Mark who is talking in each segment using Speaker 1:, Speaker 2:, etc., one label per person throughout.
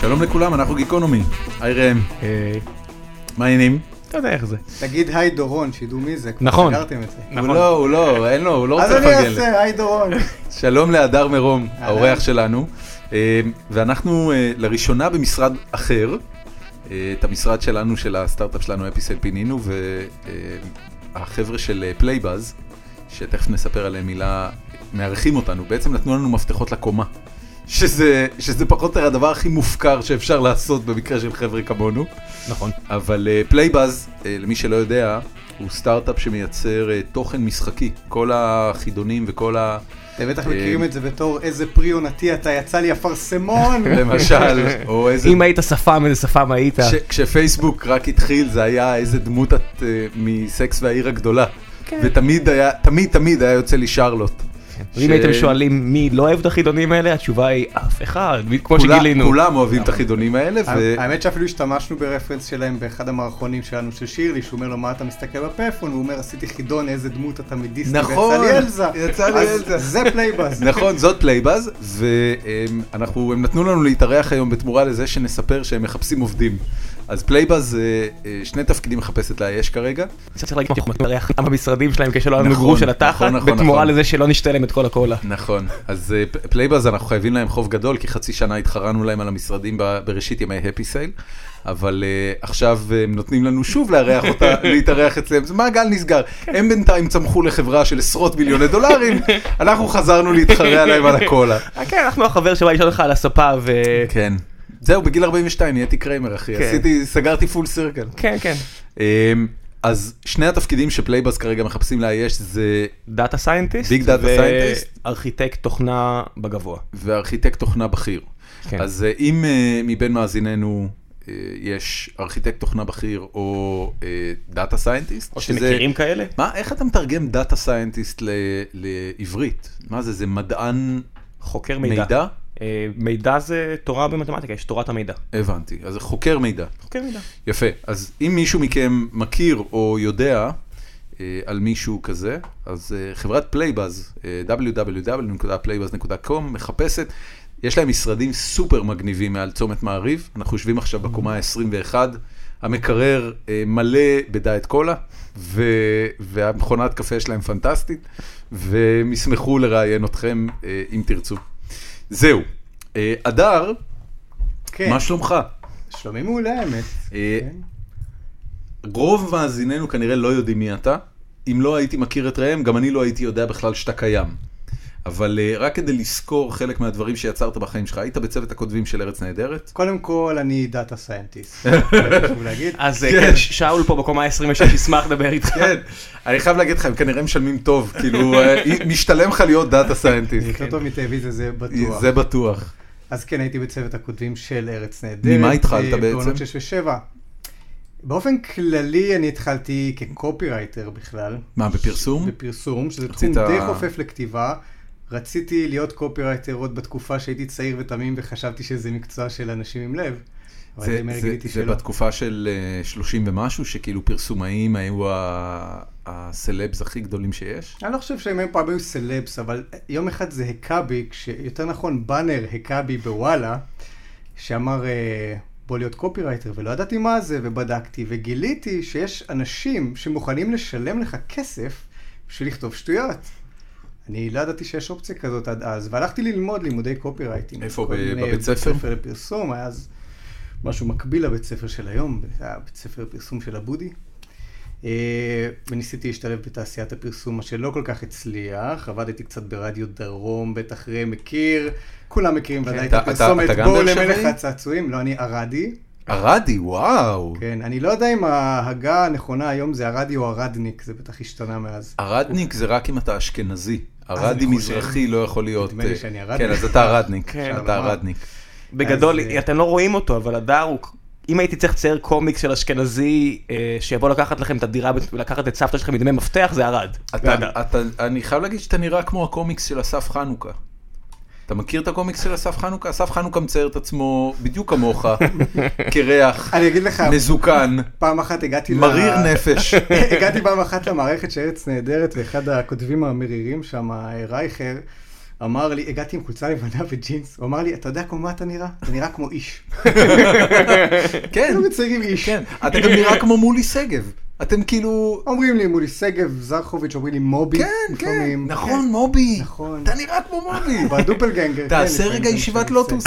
Speaker 1: שלום לכולם, אנחנו גיקונומי. היי ראם,
Speaker 2: היי.
Speaker 1: מה העניינים?
Speaker 2: אה, אתה יודע איך זה.
Speaker 3: תגיד היי דורון, שידעו מי זה. כבר
Speaker 2: נכון.
Speaker 3: סגרתם את זה.
Speaker 1: הוא לא, הוא לא, אין לו, הוא לא
Speaker 3: אז
Speaker 1: רוצה
Speaker 3: אני
Speaker 1: לפרגן.
Speaker 3: אעשה, היי דורון.
Speaker 1: שלום להדר מרום,
Speaker 3: אהלן.
Speaker 1: האורח שלנו. אה, ואנחנו אה, לראשונה במשרד אחר. אה, את המשרד שלנו, של הסטארט-אפ שלנו, אפיסל פינינו, והחבר'ה של אה, פלייבאז, שתכף נספר עליהם מילה, מארחים אותנו, בעצם נתנו לנו מפתחות לקומה. שזה, שזה פחות או יותר הדבר הכי מופקר שאפשר לעשות במקרה של חבר'ה כמונו.
Speaker 2: נכון.
Speaker 1: אבל אה, פלייבאז, אה, למי שלא יודע, הוא סטארט-אפ שמייצר אה, תוכן משחקי. כל החידונים וכל ה...
Speaker 3: אתם בטח
Speaker 1: אה,
Speaker 3: מכירים את זה בתור איזה פרי עונתי אתה יצא לי אפרסמון.
Speaker 1: למשל, או איזה...
Speaker 2: אם היית שפם, איזה שפם היית.
Speaker 1: כש- כשפייסבוק רק התחיל זה היה איזה דמות את אה, מסקס והעיר הגדולה. ותמיד היה, תמיד תמיד היה יוצא לי שרלוט.
Speaker 2: אם הייתם שואלים מי לא אוהב את החידונים האלה, התשובה היא אף אחד, כמו
Speaker 1: כולה-
Speaker 2: שגילינו.
Speaker 1: כולם אוהבים את החידונים האלה, ו...
Speaker 3: האמת שאפילו השתמשנו ברפרנס שלהם באחד המערכונים שלנו של שירלי, שהוא אומר לו מה אתה מסתכל בפלאפון, הוא אומר עשיתי חידון איזה דמות אתה מדיסטי,
Speaker 1: נכון,
Speaker 3: ויצא לי אלזה.
Speaker 1: יצא לי
Speaker 3: אז
Speaker 1: אלזה.
Speaker 3: זה פלייבאז.
Speaker 1: נכון, זאת פלייבאז, ואנחנו, הם נתנו לנו להתארח היום בתמורה לזה שנספר שהם מחפשים עובדים. אז פלייבאז, אה, אה, שני תפקידים מחפשת לאייש כרגע.
Speaker 2: צריך להגיד שאנחנו מתארח גם במשרדים שלהם כשלא היה לנו
Speaker 1: נכון,
Speaker 2: גרוב של התחת,
Speaker 1: נכון, נכון,
Speaker 2: בתמורה
Speaker 1: נכון.
Speaker 2: לזה שלא נשתה להם את כל הקולה.
Speaker 1: נכון, אז אה, פ- פלייבאז אנחנו חייבים להם חוב גדול, כי חצי שנה התחרנו להם על המשרדים ב- בראשית ימי הפי סייל, אבל אה, עכשיו הם נותנים לנו שוב לארח אותה, להתארח אצלם, זה מעגל נסגר. הם בינתיים צמחו לחברה של עשרות מיליוני דולרים, אנחנו חזרנו להתחרע עליהם על הקולה.
Speaker 2: אה, כן, אנחנו החבר שבא לשאול אותך על הספה ו...
Speaker 1: כן. זהו, בגיל 42 נהייתי קריימר אחי,
Speaker 2: כן.
Speaker 1: עשיתי, סגרתי פול סירקל.
Speaker 2: כן, כן.
Speaker 1: אז שני התפקידים שפלייבאז כרגע מחפשים לאייש זה
Speaker 2: דאטה סיינטיסט.
Speaker 1: Big Data Scientist.
Speaker 2: וארכיטקט תוכנה בגבוה.
Speaker 1: וארכיטקט תוכנה בכיר. כן.
Speaker 2: כן.
Speaker 1: אז אה, אם אה, מבין מאזיננו אה, יש ארכיטקט תוכנה בכיר או אה, דאטה סיינטיסט,
Speaker 2: או שמכירים כאלה?
Speaker 1: מה, איך אתה מתרגם דאטה סיינטיסט לעברית? מה זה, זה מדען
Speaker 2: חוקר מידע.
Speaker 1: מידע?
Speaker 2: אה, מידע זה תורה במתמטיקה, יש תורת המידע.
Speaker 1: הבנתי, אז זה חוקר מידע.
Speaker 2: חוקר מידע.
Speaker 1: יפה, אז אם מישהו מכם מכיר או יודע אה, על מישהו כזה, אז אה, חברת פלייבאז, אה, www.playbuzz.com, מחפשת, יש להם משרדים סופר מגניבים מעל צומת מעריב, אנחנו יושבים עכשיו בקומה ה-21, המקרר אה, מלא בדיאט קולה, ו... והמכונת קפה שלהם פנטסטית, והם ישמחו לראיין אתכם אה, אם תרצו. זהו, אה, הדר,
Speaker 3: כן,
Speaker 1: מה שלומך?
Speaker 3: שלומי מעולה האמת.
Speaker 1: אה,
Speaker 3: כן.
Speaker 1: רוב מאזיננו כנראה לא יודעים מי אתה. אם לא הייתי מכיר את ראם, גם אני לא הייתי יודע בכלל שאתה קיים. אבל אה, רק כדי לזכור חלק מהדברים שיצרת בחיים שלך, היית בצוות הכותבים של ארץ נהדרת?
Speaker 3: קודם כל אני דאטה סיינטיסט.
Speaker 2: אז אה, כן, ש- שאול פה בקומה ה-26 ישמח לדבר איתך.
Speaker 1: כן, אני חייב להגיד לך, הם כנראה משלמים טוב, כאילו, אה, משתלם לך להיות דאטה סיינטיסט. אה,
Speaker 3: זה יותר טוב מטלוויזיה זה בטוח.
Speaker 1: כן. זה בטוח.
Speaker 3: אז כן, הייתי בצוות הכותבים של ארץ נהדרת.
Speaker 1: ממה התחלת
Speaker 3: אה,
Speaker 1: בעצם?
Speaker 3: בעונות 6 ו-7. באופן כללי אני התחלתי כקופירייטר בכלל.
Speaker 1: מה, בפרסום?
Speaker 3: בפרסום, שזה תחום
Speaker 1: רצית-
Speaker 3: די חופף לכתיבה. רציתי להיות קופירייטר עוד בתקופה שהייתי צעיר ותמים וחשבתי שזה מקצוע של אנשים עם לב. אבל
Speaker 1: זה-
Speaker 3: אני מהר
Speaker 1: זה-
Speaker 3: גיליתי
Speaker 1: זה
Speaker 3: שלא.
Speaker 1: בתקופה של אה, 30 ומשהו, שכאילו פרסומאים היו ה- הסלבס הכי גדולים שיש?
Speaker 3: אני לא חושב שהם היו פעם היו סלבס, אבל יום אחד זה הכה בי, כש- יותר נכון באנר הכה בי בוואלה, שאמר אה, בוא להיות קופירייטר, ולא ידעתי מה זה, ובדקתי, וגיליתי שיש אנשים שמוכנים לשלם לך כסף בשביל לכתוב שטויות. אני לא ידעתי שיש אופציה כזאת עד אז, והלכתי ללמוד לימודי קופירייטינג.
Speaker 1: איפה,
Speaker 3: כל
Speaker 1: ב-
Speaker 3: מיני
Speaker 1: בבית ספר?
Speaker 3: ספר לפרסום, היה אז משהו מקביל לבית ספר של היום, היה בית ספר לפרסום של הבודי. אה, וניסיתי להשתלב בתעשיית הפרסום, מה שלא כל כך הצליח. עבדתי קצת ברדיו דרום, בטח ראם מכיר, כולם מכירים ודאי את
Speaker 1: כן. אתה- אתה-
Speaker 3: הפרסומת,
Speaker 1: אתה גם
Speaker 3: בואו
Speaker 1: באר שבעי?
Speaker 3: למלך הצעצועים, לא, אני ערדי.
Speaker 1: ערדי, וואו.
Speaker 3: כן, אני לא יודע אם ההגה הנכונה היום זה ערדי או ערדניק, זה בטח השתנה מאז.
Speaker 1: ערדניק זה רק אם אתה אשכנזי.
Speaker 3: אה,
Speaker 1: ערדי
Speaker 3: אני
Speaker 1: מזרחי לא יכול להיות.
Speaker 3: כן. נדמה לי
Speaker 1: אה,
Speaker 3: שאני לא ערדניק.
Speaker 1: כן, אז אתה ערדניק.
Speaker 2: כן,
Speaker 1: אתה
Speaker 3: אבל-
Speaker 1: ערדניק.
Speaker 2: בגדול,
Speaker 3: אז, אה,
Speaker 2: אתם לא רואים אותו, אבל הדר הוא... אם הייתי צריך לצייר קומיקס של אשכנזי אה, שיבוא לקחת לכם את הדירה ולקחת את סבתא שלכם מדמי מפתח, זה ערד.
Speaker 1: אתה-
Speaker 2: זה הדר.
Speaker 1: אתה- אני חייב להגיד שאתה נראה כמו הקומיקס של אסף חנוכה. אתה מכיר את הקומיקס של אסף חנוכה? אסף חנוכה מצייר את עצמו בדיוק כמוך, קרח,
Speaker 3: אני כאילו, אגיד לך,
Speaker 1: מזוקן,
Speaker 3: פעם אחת הגעתי ל-
Speaker 1: מריר נפש.
Speaker 3: הגעתי פעם אחת למערכת של ארץ נהדרת, ואחד הכותבים המרירים שם, רייכר, אמר לי, הגעתי עם חולצה לבנה וג'ינס, הוא אמר לי, אתה יודע כמו מה אתה נראה? אתה נראה כמו איש.
Speaker 1: כן,
Speaker 3: כאילו מציירים איש.
Speaker 1: כן. אתה גם נראה כמו מולי שגב. אתם כאילו...
Speaker 3: אומרים לי מולי שגב, זרחוביץ', אומרים לי מובי.
Speaker 1: כן, כן,
Speaker 3: לפעמים.
Speaker 1: נכון, מובי.
Speaker 3: נכון.
Speaker 1: אתה נראה כמו מובי.
Speaker 3: בדופלגנגר. כן,
Speaker 1: תעשה
Speaker 3: לפעמים
Speaker 1: רגע
Speaker 3: אתה
Speaker 1: ישיבת
Speaker 3: משתלשל.
Speaker 1: לוטוס.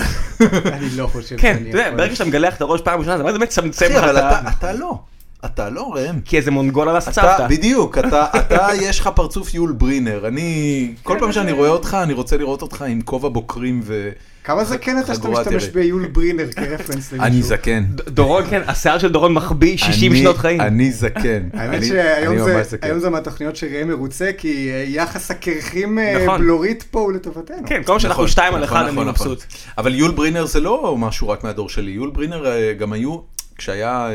Speaker 3: אני לא חושב
Speaker 2: כן,
Speaker 3: שאני
Speaker 2: אתה יודע,
Speaker 3: יכול.
Speaker 2: ברגע שאתה מגלח את הראש פעם ראשונה, זה באמת מצמצם
Speaker 1: אחי,
Speaker 2: לך
Speaker 1: אבל
Speaker 2: את ה...
Speaker 1: אתה- אתה לא. אתה לא, ראם.
Speaker 2: כי איזה מונגול על
Speaker 1: אתה,
Speaker 2: הסבתא.
Speaker 1: בדיוק, אתה, אתה יש לך פרצוף יול ברינר. אני, כל פעם שאני רואה אותך, אני רוצה לראות אותך עם כובע בוקרים ו...
Speaker 3: כמה זקן אתה שאתה
Speaker 1: חגורת
Speaker 3: משתמש
Speaker 1: ירי.
Speaker 3: ביול ברינר כרפרנס למישהו?
Speaker 1: אני זקן.
Speaker 2: ד- דורון, כן, השיער של דורון מחביא 60
Speaker 1: אני-
Speaker 2: שנות חיים.
Speaker 1: אני זקן.
Speaker 3: האמת
Speaker 1: אני-
Speaker 3: שהיום
Speaker 1: אני
Speaker 3: זה-
Speaker 1: ממש זקן.
Speaker 3: היום זה מהתוכניות שראם מרוצה, כי אה, יחס הקרחים אה,
Speaker 2: נכון.
Speaker 3: בלורית פה הוא לטובתנו.
Speaker 2: כן, כל מה שאנחנו
Speaker 1: נכון,
Speaker 2: שתיים על
Speaker 1: נכון,
Speaker 2: אחד, אני
Speaker 1: נכון, נכון.
Speaker 2: מבסוט.
Speaker 1: אבל יול ברינר זה לא משהו רק מהדור שלי, יול ברינר אה, גם היו, כשהיה אה,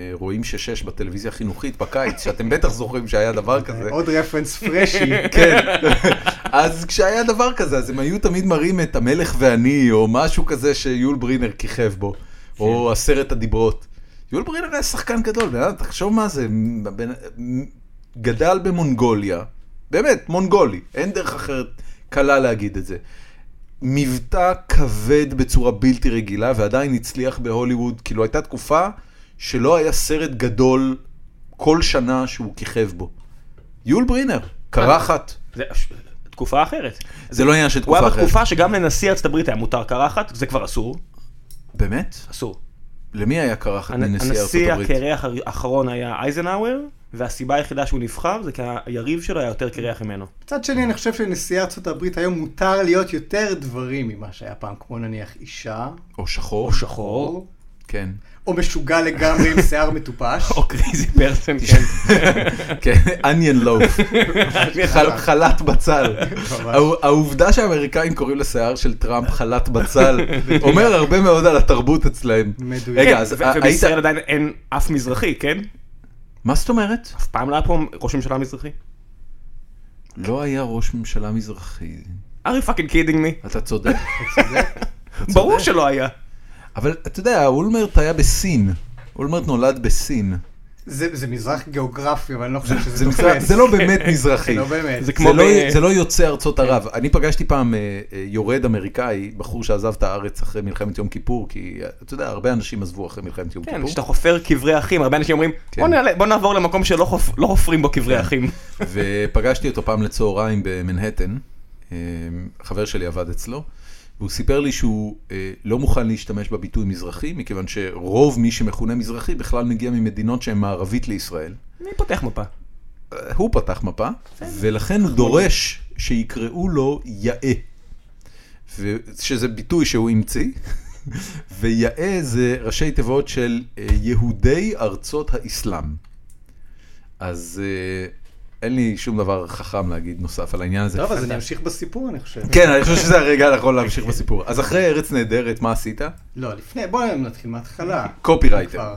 Speaker 1: אה, רואים שש בטלוויזיה החינוכית בקיץ, שאתם בטח זוכרים שהיה דבר כזה.
Speaker 3: אה, עוד רפרנס פרשי.
Speaker 1: כן, אז כשהיה דבר כזה, אז הם היו תמיד מראים את המלך ואני, או משהו כזה שיול ברינר כיכב בו, או עשרת הדיברות. יול ברינר היה שחקן גדול, בן אדם, תחשוב מה זה, בן- גדל במונגוליה, באמת, מונגולי, אין דרך אחרת קלה להגיד את זה. מבטא כבד בצורה בלתי רגילה, ועדיין הצליח בהוליווד, כאילו הייתה תקופה שלא היה סרט גדול כל שנה שהוא כיכב בו. יול ברינר, קרחת.
Speaker 2: זה ש- תקופה אחרת.
Speaker 1: זה לא עניין של
Speaker 2: הוא
Speaker 1: תקופה
Speaker 2: היה
Speaker 1: אחרת.
Speaker 2: בתקופה שגם לנשיא ארצות הברית היה מותר קרחת, זה כבר אסור.
Speaker 1: באמת?
Speaker 2: אסור.
Speaker 1: למי היה קרחת
Speaker 2: הנ-
Speaker 1: לנשיא ארצות
Speaker 2: הנשיא
Speaker 1: הברית?
Speaker 2: הקרח הר- האחרון היה אייזנהאואר, והסיבה היחידה שהוא נבחר זה כי היריב שלו היה יותר קרח ממנו.
Speaker 3: מצד שני, אני חושב שלנשיא ארצות הברית היום מותר להיות יותר דברים ממה שהיה פעם, כמו נניח אישה,
Speaker 1: או שחור.
Speaker 2: או שחור,
Speaker 3: או-
Speaker 1: כן.
Speaker 3: או משוגע לגמרי עם שיער מטופש.
Speaker 2: או קרייזי פרסן, כן.
Speaker 1: כן, onion loaf, חל- חלת בצל. הע- העובדה שהאמריקאים קוראים לשיער של טראמפ חלת בצל, אומר הרבה מאוד על התרבות אצלהם.
Speaker 3: מדויק.
Speaker 1: רגע,
Speaker 2: כן,
Speaker 1: אז
Speaker 2: ו-
Speaker 1: היית...
Speaker 2: ובישראל עדיין אין אף מזרחי, כן?
Speaker 1: מה זאת אומרת?
Speaker 2: אף פעם לא היה פה ראש ממשלה מזרחי?
Speaker 1: לא היה ראש ממשלה מזרחי.
Speaker 2: are you fucking kidding me?
Speaker 1: אתה צודק.
Speaker 2: ברור שלא היה.
Speaker 1: אבל אתה יודע, אולמרט היה בסין. אולמרט נולד בסין.
Speaker 3: כן, זה זה מזרח גיאוגרפי, אבל אני לא חושב שזה
Speaker 1: זה מזרח-
Speaker 3: תופס.
Speaker 1: זה לא באמת מזרחי.
Speaker 3: לא באמת.
Speaker 2: זה כמו
Speaker 1: זה,
Speaker 2: ב... כן.
Speaker 1: לא, זה לא יוצא ארצות ערב. אני פגשתי פעם אה, אה, יורד אמריקאי, בחור שעזב את הארץ אחרי מלחמת יום כיפור, כי אה, אתה יודע, הרבה אנשים עזבו אחרי מלחמת יום
Speaker 2: כן,
Speaker 1: כיפור.
Speaker 2: כשאתה חופר קברי אחים, הרבה אנשים אומרים,
Speaker 1: כן.
Speaker 2: "בוא נעלה- בוא נעבור למקום שלא חופ- לא חופרים בו קברי אחים.
Speaker 1: ופגשתי אותו פעם לצהריים במנהטן, אה, חבר שלי עבד אצלו, והוא סיפר לי שהוא אה, לא מוכן להשתמש בביטוי מזרחי, מכיוון שרוב מי שמכונה מזרחי בכלל מגיע ממדינות שהן מערבית לישראל.
Speaker 2: מי פותח מפה?
Speaker 1: אה, הוא פתח מפה, ולכן הוא דורש שיקראו לו יאה. ו- שזה ביטוי שהוא המציא, ויאה זה ראשי תיבות של אה, יהודי ארצות האסלאם. אז אה, אין לי שום דבר חכם להגיד נוסף על העניין הזה.
Speaker 3: טוב, אז אני אמשיך בסיפור, אני חושב.
Speaker 1: כן, אני חושב שזה הרגע הנכון להמשיך בסיפור. אז אחרי ארץ נהדרת, מה עשית?
Speaker 3: לא, לפני, בואו נתחיל מההתחלה.
Speaker 1: קופירייטר.
Speaker 3: כבר. אה,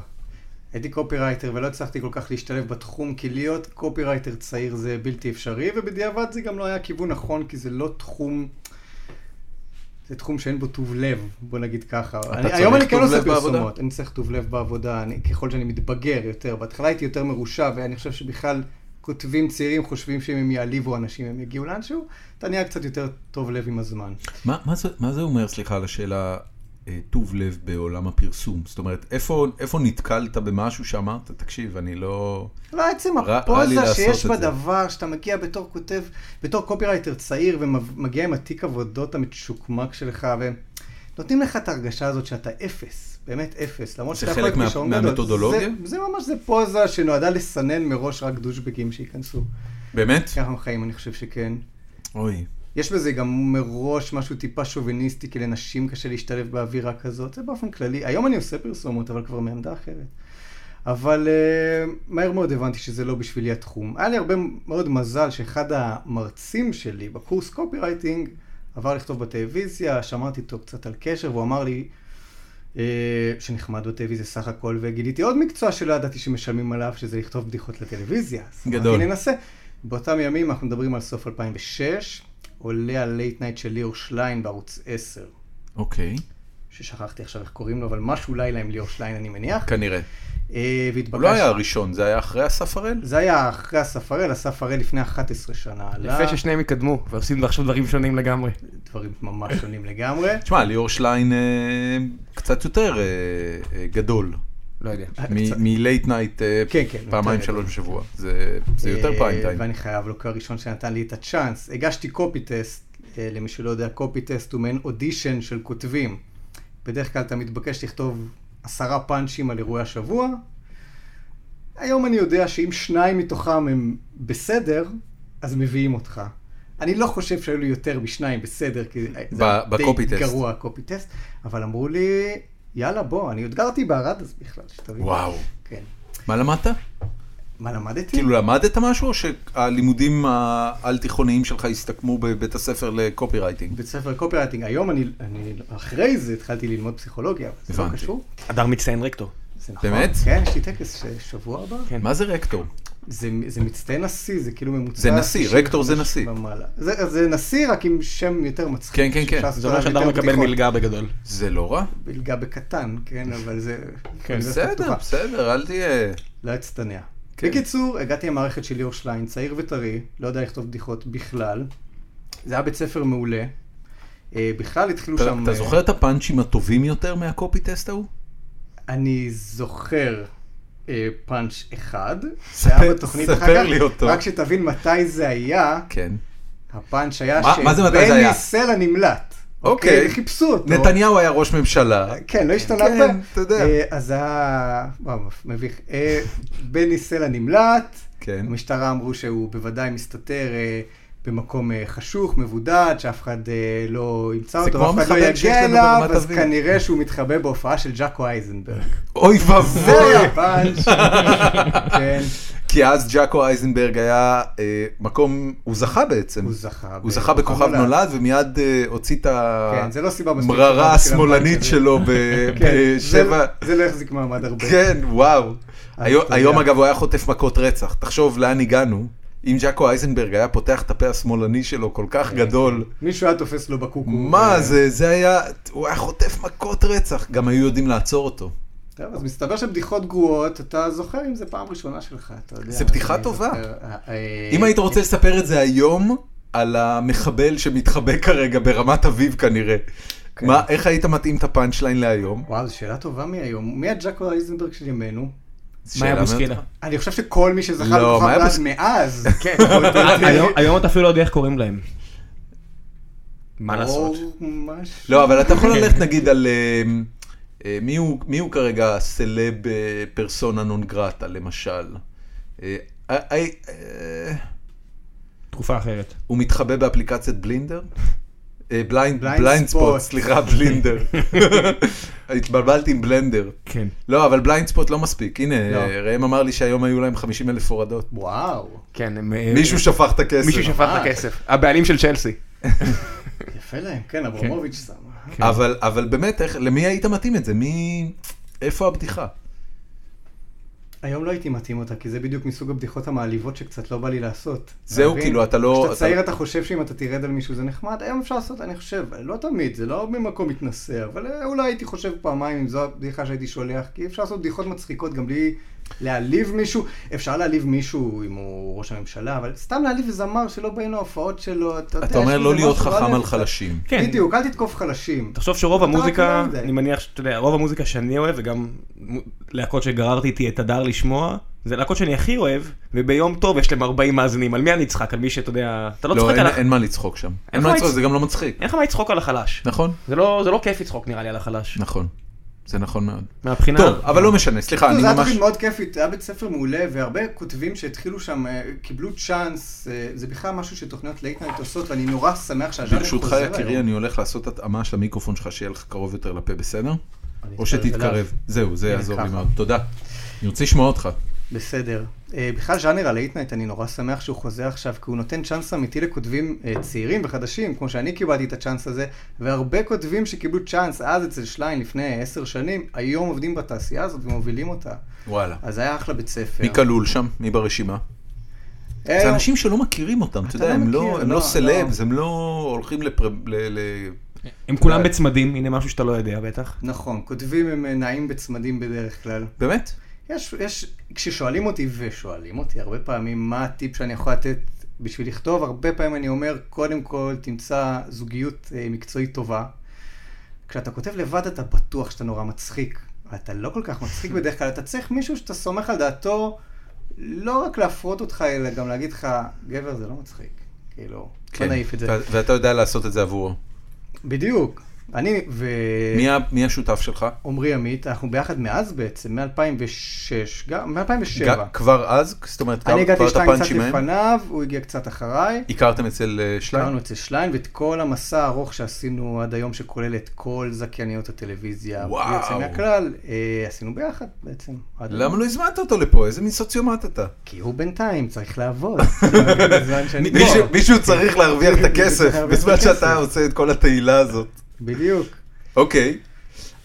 Speaker 3: הייתי קופירייטר ולא הצלחתי כל כך להשתלב בתחום, כי להיות קופירייטר צעיר זה בלתי אפשרי, ובדיעבד זה גם לא היה כיוון נכון, כי זה לא תחום... זה תחום שאין בו טוב לב, בוא נגיד ככה. אני,
Speaker 1: צריך
Speaker 3: היום אני כן
Speaker 1: טוב
Speaker 3: עושה
Speaker 1: לב בעבודה?
Speaker 3: פרסומות, אני צריך טוב לב בעבודה, אני, ככל שאני מתבגר יותר. בהתחלה הייתי יותר מרושע, ואני חושב שבכלל כותבים צעירים חושבים שאם הם יעליבו אנשים הם יגיעו לאנשהו, אתה נהיה קצת יותר טוב לב עם הזמן.
Speaker 1: מה, מה, זה, מה זה אומר, סליחה, על השאלה, אה, טוב לב בעולם הפרסום? זאת אומרת, איפה, איפה נתקלת במשהו שאמרת, תקשיב, אני לא...
Speaker 3: לא, עצם
Speaker 1: רע- רע לי
Speaker 3: הפוזה
Speaker 1: לעשות
Speaker 3: שיש
Speaker 1: את זה.
Speaker 3: בדבר, שאתה מגיע בתור כותב, בתור קופירייטר צעיר ומגיע עם התיק עבודות המצ'וקמק שלך, ונותנים לך את ההרגשה הזאת שאתה אפס, באמת אפס, למרות
Speaker 1: זה
Speaker 3: שאתה יכול
Speaker 1: חלק
Speaker 3: להיות
Speaker 1: מה-
Speaker 3: כישרון
Speaker 1: מהמתודולוגיה?
Speaker 3: גדול. זה, זה ממש, זה פוזה שנועדה לסנן מראש רק דושבגים שייכנסו.
Speaker 1: באמת?
Speaker 3: ככה הם חיים, אני חושב שכן.
Speaker 1: אוי.
Speaker 3: יש בזה גם מראש משהו טיפה שוביניסטי, כי לנשים קשה להשתלב באווירה כזאת, זה באופן כללי. היום אני עושה פרסומות, אבל כבר מעמדה אחרת. אבל uh, מהר מאוד הבנתי שזה לא בשבילי התחום. היה לי הרבה מאוד מזל שאחד המרצים שלי בקורס קופירייטינג עבר לכתוב בטלוויזיה, שמרתי איתו קצת על קשר, והוא אמר לי uh, שנחמד בטלוויזיה סך הכל, וגיליתי עוד מקצוע שלא ידעתי שמשלמים עליו, שזה לכתוב בדיחות לטלוויזיה. אז אמרתי,
Speaker 1: גדול.
Speaker 3: ננסה. באותם ימים אנחנו מדברים על סוף 2006, עולה הלייט נייט של ליאור שליין בערוץ 10,
Speaker 1: אוקיי.
Speaker 3: ששכחתי עכשיו איך קוראים לו, אבל משהו לילה עם ליאור שליין אני מניח.
Speaker 1: כנראה.
Speaker 3: אה,
Speaker 1: כן. הוא
Speaker 3: והתבקשתי.
Speaker 1: לא היה הראשון, זה היה אחרי אסף הראל?
Speaker 3: זה היה אחרי אסף הראל, אסף הראל לפני 11 שנה. עלה.
Speaker 2: יפה ששניהם יקדמו, ועושים עכשיו דברים שונים לגמרי.
Speaker 3: דברים ממש שונים לגמרי.
Speaker 1: תשמע, ליאור שליין אה, קצת יותר אה, אה, גדול
Speaker 2: לא יודע.
Speaker 3: קצת.
Speaker 1: מלייט נייט
Speaker 3: כן, כן,
Speaker 1: אה, פעמיים
Speaker 3: יותר גדול.
Speaker 1: שלוש בשבוע. זה זה יותר
Speaker 3: אה,
Speaker 1: פריים טיים.
Speaker 3: ואני חייב לו כהראשון שנתן לי את הצ'אנס. הגשתי קופי טסט, אה, למי שלא יודע, קופי טסט הוא מעין אודישן של כותבים. בדרך כלל אתה מתבקש לכתוב עשרה פאנצ'ים על אירועי השבוע. היום אני יודע שאם שניים מתוכם הם בסדר, אז מביאים אותך. אני לא חושב שהיו לי יותר משניים בסדר, כי
Speaker 1: ב-
Speaker 3: זה היה
Speaker 1: בקופי
Speaker 3: די
Speaker 1: טסט.
Speaker 3: גרוע הקופי טסט, אבל אמרו לי, יאללה בוא, אני עוד גרתי בערד אז בכלל, שתבין.
Speaker 1: וואו.
Speaker 3: כן.
Speaker 1: מה למדת?
Speaker 3: מה למדתי?
Speaker 1: כאילו למדת משהו, או שהלימודים העל-תיכוניים שלך הסתכמו בבית הספר לקופי רייטינג?
Speaker 3: בית ספר קופירייטינג. היום אני, אני, אחרי זה התחלתי ללמוד פסיכולוגיה, אבל זה לא
Speaker 1: הבנתי.
Speaker 3: קשור.
Speaker 2: הדר מצטיין רקטור.
Speaker 3: זה נכון.
Speaker 1: באמת?
Speaker 3: כן, יש לי טקס ש- שבוע הבא.
Speaker 2: כן.
Speaker 1: מה זה רקטור?
Speaker 3: זה, זה מצטיין נשיא, זה כאילו ממוצע.
Speaker 1: זה נשיא,
Speaker 3: 95
Speaker 1: רקטור זה נשיא.
Speaker 3: ומעלה. זה, זה נשיא רק עם שם יותר מצחיק.
Speaker 1: כן, כן, כן.
Speaker 3: שאפשר
Speaker 2: זה אומר
Speaker 3: לעשות עליו
Speaker 2: שהדר
Speaker 3: יותר
Speaker 2: מקבל
Speaker 3: בדיחות.
Speaker 2: מלגה בגדול.
Speaker 1: זה לא רע?
Speaker 3: מלגה בקטן, כן, אבל זה... אוניברסיטה
Speaker 1: בסדר,
Speaker 3: פתוחה.
Speaker 1: בסדר, אל תהיה...
Speaker 3: לא אצטנע.
Speaker 1: כן.
Speaker 3: בקיצור, הגעתי למערכת של ליאור שליין, צעיר וטרי, לא יודע לכתוב בדיחות בכלל. זה היה בית ספר מעולה. אה, בכלל התחילו
Speaker 1: אתה-
Speaker 3: שם...
Speaker 1: אתה
Speaker 3: אה,
Speaker 1: זוכר את הפאנצ'ים הטובים יותר מהקופי טסט ההוא?
Speaker 3: אני זוכר אה, פאנץ' אחד,
Speaker 1: ספר-
Speaker 3: שהיה בתוכנית אחר כך,
Speaker 1: ספר לי אותו.
Speaker 3: רק שתבין מתי זה היה,
Speaker 1: כן.
Speaker 3: הפאנץ' היה
Speaker 1: מה- מה זה מתי זה היה?
Speaker 3: סלע נמלט.
Speaker 1: אוקיי.
Speaker 3: חיפשו אותו.
Speaker 1: נתניהו היה ראש ממשלה.
Speaker 3: כן, לא השתנה
Speaker 1: כן,
Speaker 3: הרבה.
Speaker 1: אתה יודע.
Speaker 3: אה, אז היה... וואו, מביך. אה, בני סלע נמלט,
Speaker 1: כן.
Speaker 3: המשטרה אמרו שהוא בוודאי מסתתר אה, במקום אה, חשוך, מבודד, שאף אחד אה, לא ימצא
Speaker 1: זה
Speaker 3: אותו,
Speaker 1: כמו
Speaker 3: ואף אחד לא
Speaker 1: המחבל שיש
Speaker 3: יגיע
Speaker 1: לנו
Speaker 3: אליו,
Speaker 1: ברמת
Speaker 3: אז
Speaker 1: אביב.
Speaker 3: כנראה שהוא מתחבא בהופעה של ג'אקו אייזנברג.
Speaker 1: אוי
Speaker 3: זה
Speaker 1: ואבוי!
Speaker 2: אוקיי.
Speaker 3: היה פאנץ'. כן,
Speaker 1: כי אז ג'אקו אייזנברג היה אה, מקום, הוא זכה בעצם.
Speaker 3: הוא זכה.
Speaker 1: הוא זכה בכוכב נולד ומיד אה, הוציא את
Speaker 3: כן, זה לא סיבה מספיק.
Speaker 1: המררה
Speaker 3: טובה בשביל
Speaker 1: השמאלנית
Speaker 3: הפאנץ'
Speaker 1: שלו ב-
Speaker 3: כן, זה-
Speaker 1: בשבע.
Speaker 3: זה לא החזיק מעמד הרבה.
Speaker 1: כן, וואו.
Speaker 3: אז
Speaker 1: היום-
Speaker 3: אתה
Speaker 1: היום
Speaker 3: יודע.
Speaker 1: אגב הוא היה חוטף מכות רצח. תחשוב לאן הגענו. אם ג'אקו אייזנברג היה פותח את הפה השמאלני שלו כל כך
Speaker 3: כן.
Speaker 1: גדול,
Speaker 3: מישהו היה תופס לו בקוקו.
Speaker 1: מה
Speaker 3: אה,
Speaker 1: זה, זה היה, הוא היה חוטף מכות רצח. גם היו יודעים לעצור אותו.
Speaker 3: טוב, אז מסתבר שבדיחות גרועות, אתה זוכר אם זה פעם ראשונה שלך, אתה יודע.
Speaker 1: זה בדיחה
Speaker 3: אני
Speaker 1: טובה.
Speaker 3: זוכר, אה, אה,
Speaker 1: אם היית רוצה לספר את זה היום, על המחבל שמתחבא כרגע ברמת אביב כנראה,
Speaker 3: כן.
Speaker 1: מה, איך היית מתאים את הפאנצ' ליין להיום?
Speaker 3: וואו, זו שאלה טובה מהיום. מי הג'אקו אייזנברג של ימינו?
Speaker 2: מאיה
Speaker 1: שאלה
Speaker 2: בוסקילה.
Speaker 1: מאוד-
Speaker 3: אני חושב שכל מי שזכה
Speaker 1: לא,
Speaker 3: בכוכב
Speaker 1: מאיה
Speaker 3: נולד
Speaker 1: בוס-
Speaker 3: מאז. כן.
Speaker 2: אה, היום- היום אתה אפילו לא יודע איך קוראים להם. מה לעשות?
Speaker 1: לא, אבל אתה
Speaker 3: כן.
Speaker 1: יכול ללכת נגיד על... אה, אה, מי הוא- מי הוא כרגע סלב אה, פרסונה נון גרטה למשל? אה, אה, אה, אה,
Speaker 2: תקופה אחרת.
Speaker 1: הוא מתחבא באפליקציית בלינדר? אה, בליינד
Speaker 3: בליינד
Speaker 1: בליינד ספוט,
Speaker 3: ספוט.
Speaker 1: סליחה, בלינדר. התבלבלתי עם בלנדר.
Speaker 2: כן.
Speaker 1: לא, אבל בליינד ספוט לא מספיק. הנה,
Speaker 3: לא.
Speaker 1: ראם אמר לי שהיום היו להם 50 אלף הורדות.
Speaker 3: וואו,
Speaker 2: כן, הם... אה,
Speaker 1: מישהו שפך את הכסף.
Speaker 2: מישהו שפך את
Speaker 3: ממש.
Speaker 2: הכסף. הבעלים של צ'לסי.
Speaker 3: יפה להם, כן, אברמוביץ' שמה.
Speaker 1: אבל, אבל באמת, איך, למי היית מתאים את זה? מי... איפה הבדיחה?
Speaker 3: היום לא הייתי מתאים אותה, כי זה בדיוק מסוג הבדיחות המעליבות שקצת לא בא לי לעשות.
Speaker 1: זהו,
Speaker 3: מבין?
Speaker 1: כאילו, אתה לא-
Speaker 3: כשאתה צעיר
Speaker 1: אתה-
Speaker 3: אתה חושב שאם אתה תרד על מישהו זה נחמד, היום אפשר לעשות, אני חושב, לא תמיד, זה לא ממקום מתנשא, אבל אה, אולי הייתי חושב פעמיים אם זו הבדיחה שהייתי שולח, כי אפשר לעשות בדיחות מצחיקות גם בלי להעליב מישהו. אפשר להעליב מישהו אם הוא ראש הממשלה, אבל סתם להעליב זמר שלא באים להופעות שלו, אתה יודע,
Speaker 1: אתה
Speaker 3: יש
Speaker 1: אומר
Speaker 3: בזה
Speaker 1: לא להיות
Speaker 3: משהו, לא
Speaker 1: חכם
Speaker 3: יודע,
Speaker 1: על
Speaker 3: קצת-
Speaker 1: חלשים.
Speaker 2: כן.
Speaker 3: בדיוק, אל תתקוף חלשים.
Speaker 2: תחשוב שרוב
Speaker 3: אתה רק
Speaker 2: המוזיקה,
Speaker 3: לא יודע.
Speaker 2: אני מניח שאתה יודע, רוב המוזיקה שאני אוהב, וגם מו- להקות שגררתי איתי את הדר לשמוע, זה להקות שאני הכי אוהב, וביום טוב יש להם 40 מאזינים, על מי אני אצחק? על מי שאתה יודע, אתה לא
Speaker 1: לא,
Speaker 2: צוחק
Speaker 1: אין,
Speaker 2: על
Speaker 1: אין
Speaker 2: החלש,
Speaker 1: מה לצחוק שם. אין
Speaker 2: אין
Speaker 1: מה
Speaker 2: מה
Speaker 1: לצחוק,
Speaker 2: לצ-
Speaker 1: זה גם לא מצחיק.
Speaker 2: אין לך מה לצחוק על החלש.
Speaker 1: נכון?
Speaker 2: זה לא זה לא כיף לצחוק נראה לי על החלש.
Speaker 1: נכון. זה נכון מאוד.
Speaker 2: מהבחינה...
Speaker 1: טוב, אבל לא משנה, סליחה, אני
Speaker 3: זה היה
Speaker 1: ממש...
Speaker 3: תוכנית מאוד כיפית, היה בית ספר מעולה, והרבה כותבים שהתחילו שם, אה, קיבלו צ'אנס, אה, זה בכלל משהו שתוכניות לייטנאייט עושות, ואני נורא שמח שהז'אנר חוזר היום.
Speaker 1: ברשותך יקירי, אני הולך לעשות התאמה של המיקרופון שלך שיהיה לך קרוב יותר לפה, בסדר?
Speaker 3: אני
Speaker 1: או
Speaker 3: אתקרב אליו.
Speaker 1: שתתקרב. זהו, זה
Speaker 3: הנה,
Speaker 1: יעזור לי
Speaker 3: ככה.
Speaker 1: מאוד. תודה. אני רוצה לשמוע אותך.
Speaker 3: בסדר. אה, בכלל ז'אנר הלייטנייט, אני נורא שמח שהוא חוזר עכשיו, כי הוא נותן צ'אנס אמיתי לכותבים אה, צעירים וחדשים, כמו שאני קיבלתי את הצ'אנס הזה, והרבה כותבים שקיבלו צ'אנס אז אצל שליין לפני עשר שנים, היום עובדים בתעשייה הזאת ומובילים אותה.
Speaker 1: וואלה.
Speaker 3: אז היה אחלה בית ספר.
Speaker 1: מי כלול שם? מי ברשימה?
Speaker 3: אה,
Speaker 1: זה אנשים שלא מכירים אותם, אתה
Speaker 3: אתה
Speaker 1: יודע,
Speaker 3: לא
Speaker 1: הם
Speaker 3: מכיר,
Speaker 1: לא- הם
Speaker 3: לא,
Speaker 1: לא
Speaker 3: לא.
Speaker 1: סלבס, הם לא הולכים לפר- ל... ל-
Speaker 2: הם כולם בצמדים, הנה משהו שאתה לא יודע בטח.
Speaker 3: נכון, כותבים הם אה, נעים בצמדים בדרך כלל.
Speaker 1: באמת?
Speaker 3: יש, יש, כששואלים אותי, ושואלים אותי הרבה פעמים, מה הטיפ שאני יכול לתת בשביל לכתוב, הרבה פעמים אני אומר, קודם כל, תמצא זוגיות אה, מקצועית טובה. כשאתה כותב לבד, אתה בטוח שאתה נורא מצחיק. אתה לא כל כך מצחיק בדרך כלל, אתה צריך מישהו שאתה סומך על דעתו, לא רק להפרות אותך, אלא גם להגיד לך, גבר, זה לא מצחיק. כאילו,
Speaker 1: כן.
Speaker 3: לא נעיף את זה.
Speaker 1: ו- ואתה יודע לעשות את זה עבורו.
Speaker 3: בדיוק. אני ו...
Speaker 1: מי ה- מי השותף שלך?
Speaker 3: עמרי עמית, אנחנו ביחד מאז בעצם, מ-2006, גם, מ-2007.
Speaker 1: ג- כבר אז? זאת אומרת, כבר
Speaker 3: אני
Speaker 1: כבר
Speaker 3: הגעתי
Speaker 1: את
Speaker 3: שתיים קצת
Speaker 1: הפאנצ'ים מהם?
Speaker 3: לפניו, הוא הגיע קצת אחריי.
Speaker 1: הכרתם אצל אה, שליין?
Speaker 3: הכרנו אצל שליין, ואת כל המסע הארוך שעשינו עד היום, שכולל את כל זכייניות הטלוויזיה,
Speaker 1: וואו.
Speaker 3: בלי יוצא מהכלל, אה, עשינו ביחד בעצם. עד
Speaker 1: למה
Speaker 3: היום.
Speaker 1: לא הזמנת אותו לפה? איזה מין סוציומט אתה?
Speaker 3: כי הוא בינתיים צריך לעבוד. בזמן שאני פה.
Speaker 1: מישהו- מישהו צריך להרוויח את הכסף
Speaker 3: צריך להרוויח את
Speaker 1: בזמן
Speaker 3: הכסף.
Speaker 1: שאתה עושה את כל התהילה הזאת.
Speaker 3: בדיוק.
Speaker 1: אוקיי,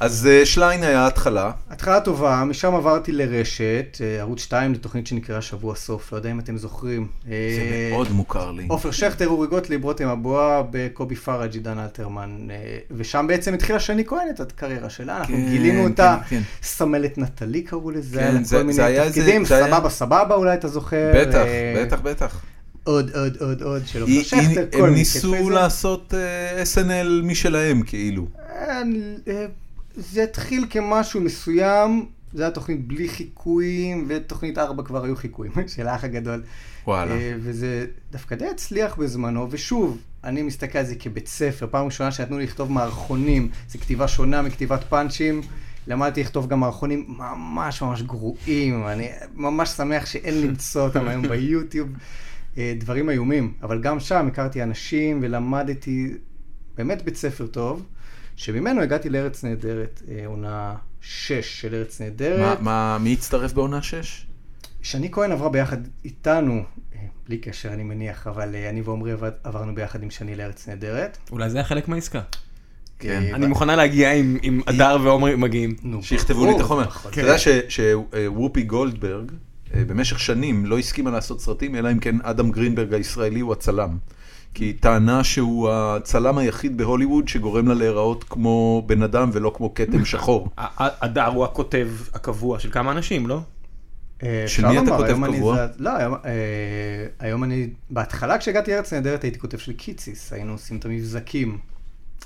Speaker 1: אז אה, שליין היה ההתחלה.
Speaker 3: התחלה טובה, משם עברתי לרשת, אה, ערוץ 2, לתוכנית שנקראה שבוע סוף, לא יודע אם אתם זוכרים.
Speaker 1: זה
Speaker 3: אה,
Speaker 1: מאוד מוכר לי.
Speaker 3: עופר שכטר, אורי גוטליב, רותם אבוה, בקובי פראג', עידן אלתרמן, אה, ושם בעצם התחילה שני כהן את הקריירה שלה, אנחנו
Speaker 1: כן,
Speaker 3: גילינו
Speaker 1: כן,
Speaker 3: אותה,
Speaker 1: כן.
Speaker 3: סמלת נטלי קראו לזה,
Speaker 1: כן,
Speaker 3: היה
Speaker 1: זה-
Speaker 3: לה כל
Speaker 1: זה היה
Speaker 3: מיני
Speaker 1: איזה-
Speaker 3: תפקידים,
Speaker 1: זה היה-
Speaker 3: סבבה סבבה אולי אתה זוכר,
Speaker 1: בטח,
Speaker 3: אה,
Speaker 1: בטח, בטח.
Speaker 3: עוד עוד עוד עוד של עופר
Speaker 1: היא- היא-
Speaker 3: שכטר, כל
Speaker 1: הם
Speaker 3: מיני כיף
Speaker 1: ניסו
Speaker 3: וזה.
Speaker 1: לעשות אה, SNL משלהם, כאילו.
Speaker 3: אה, אה, זה התחיל כמשהו מסוים, זה היה תוכנית בלי חיקויים, ותוכנית 4 כבר היו חיקויים, של האח הגדול.
Speaker 1: וואלה.
Speaker 3: אה, וזה דווקא די הצליח בזמנו, ושוב, אני מסתכל על זה כבית ספר, פעם ראשונה שנתנו לי לכתוב מערכונים, זו כתיבה שונה מכתיבת פאנצ'ים. למדתי לכתוב גם מערכונים ממש ממש גרועים, אני ממש שמח שאין למצוא אותם היום ביוטיוב. אה, דברים איומים, אבל גם שם הכרתי אנשים ולמדתי באמת בית ספר טוב, שממנו הגעתי לארץ נהדרת, אה, עונה 6 של ארץ נהדרת.
Speaker 1: מה- מה, מי הצטרף בעונה 6?
Speaker 3: שני כהן עברה ביחד איתנו, אה, בלי קשר אני מניח, אבל אה, אני ועמרי עבד- עברנו ביחד עם שני לארץ נהדרת.
Speaker 2: אולי זה היה חלק מהעסקה.
Speaker 1: כן.
Speaker 3: אה,
Speaker 2: אני מוכנה להגיע אם אם הדר ועומרי מגיעים.
Speaker 3: נו,
Speaker 1: שיכתבו לי
Speaker 3: ברור,
Speaker 1: את החומר. כן.
Speaker 3: נכון.
Speaker 1: אתה יודע שוופי גולדברג אה, במשך שנים לא הסכימה לעשות סרטים, אלא אם כן אדם גרינברג הישראלי הוא הצלם. כי היא טענה שהוא הצלם היחיד בהוליווד שגורם לה להיראות כמו בן אדם ולא כמו כתם שחור.
Speaker 2: ה- ה- הדר הוא הכותב הקבוע של כמה אנשים, לא?
Speaker 3: אה,
Speaker 1: של
Speaker 3: אפשר
Speaker 1: מי אתה
Speaker 3: לומר,
Speaker 1: כותב
Speaker 3: היום אני
Speaker 1: קבוע?
Speaker 3: זז- לא, היום, אה, היום אני, בהתחלה כשהגעתי לארץ נהדרת הייתי כותב של קיציס, היינו עושים את המבזקים.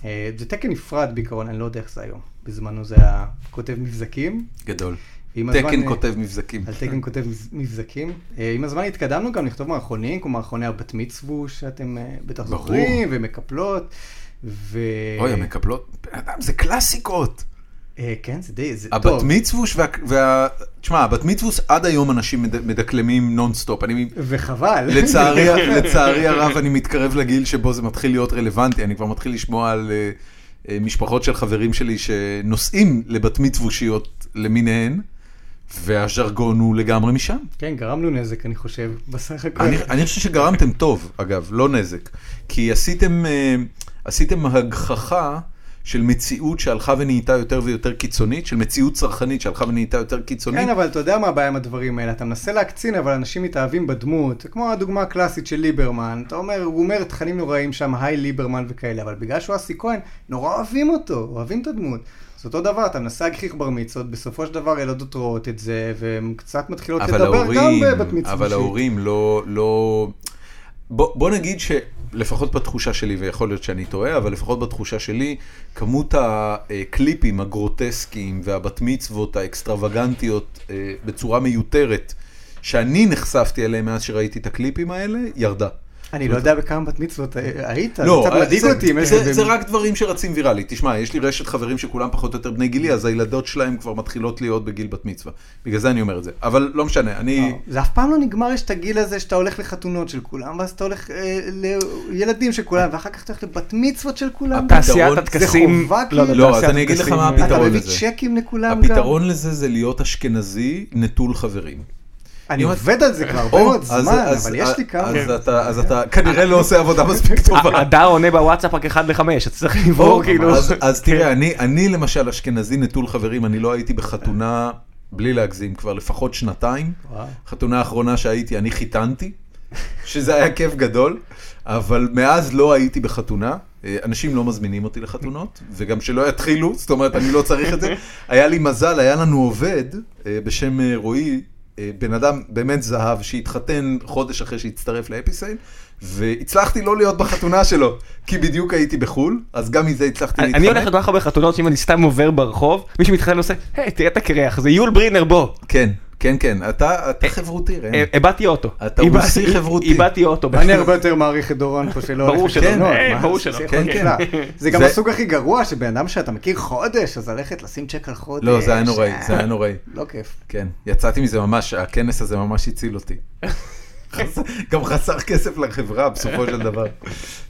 Speaker 3: אה, זה תקן נפרד בעיקרון, אני לא יודע איך זה היום. בזמנו זה היה כותב מבזקים.
Speaker 1: גדול.
Speaker 3: ועם הזמן,
Speaker 1: תקן
Speaker 3: אה,
Speaker 1: כותב מבזקים.
Speaker 3: על תקן כותב מבז- מבזקים. אה, עם הזמן התקדמנו גם לכתוב מערכונים, כמו מערכוני הבת מצוו, שאתם אה, בטח
Speaker 1: ברור.
Speaker 3: זוכרים, ומקפלות. ו...
Speaker 1: אוי, המקפלות, בן אדם, זה קלאסיקות.
Speaker 3: אה, כן, זה די, זה
Speaker 1: הבת
Speaker 3: טוב.
Speaker 1: מצווש וה... וה- תשמע, הבת מצווש עד היום אנשים מד- מדקלמים נונסטופ. אני
Speaker 3: וחבל. כן.
Speaker 1: לצערי, לצערי הרב אני מתקרב לגיל שבו זה מתחיל להיות רלוונטי, אני כבר מתחיל לשמוע על אה, אה, משפחות של חברים שלי שנוסעים לבת מצוושיות למיניהן, והז'רגון הוא לגמרי משם.
Speaker 3: כן, גרמנו נזק, אני חושב, בסך הכל.
Speaker 1: אני, אני חושב שגרמתם טוב, אגב, לא נזק, כי עשיתם, אה, עשיתם הגחכה. של מציאות שהלכה ונהייתה יותר ויותר קיצונית, של מציאות צרכנית שהלכה ונהייתה יותר קיצונית.
Speaker 3: כן, אבל אתה יודע מה הבעיה עם הדברים האלה, אתה מנסה להקצין, אבל אנשים מתאהבים בדמות, זה כמו הדוגמה הקלאסית של ליברמן, אתה אומר, הוא אומר תכנים נוראים שם, היי ליברמן וכאלה, אבל בגלל שהוא אסי כהן, נורא אוהבים אותו, אוהבים את הדמות. זה אותו דבר, אתה מנסה להגחיך בר מצוות, בסופו של דבר ילדות רואות את זה, והן קצת מתחילות
Speaker 1: אבל
Speaker 3: לדבר גם
Speaker 1: ההורים,
Speaker 3: בבת מצוות.
Speaker 1: אבל ההורים לא, לא... בוא, בוא נגיד שלפחות בתחושה שלי, ויכול להיות שאני טועה, אבל לפחות בתחושה שלי, כמות הקליפים הגרוטסקיים והבת מצוות האקסטרווגנטיות אה, בצורה מיותרת, שאני נחשפתי אליהם מאז שראיתי את הקליפים האלה, ירדה.
Speaker 3: אני לא יודע בכמה בת מצוות היית, זה
Speaker 1: לא,
Speaker 3: קצת מדאיג
Speaker 1: זה-
Speaker 3: אותי. אם יש
Speaker 1: זה-
Speaker 3: איזה-
Speaker 1: זה רק דברים שרצים ויראלית. תשמע, יש לי רשת חברים שכולם פחות או יותר בני גילי, אז הילדות שלהם כבר מתחילות להיות בגיל בת מצווה. בגלל זה אני אומר את זה. אבל לא משנה, אני...
Speaker 3: זה אף פעם לא נגמר, יש את הגיל הזה שאתה הולך לחתונות של כולם, ואז אתה הולך אה, לילדים של כולם, ואחר כך אתה הולך לבת מצוות של כולם.
Speaker 1: הפתרון-
Speaker 2: תעשיית
Speaker 1: זה
Speaker 2: הטקסים.
Speaker 3: חובה, כאילו?
Speaker 1: לא,
Speaker 2: תעשיית
Speaker 1: אז אני אגיד לך
Speaker 2: הטקסים,
Speaker 1: מה
Speaker 2: אה,
Speaker 3: אתה
Speaker 1: הפתרון
Speaker 3: מביא
Speaker 1: לזה.
Speaker 3: צ'קים לכולם גם?
Speaker 1: הפתרון לזה זה להיות אשכנזי נטול חברים.
Speaker 3: אני
Speaker 1: אם את-
Speaker 3: עובד על זה כבר הרבה מאוד
Speaker 1: אז-
Speaker 3: זמן,
Speaker 1: אז-
Speaker 3: אבל יש לי כמה. אה,
Speaker 1: אז אתה- אז אתה כנראה לא עושה עבודה מספיק טובה.
Speaker 2: הדר עונה בוואטסאפ רק אחד לחמש, אז צריך לברור כאילו.
Speaker 1: אז- אז
Speaker 3: כן.
Speaker 1: תראה, אני- אני למשל אשכנזי נטול חברים, אני לא הייתי בחתונה, בלי להגזים, כבר לפחות שנתיים.
Speaker 3: וואו.
Speaker 1: חתונה האחרונה שהייתי, אני חיתנתי, שזה היה כיף גדול, אבל מאז לא הייתי בחתונה. אה, אנשים לא מזמינים אותי לחתונות, וגם שלא יתחילו, זאת אומרת, אני לא צריך את זה. היה לי מזל, היה לנו עובד אה, בשם אה, רועי, אה, בן אדם באמת זהב, שהתחתן חודש אחרי שהצטרף לאפיסייל, והצלחתי לא להיות בחתונה שלו, כי בדיוק הייתי בחו"ל, אז גם מזה הצלחתי להתחמק.
Speaker 2: אני הולך לכל כך הרבה חתונות שאם אני סתם עובר ברחוב, מישהו מתחתן עושה, היי, תראה את הקרח, זה יול ברינר, בוא.
Speaker 1: כן, כן, כן, אתה אתה חברותי, ראם.
Speaker 2: אה, הבעתי אוטו.
Speaker 1: אתה
Speaker 2: איבד-
Speaker 1: רוסי חברותי.
Speaker 2: איבדתי אוטו.
Speaker 3: אני הרבה יותר מעריך את דורון פה שלא
Speaker 2: ברור
Speaker 3: הולך
Speaker 2: שלא.
Speaker 3: לקנות,
Speaker 2: אה,
Speaker 3: מה?
Speaker 2: ברור שלא.
Speaker 3: שיחה
Speaker 1: כן,
Speaker 3: נפלאה.
Speaker 1: כן.
Speaker 3: זה גם
Speaker 1: זה-
Speaker 3: הסוג הכי גרוע שבן אדם שאתה מכיר חודש, אז ללכת לשים צ'ק על חודש.
Speaker 1: לא, זה היה נוראי,
Speaker 3: אה,
Speaker 1: זה היה נוראי.
Speaker 3: לא כיף.
Speaker 1: כן, יצאתי מזה ממש, הכנס הזה ממש הציל אותי. חס- גם חסר כסף לחברה בסופו של דבר.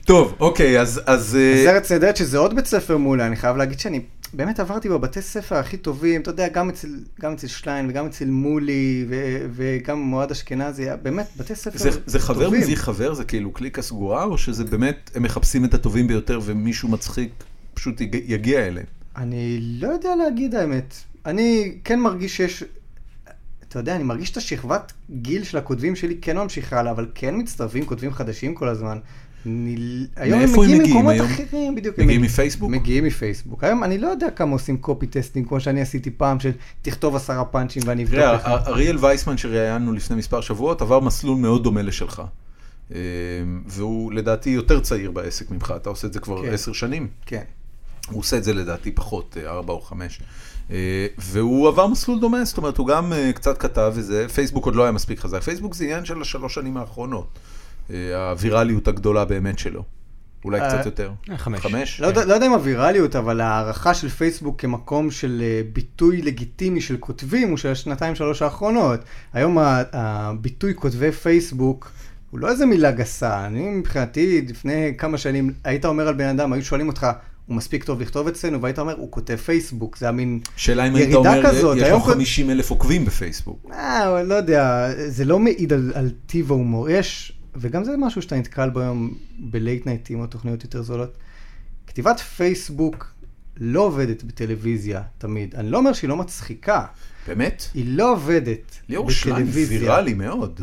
Speaker 1: טוב, אוקיי, אז... אז אה,
Speaker 3: סרט סדרת שזה עוד בית ספר מעולה, אני חייב להגיד שאני באמת עברתי בבתי ספר הכי טובים, אתה יודע, גם אצל, גם אצל שליין וגם אצל מולי ו- וגם מועד אשכנזי, היה באמת בתי ספר
Speaker 1: זה,
Speaker 3: טובים.
Speaker 1: זה חבר מביא חבר, זה כאילו קליקה סגורה, או שזה באמת, הם מחפשים את הטובים ביותר ומישהו מצחיק פשוט יג- יגיע אליהם?
Speaker 3: אני לא יודע להגיד האמת. אני כן מרגיש שיש... אתה יודע, אני מרגיש את השכבת גיל של הכותבים שלי כן ממשיכה הלאה, אבל כן מצטרפים כותבים חדשים כל הזמן. אני... היום הם
Speaker 1: מאיפה הם
Speaker 3: מגיעים
Speaker 1: מגיעים
Speaker 3: ממקומות
Speaker 1: היום?
Speaker 3: אחרים, בדיוק. הם
Speaker 1: מגיעים מפייסבוק?
Speaker 3: מגיעים מפייסבוק. היום אני לא יודע כמה עושים קופי טסטינג כמו שאני עשיתי פעם, של תכתוב עשרה פאנצ'ים ואני אבדוק
Speaker 1: תראה,
Speaker 3: לך.
Speaker 1: ה- אריאל וייסמן שראיינו לפני מספר שבועות עבר מסלול מאוד דומה לשלך. אה, והוא לדעתי יותר צעיר בעסק ממך, אתה עושה את זה כבר
Speaker 3: כן.
Speaker 1: עשר שנים.
Speaker 3: כן.
Speaker 1: הוא עושה את זה לדעתי פחות, אה, ארבע או חמש. אה, והוא עבר מסלול דומה, זאת אומרת, הוא גם אה, קצת כתב וזה, פייסבוק עוד לא היה מספיק חזק. פייסבוק זה עניין של השלוש שנים האחרונות. אה, הווירליות הגדולה באמת שלו. אולי
Speaker 3: אה,
Speaker 1: קצת יותר.
Speaker 2: אה, חמש.
Speaker 1: חמש?
Speaker 3: לא, יודע, לא יודע אם הווירליות, אבל ההערכה של פייסבוק כמקום של אה, ביטוי לגיטימי של כותבים הוא של השנתיים שלוש האחרונות. היום ה- הביטוי כותבי פייסבוק הוא לא איזה מילה גסה. אני מבחינתי, לפני כמה שנים היית אומר על בן אדם, היו שואלים אותך, הוא מספיק טוב לכתוב אצלנו, והיית אומר, הוא כותב פייסבוק. זה המין...
Speaker 1: כן. שאלה אם היית
Speaker 3: ירידה
Speaker 1: אומר,
Speaker 3: כזאת,
Speaker 1: יש לו
Speaker 3: היום כל-
Speaker 1: 50 אלף עוקבים בפייסבוק.
Speaker 3: אה, אבל לא יודע, זה לא מעיד על, על טיב ההומור. יש, וגם זה משהו שאתה נתקל בו היום בלייט נייטים או תוכניות יותר זולות. כתיבת פייסבוק לא עובדת בטלוויזיה תמיד. אני לא אומר שהיא לא מצחיקה,
Speaker 1: באמת?
Speaker 3: היא לא עובדת
Speaker 1: ליאור שליין
Speaker 3: בטלוויזיה.
Speaker 1: ויראלי מאוד.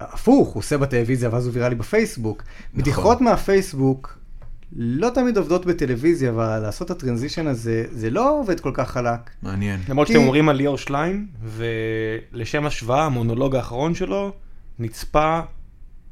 Speaker 3: הפוך, הוא עושה בטלוויזיה ואז הוא ויראלי בפייסבוק.
Speaker 1: נכון.
Speaker 3: בדיחות מהפייסבוק לא תמיד עובדות בטלוויזיה, אבל לעשות את הטרנזישן הזה, זה לא עובד כל כך חלק.
Speaker 1: מעניין.
Speaker 2: למרות
Speaker 3: כי-
Speaker 2: שאתם אומרים על ליאור שליין, ולשם השוואה, המונולוג האחרון שלו נצפה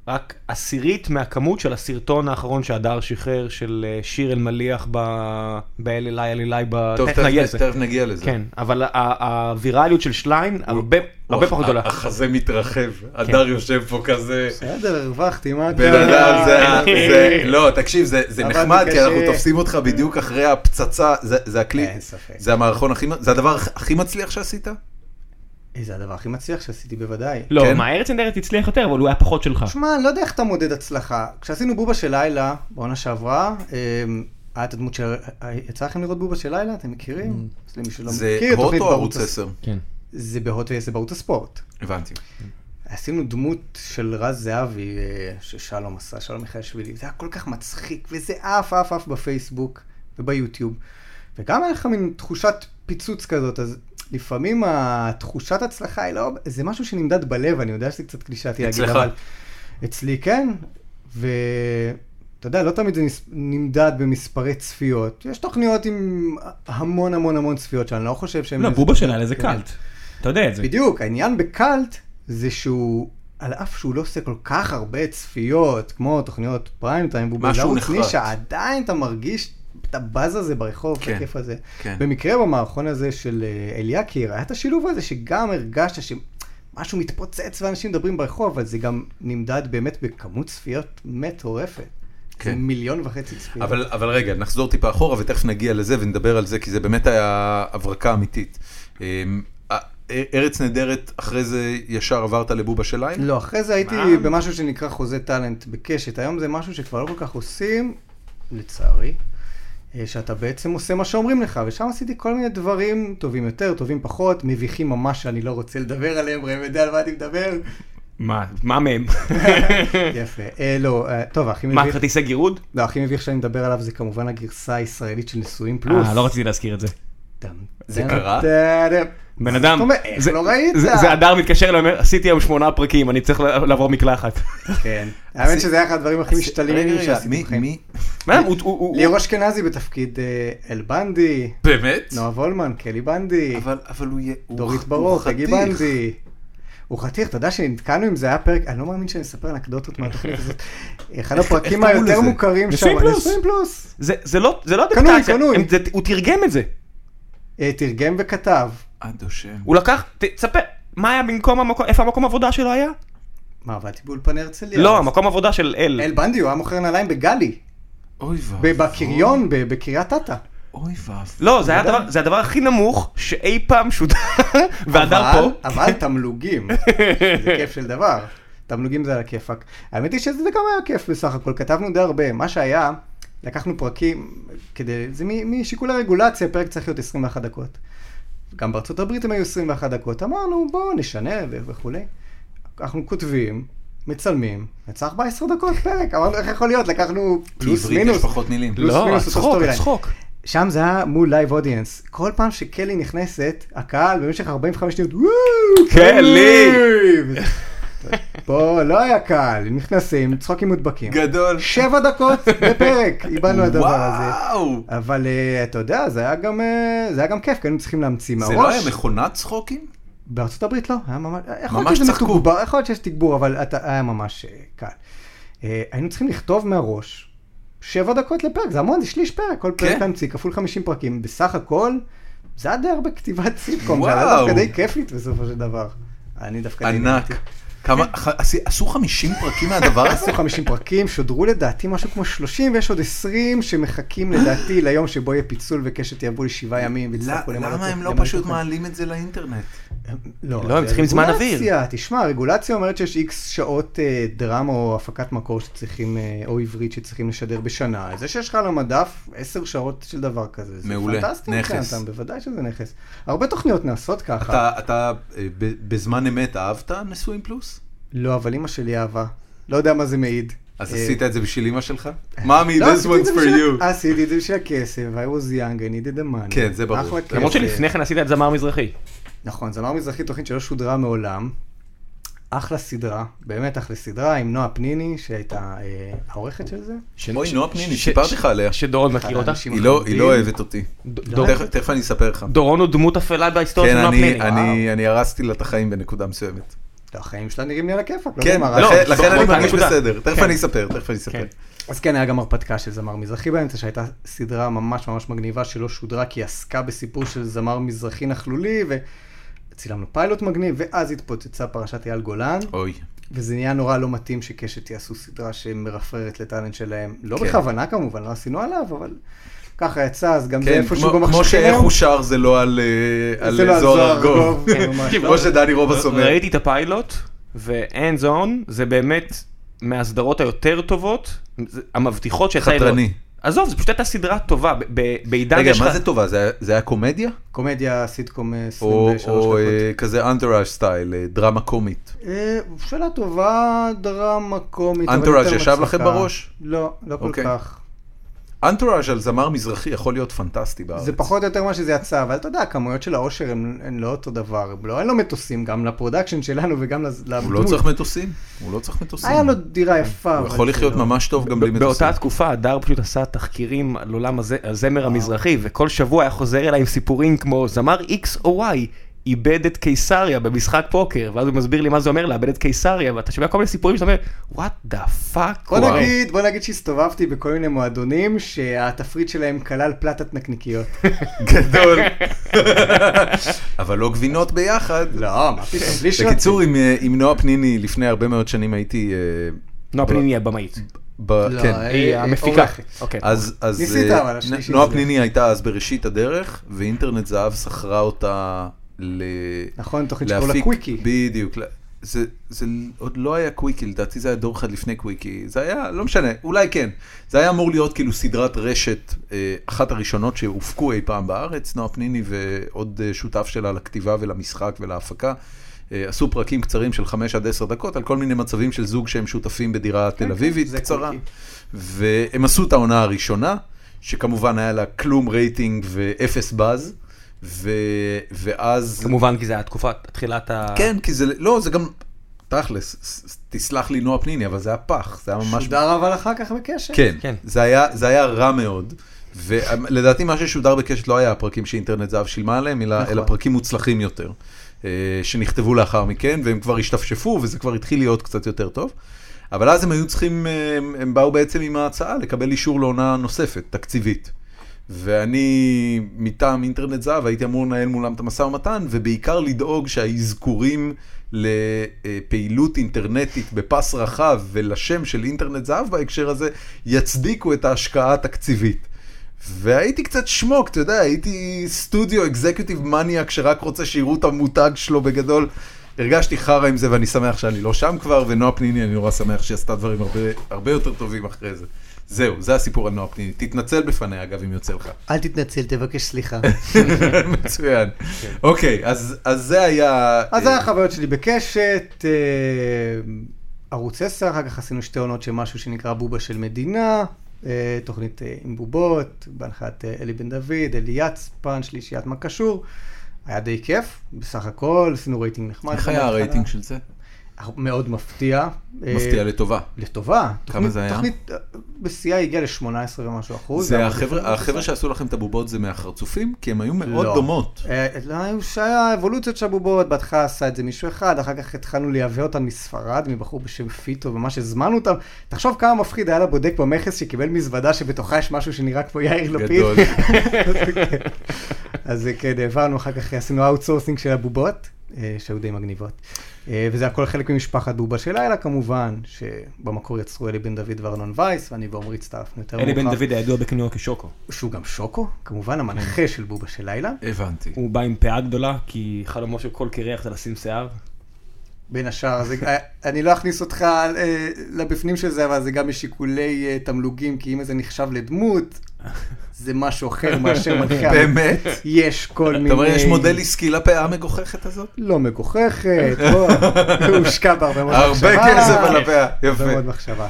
Speaker 2: רק עשירית מהכמות של הסרטון האחרון שהדר שחרר של אה, שיר אלמליח ב- ב"אל אליי אל אליי"
Speaker 1: טוב,
Speaker 2: בטכנאי
Speaker 1: תכף
Speaker 2: הזה.
Speaker 1: תכף נגיע לזה.
Speaker 2: כן, אבל ה- ה- הווירליות של שליין הרבה הרבה
Speaker 1: אה,
Speaker 2: פחות כן. גדולה.
Speaker 1: החזה מתרחב, הדר יושב פה כזה.
Speaker 3: בסדר, הרווחתי, מה
Speaker 1: בן
Speaker 3: קרה?
Speaker 1: אדם,
Speaker 3: אה,
Speaker 1: זה, זה, לא, תקשיב, זה, זה
Speaker 3: עבדנו
Speaker 1: נחמד, כי
Speaker 3: קשה. אה,
Speaker 1: אנחנו תופסים אותך בדיוק אחרי הפצצה, זה, זה הקליפ,
Speaker 3: אין ספק.
Speaker 1: זה המערכון הכי, זה הדבר הכי מצליח שעשית?
Speaker 3: לא, אה, זה הדבר הכי מצליח שעשיתי בוודאי.
Speaker 1: כן.
Speaker 2: לא, מה ארץ נהדרת הצליח יותר, אבל הוא היה פחות שלך.
Speaker 3: שמע, אני לא יודע איך אתה מודד הצלחה. כשעשינו בובה של לילה, בעונה שעברה, אמ, היה את הדמות ש... יצא לכם לראות בובה של לילה? אתם מכירים? אז למי שלא
Speaker 1: Mm. זה
Speaker 3: מכיר,
Speaker 1: הוט
Speaker 3: תוכנית
Speaker 1: או ערוץ
Speaker 3: בערוץ הס-
Speaker 1: 10?
Speaker 2: כן.
Speaker 3: זה בהוט וזה בערוץ הספורט.
Speaker 1: הבנתי.
Speaker 3: עשינו דמות של רז זהבי, אה, ששלום עשה, שלום מיכאלשווילי, זה היה כל כך מצחיק, וזה עף עף עף בפייסבוק וביוטיוב. וגם היה לך מין תחושת פיצוץ כזאת, אז לפעמים התחושת הצלחה היא לא, זה משהו שנמדד בלב, אני יודע שזה קצת קלישאתי להגיד,
Speaker 1: אצלך.
Speaker 3: אבל... אצלי כן, ואתה יודע, לא תמיד זה נס- נמדד במספרי צפיות. יש תוכניות עם המון המון המון צפיות, שאני לא חושב שהן...
Speaker 4: לא,
Speaker 1: כן,
Speaker 4: בובה של לילה זה קאלט. אתה יודע את זה.
Speaker 3: בדיוק, העניין בקאלט זה שהוא, על אף שהוא לא עושה כל כך הרבה צפיות, כמו תוכניות פריים טיים, והוא
Speaker 1: משהו
Speaker 3: בערוץ
Speaker 1: נחרט.
Speaker 3: נישה, עדיין אתה מרגיש את הבאז הזה ברחוב, את
Speaker 1: כן,
Speaker 3: הכיף הזה.
Speaker 1: כן.
Speaker 3: במקרה במערכון הזה של אה, אליאקיר, היה את השילוב הזה שגם הרגשת שמשהו מתפוצץ ואנשים מדברים ברחוב, אבל זה גם נמדד באמת בכמות צפיות מטורפת. זה
Speaker 1: כן.
Speaker 3: מיליון וחצי צפיות.
Speaker 1: אבל, אבל רגע, נחזור טיפה אחורה ותכף נגיע לזה ונדבר על זה, כי זה באמת היה הברקה אמיתית. אמ, א- ארץ נהדרת, אחרי זה ישר עברת לבובה של לילה?
Speaker 3: לא, אחרי זה הייתי
Speaker 2: מה?
Speaker 3: במשהו שנקרא חוזה טאלנט בקשת. היום זה משהו שכבר לא כל כך עושים, לצערי, אה, שאתה בעצם עושה מה שאומרים לך, ושם עשיתי כל מיני דברים טובים יותר, טובים פחות, מביכים ממש שאני לא רוצה לדבר עליהם, ראם יודע על מה אני מדבר.
Speaker 2: מה, מה מהם?
Speaker 3: יפה. אה, לא, אה, טוב, הכי
Speaker 2: מה,
Speaker 3: מביך,
Speaker 2: כרטיסי גירוד?
Speaker 4: אה,
Speaker 3: לא, הכי מביך שאני מדבר עליו זה כמובן הגרסה הישראלית של נשואים פלוס.
Speaker 4: אה, לא רציתי להזכיר את לא זה.
Speaker 3: טם,
Speaker 1: זה
Speaker 3: טם,
Speaker 1: קרה?
Speaker 3: טם, טם.
Speaker 4: בן אדם,
Speaker 3: זאת אומרת, איך
Speaker 4: זה-
Speaker 3: לא ראית?
Speaker 4: זה זה הדר מתקשר אליי, אומר, עשיתי היום שמונה פרקים, אני צריך לעבור מקלחת.
Speaker 3: כן. האמת שזה היה אחד הדברים הכי משתלמים
Speaker 1: רגע, רגע,
Speaker 3: שעשיתי
Speaker 1: מי-
Speaker 3: בחיים.
Speaker 1: מי?
Speaker 4: בן אדם, הוא- הוא- הוא-
Speaker 3: ליאור אשכנזי בתפקיד אה, אל בנדי,
Speaker 1: באמת?
Speaker 3: נועה וולמן, קלי בנדי,
Speaker 1: אבל אבל הוא יהיה... הוא-
Speaker 3: לא. דורית
Speaker 1: הוא
Speaker 3: ברוך, חגי
Speaker 1: חתיך.
Speaker 3: בנדי. הוא חתיך, אתה יודע שנתקענו עם זה, היה פרק, אני לא מאמין שאני מספר אנקדוטות מהתוכנית הזאת. אחד
Speaker 1: איך-
Speaker 3: הפרקים
Speaker 1: איך קראו
Speaker 3: היותר
Speaker 1: לזה?
Speaker 3: מוכרים שם,
Speaker 4: נישואים פלוס.
Speaker 3: נישואים פלוס.
Speaker 4: זה- זה לא זה לא
Speaker 3: קנוי,
Speaker 4: אדפטציה,
Speaker 3: קנוי.
Speaker 4: הם- זה- הוא תרגם את זה.
Speaker 3: אה, תרגם וכתב.
Speaker 1: עד השם.
Speaker 4: הוא לקח, תספר, מה היה במקום המקום, איפה המקום עבודה שלו היה?
Speaker 3: מה, עבדתי באולפן הרצליה.
Speaker 4: לא,
Speaker 3: אז-
Speaker 4: המקום עבודה של אל.
Speaker 3: אל בנדי, הוא היה מוכר נעליים בגלי,
Speaker 1: אוי ואבוי.
Speaker 3: בקריון, ב- בקריית אתא.
Speaker 1: אוי ואבוי.
Speaker 4: לא, זה היה הדבר- זה הדבר הכי נמוך שאי פעם שודר, והדר
Speaker 3: אבל-
Speaker 4: פה.
Speaker 3: אבל תמלוגים, זה כיף של דבר. תמלוגים זה על הכיפאק. האמת היא שזה גם היה כיף בסך הכל, כתבנו די הרבה. מה שהיה, לקחנו פרקים, כדי, זה מ- משיקול הרגולציה, פרק צריך להיות 21 דקות. גם בארצות הברית הם היו 21 דקות. אמרנו, בואו נשנה ו- וכולי. אנחנו כותבים, מצלמים, יצא 14 דקות פרק. אמרנו, איך יכול להיות? לקחנו פלוס
Speaker 1: בעברית
Speaker 3: מינוס.
Speaker 1: יש פחות מילים.
Speaker 3: פלוס
Speaker 4: לא,
Speaker 3: מינוס אותו
Speaker 4: הצחוק,
Speaker 3: storyline.
Speaker 4: הצחוק.
Speaker 3: שם זה היה מול לייב אודיאנס. כל פעם שקלי נכנסת, הקהל במשך 45 שניות, וואו,
Speaker 1: כן,
Speaker 4: קלי!
Speaker 3: פה לא היה קהל, נכנסים, צחוקים מודבקים.
Speaker 1: גדול.
Speaker 3: שבע דקות בפרק, איבדנו הדבר הזה.
Speaker 1: וואו.
Speaker 3: אבל אה, אתה יודע, זה היה גם, אה, זה היה גם כיף, כי היינו צריכים להמציא מהראש.
Speaker 1: זה לא היה מכונת צחוקים?
Speaker 3: בארצות הברית לא, היה ממש, יכול להיות
Speaker 1: ממש
Speaker 3: שזה
Speaker 1: צחקו.
Speaker 3: מתוגבר, יכול להיות שיש תגבור, אבל אתה, היה ממש אה, קל. אה, היינו צריכים לכתוב מהראש שבע דקות לפרק, זה המון, זה שליש פרק, כל פרק
Speaker 1: כן.
Speaker 3: להמציא, כפול 50 פרקים, בסך הכל, זה היה די הרבה כתיבת סיטקום, זה היה
Speaker 1: וואו.
Speaker 3: דווקא די כיפית בסופו של דבר. כן, אני דווקא... די
Speaker 1: ענק.
Speaker 3: נהניתי.
Speaker 1: כמה, ח- עשי- עשו 50 פרקים מהדבר הזה?
Speaker 3: עשו 50 פרקים, שודרו לדעתי משהו כמו 30, ויש עוד 20 שמחכים לדעתי ליום שבו יהיה פיצול וקשת יעברו לשבעה ימים. ויצטרכו
Speaker 1: ל-
Speaker 3: למלא
Speaker 1: למה הם לא
Speaker 3: למלא
Speaker 1: פשוט
Speaker 3: תוכן.
Speaker 1: מעלים את זה לאינטרנט?
Speaker 3: לא,
Speaker 4: לא, הם
Speaker 3: זה
Speaker 4: צריכים זמן אוויר.
Speaker 3: רגולציה, תשמע, הרגולציה אומרת שיש איקס שעות אה, דרמה או הפקת מקור שצריכים, אה, או עברית שצריכים לשדר בשנה. זה שיש לך על המדף עשר שעות של דבר כזה, זה
Speaker 1: מעולה,
Speaker 3: פנטסטי
Speaker 1: נכס.
Speaker 3: מבחינתם, בוודאי שזה נכס. הרבה תוכניות נעשות ככה.
Speaker 1: אתה, אתה אה, ב- בזמן אמת אהבת נשואים פלוס?
Speaker 3: לא, אבל אימא שלי אהבה. לא יודע מה זה מעיד.
Speaker 1: אז
Speaker 3: אה,
Speaker 1: עשית את זה בשביל אמא שלך? מאמי,
Speaker 3: לא,
Speaker 1: this
Speaker 3: עשיתי את
Speaker 1: one's
Speaker 3: זה
Speaker 1: for
Speaker 3: בשביל-
Speaker 1: you.
Speaker 3: עשיתי את זה בשביל הכסף, I was young, I needed the money.
Speaker 1: כן, זה ברור.
Speaker 3: אחלה
Speaker 1: למרות
Speaker 3: כיף.
Speaker 4: למרות שלפני כן עשית את זמר מזרחי.
Speaker 3: נכון, זמר מזרחי תוכנית שלא שודרה מעולם. אחלה סדרה, באמת אחלה סדרה, עם נועה פניני, שהייתה אה, העורכת של זה.
Speaker 1: אוי,
Speaker 4: ש-
Speaker 1: נועה פניני,
Speaker 4: ש-
Speaker 1: סיפרתי
Speaker 4: ש-
Speaker 1: לך עליה.
Speaker 4: שדורון מכיר אותה.
Speaker 3: האנשים
Speaker 1: היא לא, היא
Speaker 3: החמודים.
Speaker 1: לא אוהבת אותי.
Speaker 4: דורון-
Speaker 1: תכף- תכף אני אספר לך.
Speaker 4: דורון הוא דמות אפלה בהיסטוריה
Speaker 1: כן,
Speaker 4: של נועה
Speaker 1: אני-
Speaker 4: פניני.
Speaker 1: אני אני הרסתי לה את החיים בנקודה מסוימת.
Speaker 3: לא, החיים שלה נראים לי על הכיפאק. לא
Speaker 1: כן,
Speaker 3: נאמר,
Speaker 1: לכן-
Speaker 3: אבל-
Speaker 1: לכן אני
Speaker 4: זאת
Speaker 1: מרגיש
Speaker 4: הנקודה.
Speaker 1: בסדר. תכף
Speaker 4: כן.
Speaker 1: אני אספר, תכף אני אספר.
Speaker 4: כן.
Speaker 3: אז כן, היה גם הרפתקה של זמר מזרחי באמצע, שהייתה סדרה ממש ממש מגניבה שלא שודרה, כי היא עסקה בסיפור של זמר מזרחי נכלולי, וצילמנו פיילוט מגניב, ואז התפוצצה פרשת אייל גולן,
Speaker 1: אוי.
Speaker 3: וזה נהיה נורא לא מתאים שקשת יעשו סדרה שמרפררת לטאלנט שלהם. לא
Speaker 1: כן.
Speaker 3: בכוונה כמובן, לא עשינו עליו, אבל ככה יצא, אז גם זה
Speaker 1: כן,
Speaker 3: איפשהו
Speaker 1: כמו- כמו
Speaker 3: במחשכים.
Speaker 1: שאיך הוא שר זה לא על אה,
Speaker 3: זה
Speaker 1: על
Speaker 3: לא על
Speaker 1: זוהר
Speaker 3: זוהר
Speaker 1: ארגוב.
Speaker 3: ארגוב, כן, ממש.
Speaker 1: כמו שדני רובס
Speaker 4: ר-
Speaker 1: אומר.
Speaker 4: ראיתי את הפיילוט, ואין זון, זה באמת מהסדרות היותר טובות, זה- המבטיחות שיצא לי
Speaker 1: חתרני.
Speaker 4: לראות. עזוב, זו פשוט הייתה סדרה טובה, ב- ב- בעידן
Speaker 1: רגע,
Speaker 4: יש לך...
Speaker 1: מה זה טובה? זה היה- זה היה קומדיה?
Speaker 3: קומדיה, סיטקום אה,
Speaker 1: או
Speaker 3: 23
Speaker 1: או,
Speaker 3: דקות.
Speaker 1: אה, כזה אנטראז' סטייל, אה, דרמה קומית.
Speaker 3: אה, שאלה טובה, דרמה קומית. אבל
Speaker 1: אנטוראז'
Speaker 3: יותר
Speaker 1: ישב
Speaker 3: מצחיקה.
Speaker 1: לכם בראש?
Speaker 3: לא, לא כל
Speaker 1: אוקיי.
Speaker 3: כך.
Speaker 1: אנטוראז' על זמר מזרחי יכול להיות פנטסטי בארץ.
Speaker 3: זה פחות או יותר מה שזה יצא, אבל אתה יודע, הכמויות של האושר הן הן לא אותו דבר. הם לא- אין לו מטוסים, גם לפרודקשן שלנו וגם לז-
Speaker 1: הוא לא
Speaker 3: לדמות.
Speaker 1: צריך מטוסים, הוא לא צריך מטוסים.
Speaker 3: היה לו דירה יפה.
Speaker 1: הוא
Speaker 3: אבל
Speaker 1: יכול
Speaker 3: זה
Speaker 1: לחיות
Speaker 3: לא.
Speaker 1: ממש טוב גם בלי
Speaker 4: ב-
Speaker 1: מטוסים.
Speaker 4: באותה תקופה הדר פשוט עשה תחקירים על עולם הז- הזמר המזרחי, וכל שבוע היה חוזר אליי עם סיפורים כמו זמר X או Y. איבד את קיסריה במשחק פוקר, ואז הוא מסביר לי מה זה אומר לאבד את קיסריה, ואתה שומע כל מיני סיפורים שאתה אומר, וואט דה פאק,
Speaker 3: בוא נגיד, בוא נגיד שהסתובבתי בכל מיני מועדונים שהתפריט שלהם כלל פלטת נקניקיות.
Speaker 1: גדול. אבל לא גבינות ביחד.
Speaker 3: לא, מה פתאום, בלי שרצים.
Speaker 1: בקיצור, עם, אה, עם נועה פניני לפני הרבה מאוד שנים הייתי... אה,
Speaker 4: נועה פניני הבמאית,
Speaker 1: ב...
Speaker 3: לא,
Speaker 1: כן.
Speaker 3: אה,
Speaker 4: היא
Speaker 3: אה,
Speaker 4: המפיקה.
Speaker 3: עורכת.
Speaker 4: אוקיי.
Speaker 1: אז, אז
Speaker 3: ניסית,
Speaker 1: אה,
Speaker 3: אבל השלישי
Speaker 1: נ- נועה
Speaker 3: זה-
Speaker 1: פניני הייתה אז בראשית הדרך, ואינטרנט זהב שכרה אותה ל...
Speaker 3: נכון, תוכנית שקראו לה
Speaker 1: להפיק-
Speaker 3: קוויקי.
Speaker 1: בדיוק. לה- זה, זה עוד לא היה קוויקי, לדעתי זה היה דור אחד לפני קוויקי. זה היה, לא משנה, אולי כן. זה היה אמור להיות כאילו סדרת רשת, אה, אחת הראשונות שהופקו אי פעם בארץ, נועה פניני ועוד אה, שותף שלה לכתיבה ולמשחק ולהפקה. אה, עשו פרקים קצרים של 5 עד 10 דקות על כל מיני מצבים של זוג שהם שותפים בדירה תל אביבית
Speaker 3: כן, זה
Speaker 1: קצרה.
Speaker 3: קוויקי.
Speaker 1: והם עשו את העונה הראשונה, שכמובן היה לה כלום רייטינג ואפס באז, ו... ואז...
Speaker 2: כמובן, כי זה היה תקופת, תחילת
Speaker 3: אה.
Speaker 2: ה...
Speaker 1: כן, כי זה, לא, זה גם, תכלס, ס- ס- תסלח לי נועה פניני, אבל זה היה פח, זה היה ממש...
Speaker 3: שודר אבל אחר כך בקשר.
Speaker 1: כן,
Speaker 2: כן.
Speaker 1: זה היה, זה היה רע מאוד. ולדעתי מה ששודר בקשת לא היה הפרקים שאינטרנט זהב שילמה עליהם, אלא,
Speaker 3: נכון.
Speaker 1: אלא פרקים מוצלחים יותר, אה, שנכתבו לאחר מכן, והם כבר השתפשפו, וזה כבר התחיל להיות קצת יותר טוב. אבל אז הם היו צריכים, אה, הם, הם באו בעצם עם ההצעה לקבל אישור לעונה נוספת, תקציבית. ואני מטעם אינטרנט זהב הייתי אמור לנהל מולם את המשא ומתן, ובעיקר לדאוג שהאזכורים לפעילות אינטרנטית בפס רחב ולשם של אינטרנט זהב בהקשר הזה, יצדיקו את ההשקעה התקציבית. והייתי קצת שמוק, אתה יודע, הייתי סטודיו אקזקיוטיב מניאק שרק רוצה שיראו את המותג שלו בגדול. הרגשתי חרא עם זה ואני שמח שאני לא שם כבר, ונועה פניני אני נורא שמח שהיא עשתה דברים הרבה, הרבה יותר טובים אחרי זה. זהו, זה הסיפור על נועה פניני. תתנצל בפניה אגב אם יוצא לך.
Speaker 3: אל תתנצל, תבקש סליחה.
Speaker 1: מצוין. אוקיי, אז, אז זה היה...
Speaker 3: אז זה
Speaker 1: אה,
Speaker 3: החוויות שלי בקשת, אה, ערוץ 10, אחר כך עשינו שתי עונות של משהו שנקרא בובה של מדינה, אה, תוכנית אה, עם בובות, בהנחיית אה, אלי בן דוד, אלי יצפן, שלישיית מה קשור. היה די כיף, בסך הכל, עשינו רייטינג נחמד.
Speaker 1: איך היה
Speaker 3: בהתחלה.
Speaker 1: הרייטינג של זה?
Speaker 3: מאוד מפתיע. אה,
Speaker 1: מפתיע לטובה.
Speaker 3: לטובה. תוכנית-
Speaker 1: זה היה?
Speaker 3: תוכנית אה, בשיאה הגיעה ל-18 ומשהו אחוז.
Speaker 1: זה
Speaker 3: אבל-
Speaker 1: החבר'ה החבר'ה שעשו לכם את הבובות זה מהחרצופים? כי הם היו מאוד
Speaker 3: לא.
Speaker 1: דומות.
Speaker 3: אה, לא, היו שהיה אבולוציות של הבובות, בהתחלה עשה את זה מישהו אחד, אחר כך התחלנו לייבא אותן מספרד, מבחור בשם פיטו, ממש הזמנו אותם. תחשוב כמה מפחיד היה לבודק במכס שקיבל מזוודה שבתוכה יש משהו שנראה כמו יאיר לפיד.
Speaker 1: גדול.
Speaker 3: אז אה, כן, העברנו, אחר כך עשינו אאוטסורסינג של הבובות, אה, שהיו די מגניבות. אה, וזה הכל חלק ממשפחת בובה של לילה, כמובן, שבמקור יצרו אלי בן דוד וארנון וייס, ואני ועמרי הצטרפנו יותר
Speaker 4: אלי
Speaker 3: מאוחר.
Speaker 4: בן דוד הידוע בכינויו כשוקו.
Speaker 3: שהוא גם שוקו,
Speaker 1: כן.
Speaker 3: כמובן, המנחה של בובה של לילה.
Speaker 1: הבנתי.
Speaker 4: הוא בא עם פאה גדולה, כי
Speaker 2: חלומו של כל קרח זה לשים שיער.
Speaker 3: בין השאר, זה, אני לא אכניס אותך אה, לבפנים של זה, אבל זה גם משיקולי אה, תמלוגים, כי אם זה נחשב לדמות, זה משהו אחר מאשר מנחה.
Speaker 1: באמת?
Speaker 3: יש כל מיני...
Speaker 1: אתה אומר, יש מודל עסקי לפאה המגוחכת הזאת?
Speaker 3: לא מגוחכת, בוא, הוא הושקע בהרבה מאוד מחשבה.
Speaker 1: הרבה כסף
Speaker 3: אה,
Speaker 1: על הפאה,
Speaker 3: הרבה מאוד
Speaker 1: יפה.
Speaker 3: מחשבה.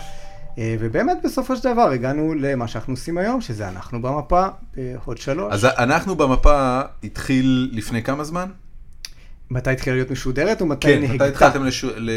Speaker 3: אה, ובאמת, בסופו של דבר, הגענו למה שאנחנו עושים היום, שזה אנחנו במפה, אה, עוד שלוש.
Speaker 1: אז אנחנו במפה התחיל לפני כמה זמן?
Speaker 3: מתי התחילה להיות משודרת ומתי
Speaker 1: כן,
Speaker 3: נהגתה?
Speaker 1: מתי התחלתם לש- ל-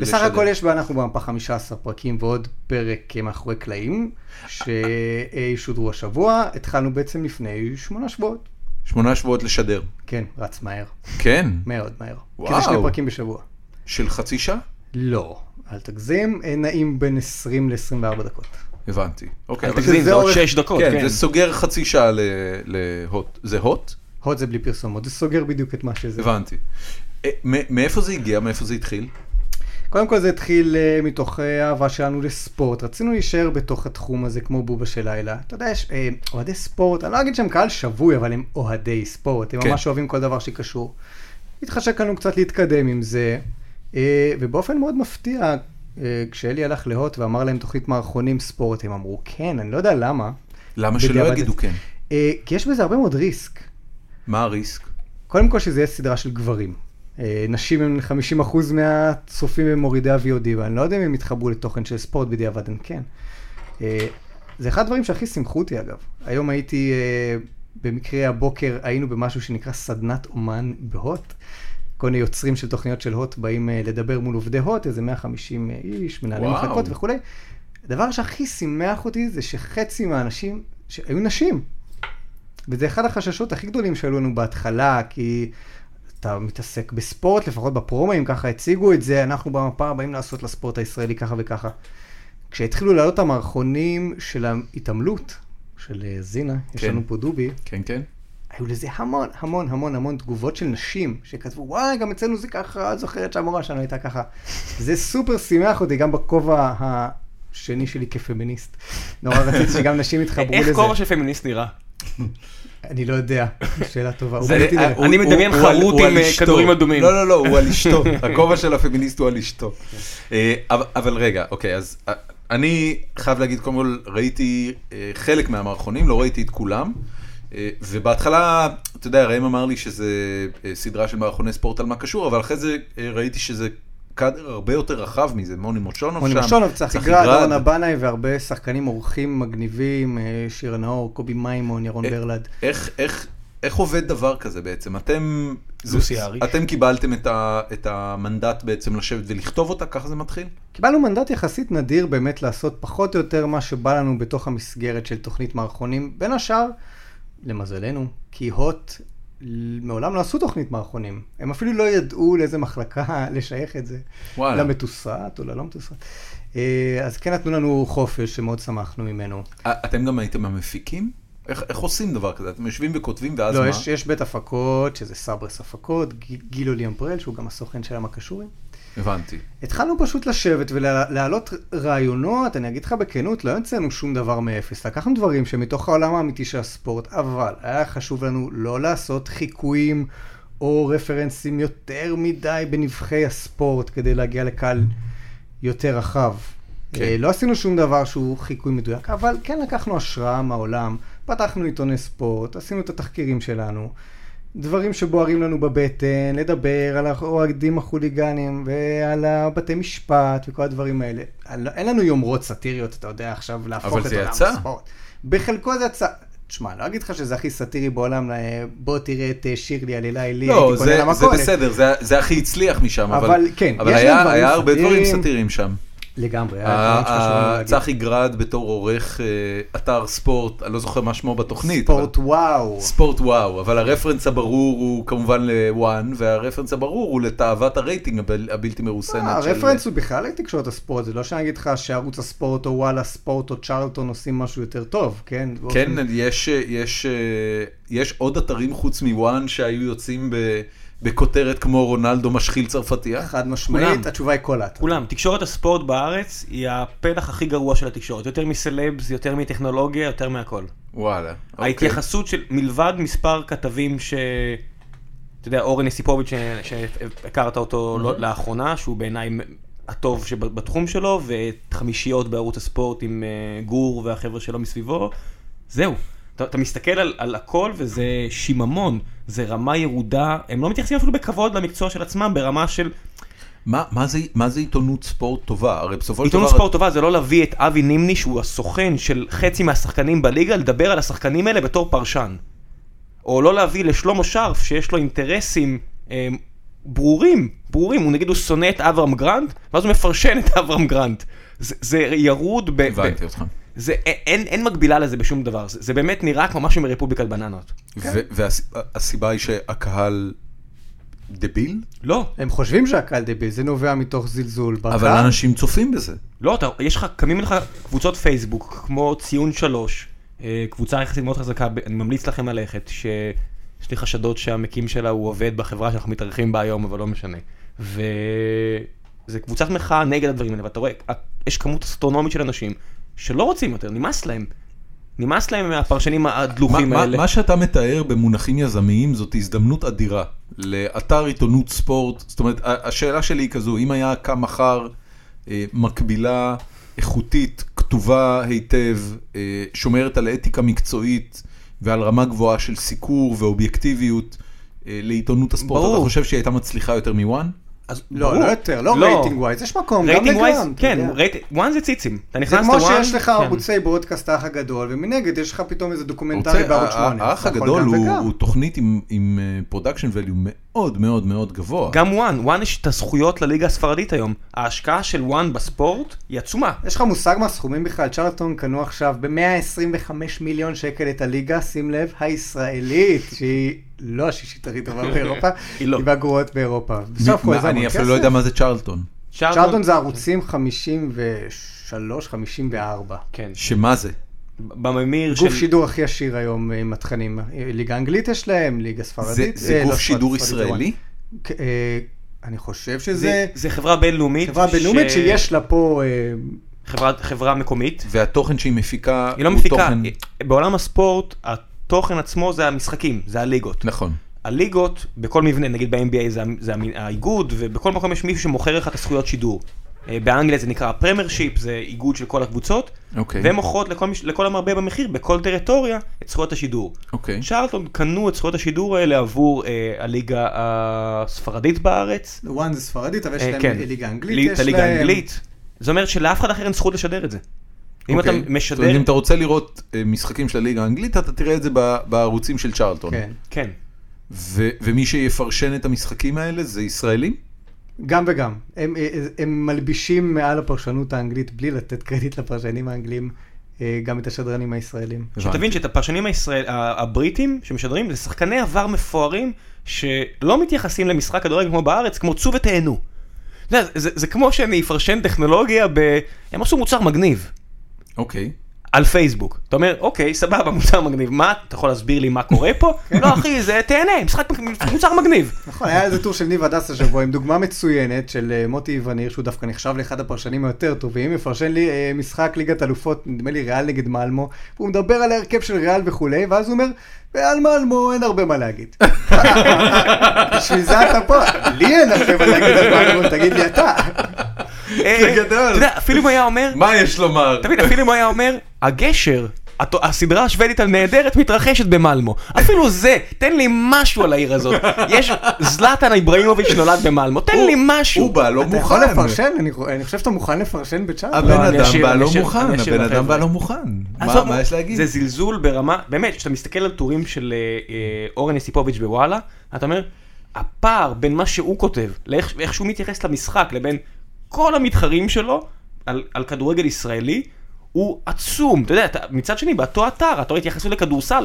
Speaker 3: בסך
Speaker 1: לשדר?
Speaker 3: הכל יש ב"אנחנו במפה" 15 פרקים ועוד פרק אה, מאחורי קלעים, שישודרו השבוע. התחלנו בעצם לפני שמונה שבועות.
Speaker 1: שמונה שבועות לשדר.
Speaker 3: כן, רץ מהר.
Speaker 1: כן.
Speaker 3: מאוד מהר.
Speaker 1: וואו.
Speaker 3: כי זה שני פרקים בשבוע.
Speaker 1: של חצי שעה?
Speaker 3: לא, אל תגזים, אה, נעים בין 20 ל-24 דקות.
Speaker 1: הבנתי. אוקיי,
Speaker 2: אל
Speaker 1: אבל-
Speaker 2: תגזים, זה עוד
Speaker 3: אורך-
Speaker 2: 6 דקות,
Speaker 1: כן,
Speaker 2: כן.
Speaker 1: זה סוגר חצי שעה ל- להוט. זה הוט?
Speaker 3: הוד זה בלי פרסומות, זה סוגר בדיוק את מה שזה.
Speaker 1: הבנתי. אה, מ- מאיפה זה הגיע? מאיפה זה התחיל?
Speaker 3: קודם כל זה התחיל אה, מתוך אה, אהבה שלנו לספורט. רצינו להישאר בתוך התחום הזה כמו בובה של לילה. אתה יודע, יש אה, אוהדי ספורט, אני לא אגיד שהם קהל שבוי, אבל הם אוהדי ספורט. הם
Speaker 1: כן.
Speaker 3: ממש אוהבים כל דבר שקשור. התחשק לנו קצת להתקדם עם זה, אה, ובאופן מאוד מפתיע, אה, כשאלי הלך להוט ואמר להם תוכנית מערכונים ספורט, הם אמרו, כן, אני לא יודע למה.
Speaker 1: למה שלא
Speaker 3: בדיעבד-
Speaker 1: יגידו כן?
Speaker 3: אה, כי יש בזה הרבה מאוד ריסק.
Speaker 1: מה הריסק?
Speaker 3: קודם כל שזה יהיה סדרה של גברים. אה, נשים הם 50% מהצופים הם מורידי ה-VOD, ואני לא יודע אם הם יתחברו לתוכן של ספורט, בדיעבד הם כן. אה, זה אחד הדברים שהכי שמחו אותי אגב. היום הייתי, אה, במקרה הבוקר היינו במשהו שנקרא סדנת אומן בהוט. כל מיני יוצרים של תוכניות של הוט באים אה, לדבר מול עובדי הוט, איזה 150 איש, מנהלי
Speaker 1: וואו.
Speaker 3: מחלקות וכולי. הדבר שהכי שימח אותי זה שחצי מהאנשים שהיו נשים. וזה אחד החששות הכי גדולים שהיו לנו בהתחלה, כי אתה מתעסק בספורט, לפחות בפרומואים, ככה הציגו את זה, אנחנו במפה באים לעשות לספורט הישראלי ככה וככה. כשהתחילו לעלות המערכונים של ההתעמלות, של אה, זינה, יש
Speaker 1: כן.
Speaker 3: לנו פה דובי,
Speaker 1: כן, כן.
Speaker 3: היו לזה המון המון המון המון תגובות של נשים שכתבו וואי גם אצלנו זה ככה את זוכרת שהמורה שלנו הייתה ככה. זה סופר שימח אותי גם בכובע השני שלי כפמיניסט. נורא רציתי שגם נשים יתחברו
Speaker 2: איך
Speaker 3: לזה.
Speaker 2: כובע של פמיניסט נראה?
Speaker 3: אני לא יודע, שאלה טובה.
Speaker 2: זה- אה,
Speaker 3: אולי תדע.
Speaker 1: אה, הוא-
Speaker 2: אני
Speaker 1: הוא-
Speaker 2: מדמיין
Speaker 1: הוא
Speaker 2: חרוט
Speaker 1: על- הוא
Speaker 2: עם,
Speaker 1: על
Speaker 2: אה,
Speaker 1: אשתו.
Speaker 2: כדורים אדומים.
Speaker 1: לא, לא, לא, הוא על אשתו. הכובע של הפמיניסט הוא על אשתו. אה, אבל אבל רגע, אוקיי, אז אה, אני חייב להגיד, קודם כל, ראיתי אה, חלק מהמערכונים, לא ראיתי את כולם. אה, ובהתחלה, אתה יודע, ראם אמר לי שזה אה, סדרה של מערכוני ספורט על מה קשור, אבל אחרי זה אה, ראיתי שזה קאדר הרבה יותר רחב מזה, מוני מושונוב שם.
Speaker 3: רוני משונוב, צחי
Speaker 1: צחי
Speaker 3: גרד,
Speaker 1: גרד.
Speaker 3: אורנה בנאי והרבה שחקנים אורחים מגניבים, אה, שירה נאור, קובי מימון, ירון ברלד.
Speaker 1: איך, איך, איך עובד דבר כזה בעצם? אתם...
Speaker 2: לוסי
Speaker 1: זה-
Speaker 2: אהריש.
Speaker 1: אתם קיבלתם את, ה, את המנדט בעצם לשבת ולכתוב אותה, ככה זה מתחיל?
Speaker 3: קיבלנו מנדט יחסית נדיר באמת לעשות פחות או יותר מה שבא לנו בתוך המסגרת של תוכנית מערכונים. בין השאר, למזלנו, כי הוט ל- מעולם לא עשו תוכנית מערכונים. הם אפילו לא ידעו לאיזה מחלקה לשייך את זה.
Speaker 1: וואלה.
Speaker 3: למתוסרט או ללא מתוסרט. אה, אז כן נתנו לנו חופש שמאוד שמחנו ממנו.
Speaker 1: א- אתם גם הייתם המפיקים? איך, איך עושים דבר כזה? אתם יושבים וכותבים ואז
Speaker 3: לא,
Speaker 1: מה?
Speaker 3: יש, יש בית הפקות, שזה סברס הפקות, ג- גילו ליאמפרל, שהוא גם הסוכן של המקשורים.
Speaker 1: הבנתי.
Speaker 3: התחלנו פשוט לשבת ולהעלות רעיונות, אני אגיד לך בכנות, לא המצאנו שום דבר מאפס. לקחנו דברים שמתוך העולם האמיתי של הספורט, אבל היה חשוב לנו לא לעשות חיקויים או רפרנסים יותר מדי בנבחי הספורט כדי להגיע לקהל יותר רחב.
Speaker 1: כן.
Speaker 3: אה, לא עשינו שום דבר שהוא חיקוי מדויק, אבל כן לקחנו השראה מהעולם, פתחנו עיתוני ספורט, עשינו את התחקירים שלנו, דברים שבוערים לנו בבטן, לדבר על האוהדים החוליגנים ועל הבתי משפט וכל הדברים האלה. על- אין לנו יומרות סאטיריות, אתה יודע, עכשיו להפוך
Speaker 1: אבל
Speaker 3: את
Speaker 1: זה
Speaker 3: עולם
Speaker 1: יצא.
Speaker 3: הספורט. בחלקו זה יצא. תשמע, לא אגיד לך שזה הכי סאטירי בעולם, אה, בוא תראה את אה, שירלי על אלי,
Speaker 1: לא, זה, זה בסדר, זה, זה הכי הצליח משם, אבל,
Speaker 3: אבל כן,
Speaker 1: אבל
Speaker 3: יש גם
Speaker 1: היה,
Speaker 3: דברים
Speaker 1: היה הרבה דברים
Speaker 3: סאטיריים.
Speaker 1: סאטיריים שם.
Speaker 3: לגמרי, היה דברים שחשוב לנו
Speaker 1: ה-
Speaker 3: להגיד.
Speaker 1: צחי גרד בתור עורך אה, אתר ספורט, אני לא זוכר מה שמו בתוכנית. אבל-
Speaker 3: ספורט וואו.
Speaker 1: ספורט וואו, אבל הרפרנס הברור הוא כמובן לוואן, והרפרנס הברור הוא לתאוות הרייטינג הבל- הבלתי מרוסנת.
Speaker 3: אה,
Speaker 1: של-
Speaker 3: הרפרנס הוא בכלל לתקשורת הספורט, זה לא שאני אגיד לך שערוץ הספורט או וואלה ספורט או צ'רלטון עושים משהו יותר טוב, כן?
Speaker 1: כן,
Speaker 3: באופן-
Speaker 1: יש, יש, אה, יש עוד אתרים חוץ מוואן שהיו יוצאים ב, בכותרת כמו רונלדו משחיל צרפתייה?
Speaker 3: חד משמעית,
Speaker 4: כולם.
Speaker 3: התשובה היא כל האתר.
Speaker 4: כולם, תקשורת הספורט בארץ היא הפלח הכי גרוע של התקשורת, יותר מסלבס, יותר מטכנולוגיה, יותר מהכל.
Speaker 1: וואלה. אוקיי.
Speaker 4: ההתייחסות של, מלבד מספר כתבים ש... אתה יודע, אורן יסיפוביץ' ש- שהכרת אותו לא- לאחרונה, שהוא בעיניי הטוב שבתחום שלו, וחמישיות בערוץ הספורט עם אה, גור והחבר'ה שלו מסביבו, זהו. אתה, אתה מסתכל על, על הכל וזה שיממון, זה רמה ירודה, הם לא מתייחסים אפילו בכבוד למקצוע של עצמם, ברמה של
Speaker 1: אוקיי. מה, מה, זה, מה זה עיתונות ספורט טובה? הרי בסופו של דבר...
Speaker 4: עיתונות ספורט טובה זה לא להביא את אבי נימני שהוא הסוכן של חצי מהשחקנים בליגה לדבר על השחקנים האלה בתור פרשן. או לא להביא לשלמה שרף שיש לו אינטרסים אה, ברורים, ברורים, הוא נגיד הוא שונא את אברהם גרנט ואז הוא מפרשן את אברהם גרנט. זה, זה ירוד, ב, ב,
Speaker 1: הבנתי אותך.
Speaker 4: זה, א- אין, אין מקבילה לזה בשום דבר, זה, זה באמת נראה כמו משהו מרפובליקת בננות.
Speaker 3: כן.
Speaker 1: והסיבה היא שהקהל דביל?
Speaker 4: לא,
Speaker 3: הם חושבים שהקהל דביל, זה נובע מתוך זלזול.
Speaker 1: אבל
Speaker 3: בקהל.
Speaker 1: אנשים צופים בזה.
Speaker 4: לא, אתה, יש לך, קמים לך קבוצות פייסבוק, כמו ציון שלוש, אה, קבוצה יחסית מאוד חזקה, ב- אני ממליץ לכם ללכת, שיש לי חשדות שהמקים שלה הוא עובד בחברה שאנחנו מתארחים בה היום, אבל לא משנה. וזה קבוצת מחאה נגד הדברים האלה, ואתה רואה, ה- יש כמות אסטרונומית של אנשים שלא רוצים יותר, נמאס להם. נמאס להם מהפרשנים
Speaker 1: מה,
Speaker 4: הדלוחים
Speaker 1: מה,
Speaker 4: האלה.
Speaker 1: מה שאתה מתאר במונחים יזמיים זאת הזדמנות אדירה לאתר עיתונות ספורט. זאת אומרת, ה- השאלה שלי היא כזו, אם היה קם מחר אה, מקבילה איכותית, כתובה היטב, אה, שומרת על אתיקה מקצועית ועל רמה גבוהה של סיקור ואובייקטיביות אה, לעיתונות הספורט,
Speaker 4: ברור.
Speaker 1: אתה חושב שהיא הייתה מצליחה יותר מוואן?
Speaker 4: אז
Speaker 3: לא, לא
Speaker 4: ברור.
Speaker 3: יותר, לא
Speaker 4: לא.
Speaker 3: רייטינג ווייז, יש מקום, גם
Speaker 4: רייטינג ווייז,
Speaker 3: וגם. אתה
Speaker 4: כן,
Speaker 3: יודע.
Speaker 4: רייט- וואן זה ציצים. אתה
Speaker 3: זה
Speaker 4: נכנס
Speaker 3: כמו
Speaker 4: לוואן,
Speaker 3: שיש לך
Speaker 4: כן.
Speaker 3: ערוצי ברודקאסט האח הגדול, ומנגד יש לך פתאום איזה דוקומנטרי
Speaker 1: רוצה-
Speaker 3: בערוץ נכון,
Speaker 1: ה-
Speaker 3: 8.
Speaker 1: האח הגדול הוא, הוא תוכנית עם, עם פרודקשן value מאוד מאוד מאוד גבוה.
Speaker 4: גם וואן, וואן יש את הזכויות לליגה הספרדית היום. ההשקעה של וואן בספורט היא עצומה.
Speaker 3: יש לך מושג מהסכומים בכלל? צ'רלטון קנו עכשיו ב-125 מיליון שקל את הליגה, שים לב, הישראלית, שהיא לא השישית הכי טובה באירופה,
Speaker 4: היא לא.
Speaker 3: היא מהגרועות באירופה.
Speaker 1: מ-
Speaker 3: בסוף כל
Speaker 1: מה-
Speaker 3: זה המון
Speaker 1: אני
Speaker 3: כסף.
Speaker 1: אפילו לא יודע מה זה צ'רלטון.
Speaker 3: צ'רלטון זה ערוצים 53, 54.
Speaker 4: כן.
Speaker 1: שמה זה?
Speaker 4: בממיר של...
Speaker 3: גוף שידור הכי עשיר היום אה, עם התכנים. ליגה אנגלית יש להם, ליגה
Speaker 1: זה,
Speaker 3: ספרדית.
Speaker 1: זה
Speaker 3: אה, לא
Speaker 1: גוף
Speaker 3: ספרדית,
Speaker 1: שידור
Speaker 3: ספרדית,
Speaker 1: ישראלי?
Speaker 3: כ- אה, אני חושב שזה
Speaker 4: זה, זה חברה בינלאומית.
Speaker 3: חברה בינלאומית
Speaker 4: ש-
Speaker 3: שיש לה פה... אה,
Speaker 4: חברה, חברה מקומית.
Speaker 1: והתוכן שהיא מפיקה
Speaker 4: היא לא
Speaker 1: הוא
Speaker 4: מפיקה.
Speaker 1: תוכן...
Speaker 4: בעולם הספורט, התוכן עצמו זה המשחקים, זה הליגות.
Speaker 1: נכון.
Speaker 4: הליגות, בכל מבנה, נגיד ב-NBA זה, המ- זה המ- האיגוד, ובכל מקום יש מישהו שמוכר לך את הזכויות שידור. אה, באנגליה זה נקרא פרמייר שיפ, זה איגוד של כל הקבוצות,
Speaker 1: אוקיי.
Speaker 4: והן מוכרות לכל, מש- לכל המרבה במחיר, בכל טריטוריה, את זכויות השידור.
Speaker 1: אוקיי.
Speaker 4: צ'רלטון קנו את זכויות השידור האלה עבור אה, הליגה הספרדית בארץ.
Speaker 3: וואן זה ספרדית, אבל יש
Speaker 4: אה,
Speaker 3: להם
Speaker 4: כן.
Speaker 3: ליגה
Speaker 4: לי-
Speaker 3: אנגלית.
Speaker 4: את
Speaker 3: יש
Speaker 4: הליגה
Speaker 3: להם-
Speaker 4: האנגלית. זה אומר שלאף אחד אחר אין זכות לשדר את זה. אם אתה
Speaker 1: אוקיי. זאת אומרת,
Speaker 4: משדר...
Speaker 1: אם אתה רוצה לראות אה, משחקים של הליגה האנגלית, אתה תראה את זה ב- בערוצים של צ'רלטון.
Speaker 3: כן.
Speaker 4: כן.
Speaker 1: ו- ומי שיפרשן את המשחקים האלה זה ישראלים?
Speaker 3: גם וגם. הם, אה, הם מלבישים מעל הפרשנות האנגלית בלי לתת קרדיט לפרשנים האנגלים, אה, גם את השדרנים הישראלים.
Speaker 1: הבנתי.
Speaker 4: שתבין שאת הפרשנים הישראל, ה- הבריטים שמשדרים זה שחקני עבר מפוארים שלא מתייחסים למשחק כדורגל כמו בארץ, כמו צאו ותהנו. אתה יודע, זה, זה כמו שאני אפרשן טכנולוגיה ב... הם עשו מוצר מגניב
Speaker 1: אוקיי.
Speaker 4: על פייסבוק. אתה אומר, אוקיי, סבבה, מוצר מגניב, מה? אתה יכול להסביר לי מה קורה פה?
Speaker 1: כן.
Speaker 4: לא, אחי, זה תהנה, משחק מוצר מגניב.
Speaker 3: נכון, היה איזה טור של ניב הדס השבוע עם דוגמה מצוינת של אה, מוטי איווניר, שהוא דווקא נחשב לאחד הפרשנים היותר טובים, מפרשן לי אה, משחק ליגת אלופות, נדמה לי ריאל נגד מלמו, והוא מדבר על ההרכב של ריאל וכולי, ואז הוא אומר, ועל מלמו אין הרבה מה להגיד. בשביל זה אתה פה, לי אין הרבה מה להגיד על מלמו, תגיד לי אתה.
Speaker 4: אה,
Speaker 1: גדול.
Speaker 4: אתה יודע, אפילו אם היה אומר,
Speaker 1: מה יש לומר?
Speaker 4: אתה מבין, אפילו אם הוא היה אומר, הגשר, הת- הסדרה השוודית הנהדרת מתרחשת במלמו. אפילו זה, תן לי משהו על העיר הזאת. יש, זלאטן אברהימוביץ' נולד במלמו, תן לי משהו.
Speaker 1: הוא בא לא
Speaker 3: אתה יכול
Speaker 1: מוכן.
Speaker 3: לפרשן, אני חו- אני חושב שאתה מוכן לפרשן בצ'אט.
Speaker 1: הבן
Speaker 4: לא, אני
Speaker 1: אדם
Speaker 4: אשאיר-
Speaker 1: בא
Speaker 4: אני
Speaker 1: לא
Speaker 4: אשאיר- אני
Speaker 1: מוכן,
Speaker 4: אשאיר
Speaker 1: הבן
Speaker 4: לחבר'ה.
Speaker 1: אדם בא לא מוכן. מה
Speaker 4: עזוב,
Speaker 1: מה יש להגיד?
Speaker 4: זה זלזול ברמה, באמת, כשאתה מסתכל על טורים של אה, אה, אורן יסיפוביץ' בוואלה, אתה אומר, הפער בין מה שהוא כותב, לאיך ואיך שהוא מתייחס למשחק, לבין כל המתחרים שלו על, על כדורגל ישראלי, הוא עצום. אתה יודע, אתה, מצד שני, באותו אתר, אתה רואה התייחסות לכדורסל.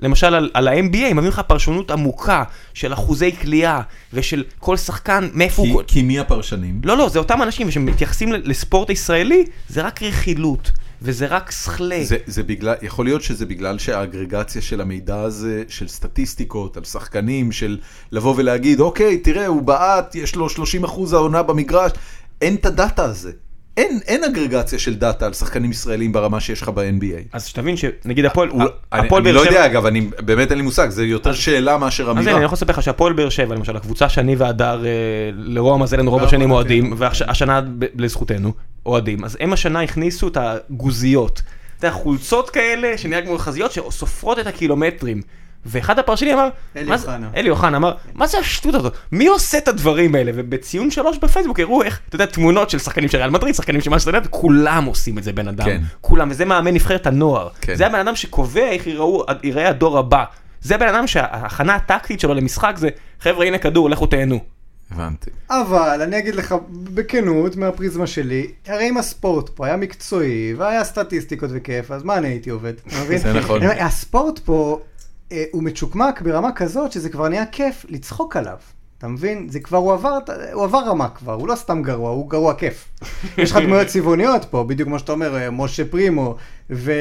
Speaker 4: למשל על, על ה-MBA, הם מביאים לך פרשנות עמוקה של אחוזי קליעה ושל כל שחקן, מאיפה הוא...
Speaker 1: כי- כי מי הפרשנים?
Speaker 4: לא, לא, זה אותם אנשים שמתייחסים ל- לספורט הישראלי, זה רק רכילות, וזה רק סכלה.
Speaker 1: זה, זה בגלל, יכול להיות שזה בגלל שהאגרגציה של המידע הזה, של סטטיסטיקות, על שחקנים, של לבוא ולהגיד, אוקיי, תראה, הוא בעט, יש לו 30 אחוז העונה במגרש, אין את הדאטה הזה. אין, אין אגרגציה של דאטה על שחקנים ישראלים ברמה שיש לך ב-NBA.
Speaker 4: אז שתבין שנגיד הפועל,
Speaker 1: הוא- אני,
Speaker 4: הפועל
Speaker 1: אני לא
Speaker 4: באר שבע,
Speaker 1: יודע, אגב, אני, באמת אין לי מושג, זה יותר שאלה מאשר
Speaker 4: אז הנה, אני
Speaker 1: אמירה.
Speaker 4: יכול לספר לך שהפועל באר שבע למשל, הקבוצה שאני והדר אה, לרוע המזלנו רוב
Speaker 3: לא
Speaker 4: השנים
Speaker 3: אמרתי.
Speaker 1: כן.
Speaker 4: אוהדים, והשנה לזכותנו אוהדים, אז הם השנה הכניסו את הגוזיות, אתה יודע, חולצות כאלה שנראה כמו חזיות שסופרות את הקילומטרים. ואחד הפרשנים אמר,
Speaker 3: אלי
Speaker 4: מה זה-
Speaker 3: אוחנה.
Speaker 4: אלי אוחנה אמר, מה זה השטות הזאת? מי עושה את הדברים האלה? ובציון שלוש בפייסבוק הראו איך, אתה יודע, תמונות של שחקנים של ריאל מדריד, שחקנים של משהו, כולם עושים את זה בן אדם.
Speaker 1: כן.
Speaker 4: כולם, וזה מאמן נבחרת הנוער.
Speaker 1: כן.
Speaker 4: זה הבן אדם שקובע איך יראו, יראה הדור הבא. זה הבן אדם שההכנה הטקטית שלו למשחק זה, חבר'ה הנה כדור, לכו תהנו.
Speaker 1: הבנתי.
Speaker 3: אבל אני אגיד לך בכנות, מהפריזמה שלי, הרי אם הספורט פה היה מקצועי והיה סטטיסטיקות וכיף, אז מה אני הייתי עובד? אתה מבין?
Speaker 1: זה נכון.
Speaker 3: אני אומר, הספורט פה אה, הוא מצ'וקמק ברמה כזאת שזה כבר נהיה כיף לצחוק עליו. אתה מבין? זה כבר, הוא עבר, הוא עבר רמה כבר, הוא לא סתם גרוע, הוא גרוע כיף. יש לך דמויות צבעוניות פה, בדיוק כמו שאתה אומר, אה, משה פרימו, ו...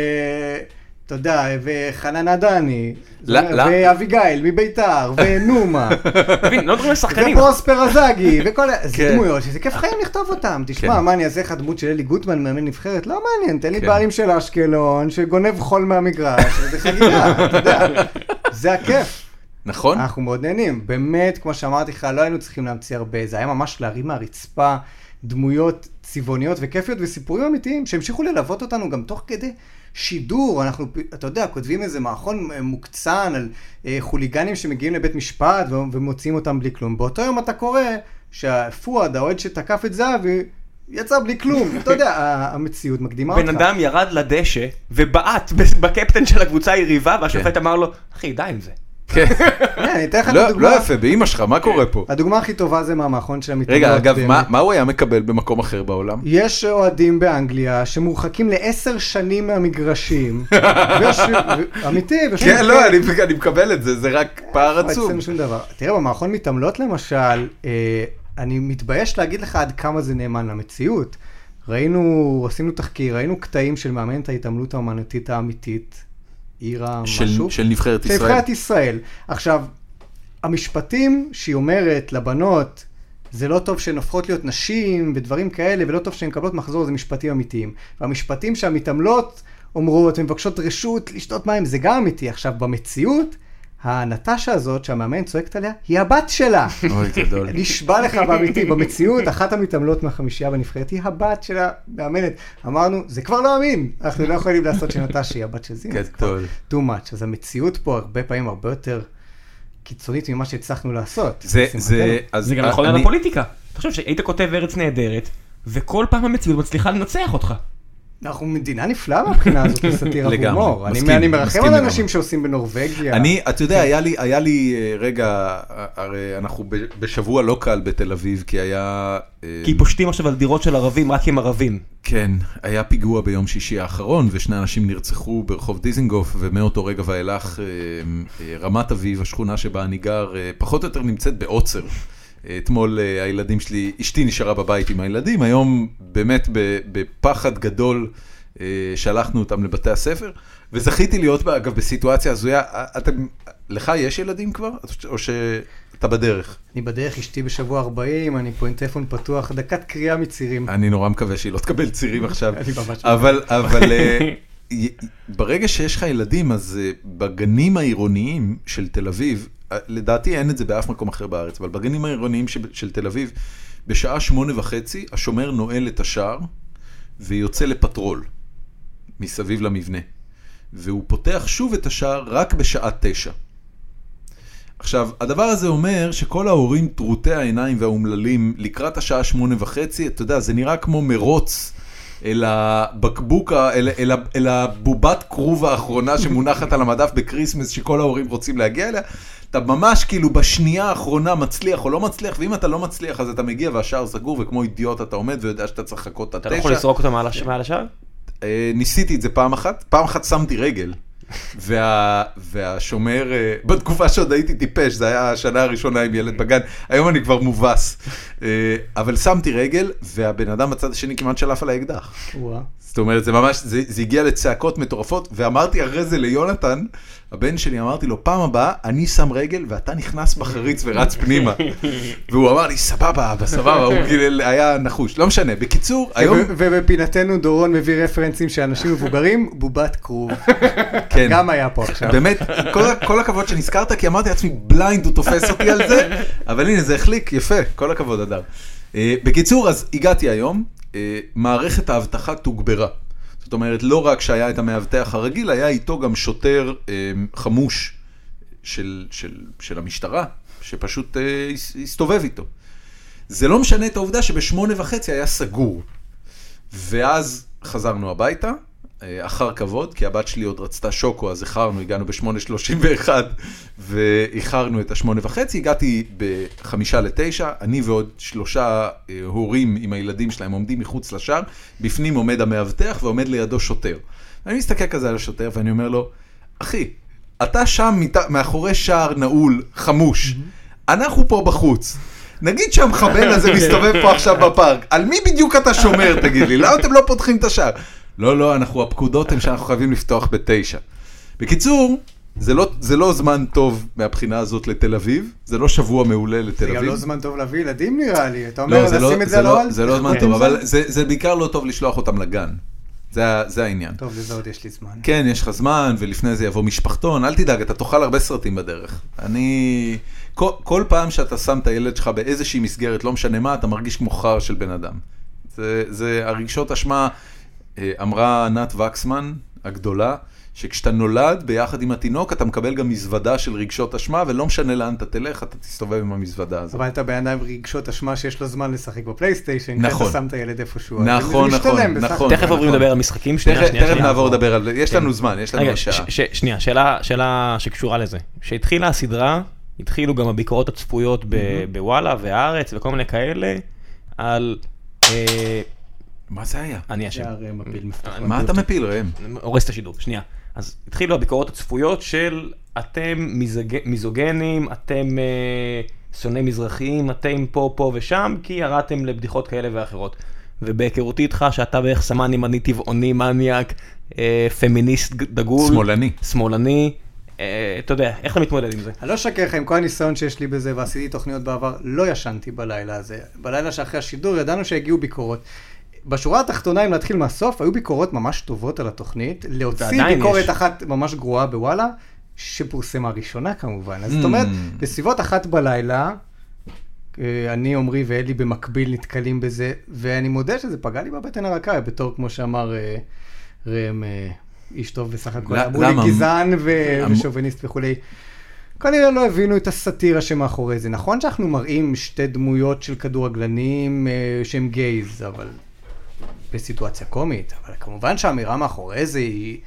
Speaker 3: אתה יודע, וחנן עדני,
Speaker 1: לא, לא.
Speaker 3: ואביגיל מביתר, ונומה,
Speaker 4: אתה מבין, לא מדברים על שחקנים.
Speaker 3: ופרוספר אזאגי, וכל ה... זה
Speaker 1: כן.
Speaker 3: דמויות שזה כיף חיים לכתוב אותם. תשמע,
Speaker 1: כן.
Speaker 3: מה אני אעשה לך דמות של אלי גוטמן, מאמן נבחרת? לא מעניין, תן לי
Speaker 1: כן.
Speaker 3: בעלים של אשקלון, שגונב חול מהמגרש, וזה חגיגה, אתה יודע. זה הכיף.
Speaker 1: נכון?
Speaker 4: אה,
Speaker 3: אנחנו מאוד נהנים. באמת, כמו שאמרתי לך, לא היינו צריכים להמציא הרבה, זה היה ממש להרים מהרצפה דמויות צבעוניות וכיפיות וסיפורים אמיתיים שהמשיכו ללוות אותנו גם תוך כדי שידור. אנחנו, אתה יודע, כותבים איזה מערכון אה, מוקצן על אה, חוליגנים שמגיעים לבית משפט ו- ומוציאים אותם בלי כלום. באותו יום אתה קורא שהפואד, האוהד שתקף את זהבי, יצא בלי כלום. אתה יודע, ה- המציאות מקדימה אותך.
Speaker 4: בן אדם ירד לדשא ובעט ב- בקפטן של הקבוצה היריבה והשופט
Speaker 1: כן.
Speaker 4: אמר לו, אחי די עם זה.
Speaker 1: כן.
Speaker 3: הנה, אני אתן לך את
Speaker 1: לא
Speaker 3: הדוגמה.
Speaker 1: לא יפה, באימא שלך, מה קורה פה?
Speaker 3: הדוגמה הכי טובה זה מהמערכון של המתנגדות.
Speaker 1: רגע, אגב, מה מה הוא היה מקבל במקום אחר בעולם?
Speaker 3: יש אוהדים באנגליה שמורחקים לעשר שנים מהמגרשים. ויושבים- ו- אמיתי, ויושבים-
Speaker 1: כן, לא, אני- אני מקבל את זה, זה רק פער
Speaker 3: לא
Speaker 1: עצום.
Speaker 3: אצלנו שום דבר. תראה, במערכון מתעמלות למשל, אה, אני מתבייש להגיד לך עד כמה זה נאמן למציאות. ראינו, עשינו תחקיר, ראינו קטעים של מאמנת ההתעמלות האומנותית האמיתית, עירה
Speaker 1: של-
Speaker 3: משהו.
Speaker 1: של נבחרת
Speaker 3: של
Speaker 1: ישראל.
Speaker 3: נבחרת ישראל. עכשיו, המשפטים שהיא אומרת לבנות, זה לא טוב שהן הופכות להיות נשים ודברים כאלה, ולא טוב שהן מקבלות מחזור, זה משפטים אמיתיים. והמשפטים שהמתעמלות אומרות ומבקשות רשות לשתות מים, זה גם אמיתי. עכשיו, במציאות, הנטשה הזאת שהמאמן צועקת עליה, היא הבת שלה.
Speaker 1: אוי, גדול.
Speaker 3: נשבע לך באמיתי, במציאות, אחת המתעמלות מהחמישייה בנבחרת היא הבת של המאמנת. אמרנו, זה כבר לא אמין, אנחנו לא יכולים לעשות שנטשה היא הבת של זינה, זה כבר
Speaker 1: גדול.
Speaker 3: too much. אז המציאות פה הרבה פעמים הרבה יותר קיצונית ממה שהצלחנו לעשות.
Speaker 1: זה,
Speaker 3: לשמחתנו.
Speaker 1: זה, אז
Speaker 4: זה גם
Speaker 1: א-
Speaker 4: נכון על
Speaker 1: אני-
Speaker 4: הפוליטיקה. תחשוב שהיית כותב ארץ נהדרת, וכל פעם המציאות מצליחה לנצח אותך.
Speaker 3: אנחנו מדינה נפלאה מהבחינה הזאת בסאטירה
Speaker 1: לגמרי,
Speaker 3: והומור. אני-
Speaker 1: מסכים,
Speaker 3: אני מרחם
Speaker 1: מסכים
Speaker 3: על
Speaker 1: לגמרי.
Speaker 3: אנשים שעושים בנורבגיה.
Speaker 1: אני, אתה
Speaker 3: כן.
Speaker 1: יודע, היה לי, היה לי אה, רגע, אה, הרי אנחנו ב- בשבוע לא קל בתל אביב, כי היה... אה,
Speaker 4: כי פושטים עכשיו על דירות של ערבים רק עם ערבים.
Speaker 1: כן, היה פיגוע ביום שישי האחרון, ושני אנשים נרצחו ברחוב דיזינגוף, ומאותו רגע ואילך אה, אה, רמת אביב, השכונה שבה אני גר, אה, פחות או יותר נמצאת בעוצר. אה, אתמול אה, הילדים שלי, אשתי נשארה בבית עם הילדים, היום באמת ב- בפחד גדול אה, שלחנו אותם לבתי הספר, וזכיתי להיות, בה, אגב, בסיטואציה הזויה, אה, אתם, לך יש ילדים כבר? או שאתה בדרך?
Speaker 3: אני בדרך אשתי בשבוע 40, אני פה עם טלפון פתוח, דקת קריאה מצירים.
Speaker 1: אני נורא מקווה שהיא לא תקבל צירים עכשיו.
Speaker 3: אני ממש
Speaker 1: אבל, אבל אה, י- ברגע שיש לך ילדים, אז אה, בגנים העירוניים של תל אביב, אה, לדעתי אין את זה באף מקום אחר בארץ, אבל בגנים העירוניים של, של תל אביב, בשעה שמונה וחצי, השומר נועל את השער ויוצא לפטרול מסביב למבנה. והוא פותח שוב את השער רק בשעה תשע. עכשיו, הדבר הזה אומר שכל ההורים טרוטי העיניים והאומללים לקראת השעה שמונה וחצי, אתה יודע, זה נראה כמו מרוץ אל הבקבוק, ה- אל, אל, ה- אל הבובת כרוב האחרונה שמונחת על המדף בקריסמס שכל ההורים רוצים להגיע אליה. אתה ממש כאילו בשנייה האחרונה מצליח או לא מצליח, ואם אתה לא מצליח אז אתה מגיע והשער סגור, וכמו אידיוט אתה עומד ויודע שאתה צריך לחכות את התשע.
Speaker 2: אתה לא יכול לזרוק אותם מעל הש- מעל השאר?
Speaker 1: אה, ניסיתי את זה פעם אחת, פעם אחת שמתי רגל. וה, והשומר, אה, בתקופה שעוד הייתי טיפש, זה היה השנה הראשונה עם ילד בגן, היום אני כבר מובס. אה, אבל שמתי רגל, והבן אדם בצד השני כמעט שלף עליי אקדח.
Speaker 3: וואה.
Speaker 1: זאת אומרת, זה ממש, זה, זה הגיע לצעקות מטורפות, ואמרתי אחרי זה ליונתן, הבן שלי, אמרתי לו, פעם הבאה אני שם רגל ואתה נכנס בחריץ ורץ פנימה. והוא אמר לי, סבבה, אבא, סבבה, הוא כאילו היה נחוש, לא משנה. בקיצור, היום...
Speaker 3: ו- ובפינתנו דורון מביא רפרנסים שאנשים מבוגרים, בובת כרוב.
Speaker 1: כן.
Speaker 3: גם היה פה עכשיו.
Speaker 1: באמת, כל, ה- כל הכבוד שנזכרת, כי אמרתי לעצמי, בליינד הוא תופס אותי על זה, אבל הנה, זה החליק, יפה, כל הכבוד, אדר. Uh, בקיצור, אז הגעתי היום, uh, מערכת האבטחה תוגברה. זאת אומרת, לא רק שהיה את המאבטח הרגיל, היה איתו גם שוטר um, חמוש של, של, של המשטרה, שפשוט uh, הסתובב איתו. זה לא משנה את העובדה שבשמונה וחצי היה סגור. ואז חזרנו הביתה, אה, אחר כבוד, כי הבת שלי עוד רצתה שוקו, אז איחרנו, הגענו ב-8.31, ואיחרנו את השמונה וחצי, הגעתי בחמישה לתשע, אני ועוד שלושה אה, הורים עם הילדים שלהם עומדים מחוץ לשער, בפנים עומד המאבטח ועומד לידו שוטר. אני מסתכל כזה על השוטר ואני אומר לו, אחי, אתה שם מת- מאחורי שער נעול, חמוש, אנחנו פה בחוץ. נגיד שהמחבל הזה מסתובב פה עכשיו בפארק, על מי בדיוק אתה שומר, תגיד לי? למה אתם לא פותחים את השער? לא, לא, אנחנו, הפקודות הן שאנחנו חייבים לפתוח בתשע. בקיצור, זה לא, זה לא זמן טוב מהבחינה הזאת לתל אביב, זה לא שבוע מעולה לתל
Speaker 3: זה
Speaker 1: אביב.
Speaker 3: גם לא זמן טוב להביא ילדים נראה לי, אתה אומר,
Speaker 1: לא, זה
Speaker 3: נשים
Speaker 1: לא,
Speaker 3: את
Speaker 1: זה
Speaker 3: זה על כן.
Speaker 1: לא,
Speaker 3: האוהל?
Speaker 1: זה לא זמן טוב, אבל זה, זה בעיקר לא טוב לשלוח אותם לגן. זה, ה- זה העניין.
Speaker 3: טוב, לזה עוד יש לי זמן.
Speaker 1: כן, יש לך זמן, ולפני זה יבוא משפחתון, אל תדאג, אתה תאכל הרבה סרטים בדרך. אני... כל, כל פעם שאתה שם את הילד שלך באיזושהי מסגרת, לא משנה מה, אתה מרגיש כמו חר של בן אדם. זה, זה הרגשות אשמה, אה, אמרה ענת וקסמן הגדולה, שכשאתה נולד ביחד עם התינוק, אתה מקבל גם מזוודה של רגשות אשמה, ולא משנה לאן אתה תלך, אתה תסתובב עם המזוודה הזאת.
Speaker 3: אבל אתה בן אדם עם רגשות אשמה שיש לו זמן לשחק בפלייסטיישן, כי
Speaker 1: נכון.
Speaker 3: אתה שם את הילד איפשהו.
Speaker 1: נכון,
Speaker 3: זה משתלם
Speaker 1: נכון,
Speaker 3: בסך
Speaker 1: נכון.
Speaker 3: הכל.
Speaker 2: תכף עוברים לדבר על משחקים, שנייה,
Speaker 1: תכף
Speaker 2: שנייה,
Speaker 1: תכף
Speaker 2: שנייה. כן.
Speaker 1: נעבור לדבר על... יש לנו זמן, יש לנו
Speaker 2: רגע,
Speaker 1: עוד שעה.
Speaker 2: ש- ש- שנייה, שאלה, שאלה שקשורה לזה. כשהתחילה הסדרה, התחילו גם הביקורות הצפויות ב- בוואלה והארץ וכל מיני כאלה, על... אה,
Speaker 1: מה זה היה?
Speaker 2: אני אשם.
Speaker 3: שער מפיל מפתח.
Speaker 1: מה אתה מפיל, ראם?
Speaker 2: הורס את השידור, שנייה. אז התחילו הביקורות הצפויות של אתם מיזוג... מיזוגנים, אתם אה, שונאי מזרחיים, אתם פה, פה ושם, כי ירדתם לבדיחות כאלה ואחרות. ובהיכרותי איתך, שאתה בערך סמן ימני טבעוני, מניאק, אה, פמיניסט ג- דגול.
Speaker 1: שמאלני.
Speaker 2: שמאלני. אה, אתה יודע, איך אתה מתמודד עם זה?
Speaker 3: אני לא אשקר לך, עם כל הניסיון שיש לי בזה, ועשיתי תוכניות בעבר, לא ישנתי בלילה הזה. בלילה שאחרי השידור ידענו שהגיעו ביקורות. בשורה התחתונה, אם להתחיל מהסוף, היו ביקורות ממש טובות על התוכנית. להוציא
Speaker 2: ועדיין
Speaker 3: ביקורת
Speaker 2: יש.
Speaker 3: אחת ממש גרועה בוואלה, שפורסמה ראשונה כמובן. אז
Speaker 1: Mm.
Speaker 3: זאת אומרת, בסביבות אחת בלילה, אה, אני, עמרי ואלי במקביל נתקלים בזה, ואני מודה שזה פגע לי בבטן הרכה, בתור, כמו שאמר אה, ראם, אה, איש טוב בסך הכל,
Speaker 1: ל-
Speaker 3: אמרו לי
Speaker 1: למה?
Speaker 3: גזען ו-
Speaker 1: אמ-
Speaker 3: ושוביניסט וכולי. כנראה לא הבינו את הסאטירה שמאחורי זה. נכון שאנחנו מראים שתי דמויות של כדורגלנים אה, שהם גייז, אבל בסיטואציה קומית, אבל כמובן שהאמירה מאחורי זה היא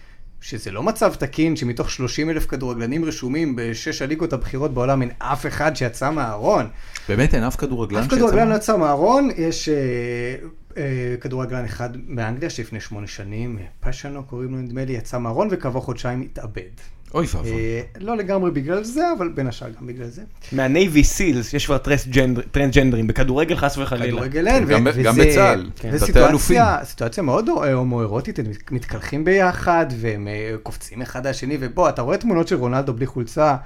Speaker 3: שזה לא מצב תקין שמתוך 30 אלף כדורגלנים רשומים בשש הליגות הבכירות בעולם אין אף אחד שיצא מהארון.
Speaker 1: באמת אין אף כדורגלן
Speaker 3: אף כדורגלן לא יצא מהארון, יש אה, אה, כדורגלן אחד מאנגליה שלפני שמונה שנים, אה, פשנו קוראים לו נדמה לי, יצא מהארון וכעבור חודשיים התאבד.
Speaker 1: אוי
Speaker 4: נכון.
Speaker 1: ואבוי.
Speaker 3: אה, לא לגמרי בגלל זה, אבל בין השאר גם בגלל זה.
Speaker 4: מהנייבי סילס יש כבר טרנסג'נדר- טרנסג'נדרים, בכדורגל חס וחלילה.
Speaker 3: כדורגל אין,
Speaker 1: גם-
Speaker 3: ו-
Speaker 1: גם
Speaker 3: וזה-
Speaker 1: בצה"ל,
Speaker 3: כן.
Speaker 1: תתי
Speaker 3: זה
Speaker 1: אלופים.
Speaker 3: סיטואציה- סיטואציה מאוד הומואירוטית, הם מת- מתקלחים ביחד, והם אה, קופצים אחד על השני, ובוא, אתה רואה תמונות של רונלדו בלי חולצה,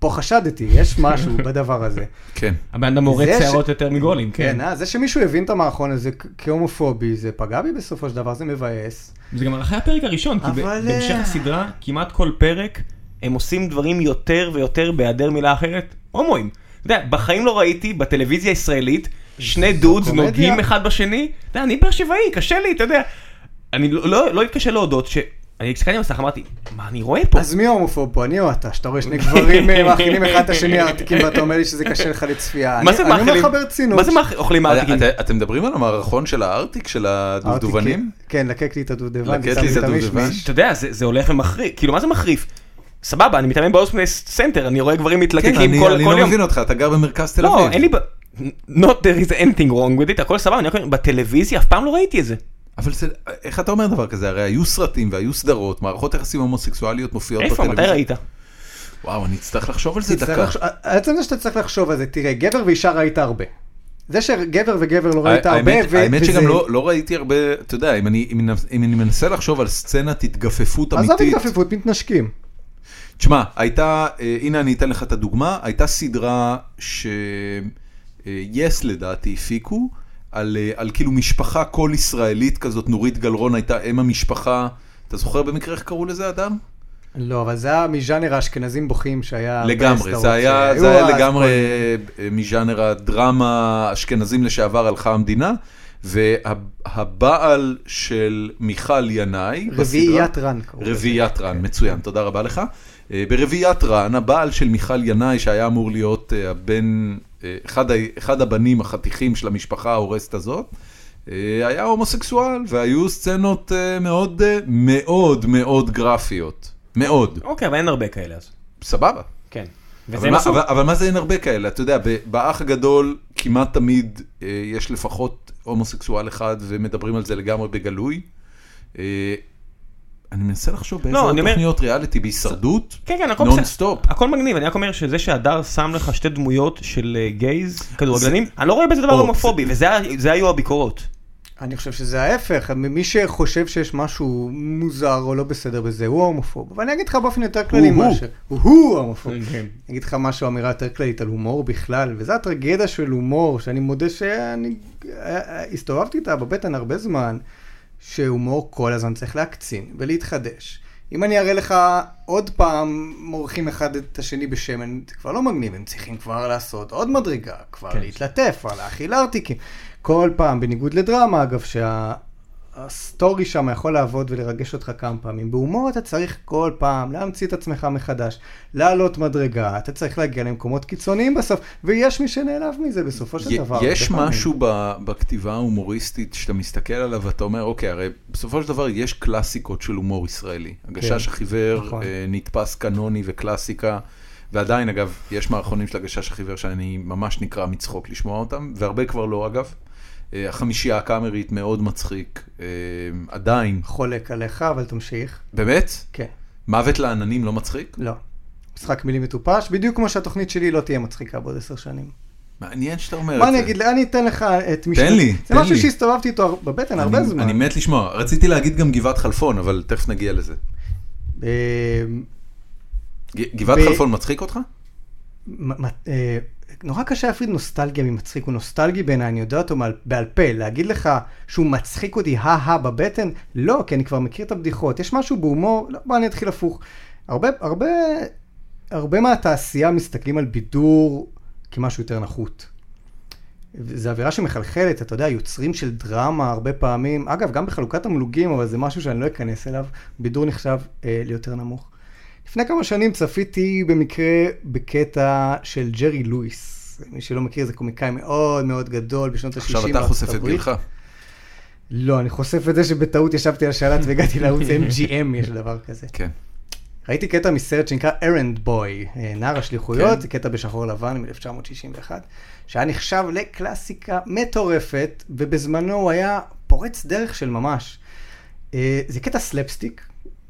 Speaker 3: פה חשדתי, יש משהו בדבר הזה.
Speaker 1: כן.
Speaker 4: הבן אדם מורד
Speaker 3: זה ש-
Speaker 4: שערות יותר מגולים, כן.
Speaker 3: כן, אה, זה שמישהו הבין את המערכון הזה כ- כהומופובי, זה פגע בי בסופו של דבר, זה מבאס.
Speaker 4: זה גם אחרי הפרק הראשון, כי ב-
Speaker 3: אבל,
Speaker 4: בהמשך
Speaker 3: אה,
Speaker 4: הסדרה, כמעט כל פרק, הם עושים דברים יותר ויותר, בהיעדר מילה אחרת, הומואים. אתה יודע, בחיים לא ראיתי בטלוויזיה הישראלית שני דודס
Speaker 3: קומדיה.
Speaker 4: נוגעים אחד בשני. אתה יודע, אני באר שבעי, קשה לי, אתה יודע. אני לא- לא לא אתקשה להודות ש... אני הסתכלתי על המסך, אמרתי, מה אני רואה פה?
Speaker 3: אז מי ההומופוב פה, אני או אתה, שאתה רואה שני גברים אה, מאכילים אחד את השני העתיקים, ואתה אומר לי שזה קשה לך לצפייה.
Speaker 4: מה
Speaker 3: אני-
Speaker 4: זה
Speaker 3: אני
Speaker 4: מאכלים?
Speaker 3: אומר לך ברצינות.
Speaker 4: מה זה מאכ- אוכלים
Speaker 1: את-
Speaker 4: ארטיקים?
Speaker 1: את- אתם מדברים על המערכון של הארטיק, של הדובדבנים?
Speaker 3: ארטיקים. כן, לקק לי את הדובדבן,
Speaker 1: לקק לי
Speaker 3: שם
Speaker 1: את
Speaker 3: המישמיש.
Speaker 1: הדובדבן.
Speaker 4: אתה יודע, זה זה הולך ומחריף, כאילו מה זה מחריף? סבבה, אני מתאמן באוספנס סנטר, אני רואה גברים
Speaker 1: כן,
Speaker 4: מתלקקים כל
Speaker 1: אני
Speaker 4: כל יום.
Speaker 1: אני לא מבין אותך, אתה גר במרכז תל אביב.
Speaker 4: לא, אין לי... ב- Not there is anything wrong with it, הכל סבבה, אני רק אומר, בטלוויזיה אף פעם לא ראיתי את זה.
Speaker 1: אבל זה, איך אתה אומר דבר כזה? הרי היו סרטים והיו סדרות, מערכות יחסים הומוסקסואליות מופיעות
Speaker 4: איפה, מתי ראית?
Speaker 1: וואו, אני אצטרך לחשוב על זה
Speaker 3: תצטרך
Speaker 1: דקה.
Speaker 3: לחשוב- עצם זה שאתה צריך לחשוב על זה, תראה, גבר ואישה ראית הרבה. זה שגבר וגבר לא ראית
Speaker 1: הא-
Speaker 3: הרבה,
Speaker 1: האמת-
Speaker 3: ו-
Speaker 1: האמת
Speaker 3: וזה-
Speaker 1: שגם לא- לא ראיתי הרבה, אתה יודע, אם אני- אם נס- אם אני מנסה לחשוב על סצנת התגפפות
Speaker 3: עזוב
Speaker 1: לא אמיתית,
Speaker 3: התכופפות, מתנשקים.
Speaker 1: תשמע, הייתה, אה, הנה אני אתן לך את הדוגמה, הייתה סדרה ש-yes לדעתי הפיקו, על, אה, על כאילו משפחה כל ישראלית כזאת, נורית גלרון הייתה אם המשפחה, אתה זוכר במקרה איך קראו לזה אדם?
Speaker 3: לא, אבל זה היה מז'אנר האשכנזים בוכים שהיה...
Speaker 1: לגמרי,
Speaker 3: בסדרות
Speaker 1: זה היה,
Speaker 3: שהיו
Speaker 1: זה היה
Speaker 3: אז.
Speaker 1: לגמרי אה, מז'אנר הדרמה, אשכנזים לשעבר הלכה המדינה, והבעל של מיכל ינאי, בסדרה-
Speaker 3: רביעיית רן. קראו לזה.
Speaker 1: רביעיית רן, מצוין, תודה רבה לך. אה, ברביעיית רן, הבעל של מיכל ינאי, שהיה אמור להיות אה, הבן, אה, אחד, ה- אחד הבנים החתיכים של המשפחה ההורסת הזאת, אה, היה הומוסקסואל, והיו סצנות אה, מאוד אה, מאוד מאוד גרפיות. מאוד.
Speaker 4: אוקיי, אבל אין הרבה כאלה אז.
Speaker 1: סבבה.
Speaker 4: כן.
Speaker 1: אבל
Speaker 4: וזה
Speaker 1: מה,
Speaker 4: מה
Speaker 1: אבל, אבל מה זה אין הרבה כאלה? אתה יודע, ב- באח הגדול כמעט תמיד אה, יש לפחות הומוסקסואל אחד, ומדברים על זה לגמרי בגלוי. אה, אני מנסה לחשוב באיזה
Speaker 4: לא,
Speaker 1: עוד
Speaker 4: אני אומר-
Speaker 1: תוכניות ריאליטי, בהישרדות?
Speaker 4: כן, כן, הכל
Speaker 1: נונסטופ.
Speaker 4: הכל מגניב, אני רק אומר שזה שהדר שם לך שתי דמויות של אה, גייז, כדורגלנים, אני לא רואה בזה דבר
Speaker 1: או,
Speaker 4: הומופובי, וזה ה- זה היו הביקורות.
Speaker 3: אני חושב שזה ההפך, מי שחושב שיש משהו מוזר או לא בסדר בזה, הוא ההומופוב. אבל אני אגיד לך באופן יותר כללי
Speaker 1: הוא.
Speaker 3: משהו. הוא ההומופוב.
Speaker 4: כן.
Speaker 1: אוקיי.
Speaker 3: אני אגיד לך משהו, אמירה יותר כללית על הומור בכלל, וזו הטרגדיה של הומור, שאני מודה שאני אה, אה, הסתובבתי איתה בבטן הרבה זמן, שהומור כל הזמן צריך להקצין ולהתחדש. אם אני אראה לך עוד פעם מורחים אחד את השני בשמן, זה כבר לא מגניב, הם צריכים כבר לעשות עוד מדרגה, כבר
Speaker 4: כן.
Speaker 3: כן. להתלטף, כבר להאכיל ארטיקים. כל פעם, בניגוד לדרמה אגב, שה... הסטורי שם יכול לעבוד ולרגש אותך כמה פעמים. בהומור אתה צריך כל פעם להמציא את עצמך מחדש, לעלות מדרגה, אתה צריך להגיע למקומות קיצוניים בסוף, ויש מי שנעלב מזה בסופו של
Speaker 1: י-
Speaker 3: דבר. הרבה
Speaker 1: יש
Speaker 3: פעמים.
Speaker 1: משהו ב- בכתיבה ההומוריסטית שאתה מסתכל עליו ואתה אומר, אוקיי, הרי בסופו של דבר יש קלאסיקות של הומור ישראלי. הגשש החיוור
Speaker 3: כן, נכון.
Speaker 1: אה, נתפס קנוני וקלאסיקה, ועדיין, אגב, יש מערכונים של הגשש החיוור שאני ממש נקרע מצחוק לשמוע אותם, והרבה כבר לא, אגב. אה, החמישייה הקאמרית מאוד מצחיק, אה, עדיין.
Speaker 3: חולק עליך, אבל תמשיך.
Speaker 1: באמת?
Speaker 3: כן,
Speaker 1: מוות לעננים לא מצחיק?
Speaker 3: לא. משחק מילים מטופש, בדיוק כמו שהתוכנית שלי לא תהיה מצחיקה בעוד עשר שנים.
Speaker 1: מעניין שאתה אומר את זה.
Speaker 3: מה אני אגיד, אני אתן לך את מי...
Speaker 1: תן
Speaker 3: ש-
Speaker 1: לי,
Speaker 3: זה
Speaker 1: תן
Speaker 3: משהו
Speaker 1: לי.
Speaker 3: שהסתובבתי איתו הר- בבטן כן, הרבה
Speaker 1: אני-
Speaker 3: זמן.
Speaker 1: אני מת לשמוע. רציתי להגיד גם גבעת חלפון, אבל תכף נגיע לזה.
Speaker 3: אה,
Speaker 1: ג- גבעת
Speaker 3: ב-
Speaker 1: חלפון מצחיק אותך?
Speaker 3: מ- מ- אה, נורא קשה להפריד נוסטלגיה ממצחיק, הוא נוסטלגי בעיניי, אני יודע אותו מעל- בעל פה, להגיד לך שהוא מצחיק אותי הא-הא בבטן, לא, כי אני כבר מכיר את הבדיחות, יש משהו בהומור, לא, בוא אני אתחיל הפוך. הרבה, הרבה, הרבה מהתעשייה מסתכלים על בידור כמשהו יותר נחות. זו אווירה שמחלחלת, אתה יודע, יוצרים של דרמה הרבה פעמים, אגב, גם בחלוקת תמלוגים, אבל זה משהו שאני לא אכנס אליו, בידור נחשב אה, ליותר נמוך. לפני כמה שנים צפיתי במקרה בקטע של ג'רי לואיס. מי שלא מכיר, זה קומיקאי מאוד מאוד גדול בשנות ה-60
Speaker 1: עכשיו אתה חושף את גילך.
Speaker 3: לא, אני חושף את זה שבטעות ישבתי על שלט והגעתי לערוץ MGM, יש דבר כזה.
Speaker 1: כן.
Speaker 3: ראיתי קטע מסרט שנקרא Errand Boy, אה, נער השליחויות, קטע בשחור לבן מ-1961, שהיה נחשב לקלאסיקה מטורפת, ובזמנו הוא היה פורץ דרך של ממש. אה, זה קטע סלפסטיק,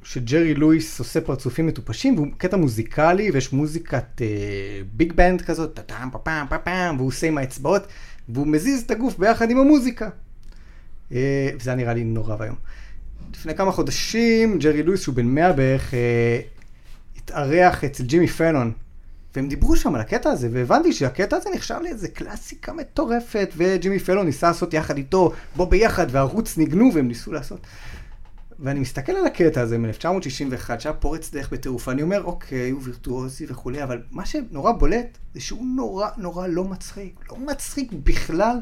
Speaker 3: שג'רי לואיס עושה פרצופים מטופשים, והוא קטע מוזיקלי, ויש מוזיקת אה, ביג בנד כזאת, טאטאם פאפאם פאפאם, והוא עושה עם האצבעות, והוא מזיז את הגוף ביחד עם המוזיקה. אה, וזה היה נראה לי נורא ואיום. לפני כמה חודשים, ג'רי לואיס, שהוא בן 100 בערך, אה, התארח אצל ג'ימי פנון. והם דיברו שם על הקטע הזה, והבנתי שהקטע הזה נחשב לאיזה קלאסיקה מטורפת, וג'ימי פלון ניסה לעשות יחד איתו, בוא ביחד, והערוץ ניגנו והם ניסו לעשות. ואני מסתכל על הקטע הזה מ-1961, שהיה פורץ דרך בטירוף, אני אומר, אוקיי, הוא וירטואוזי וכולי, אבל מה שנורא בולט, זה שהוא נורא נורא לא מצחיק. לא מצחיק בכלל,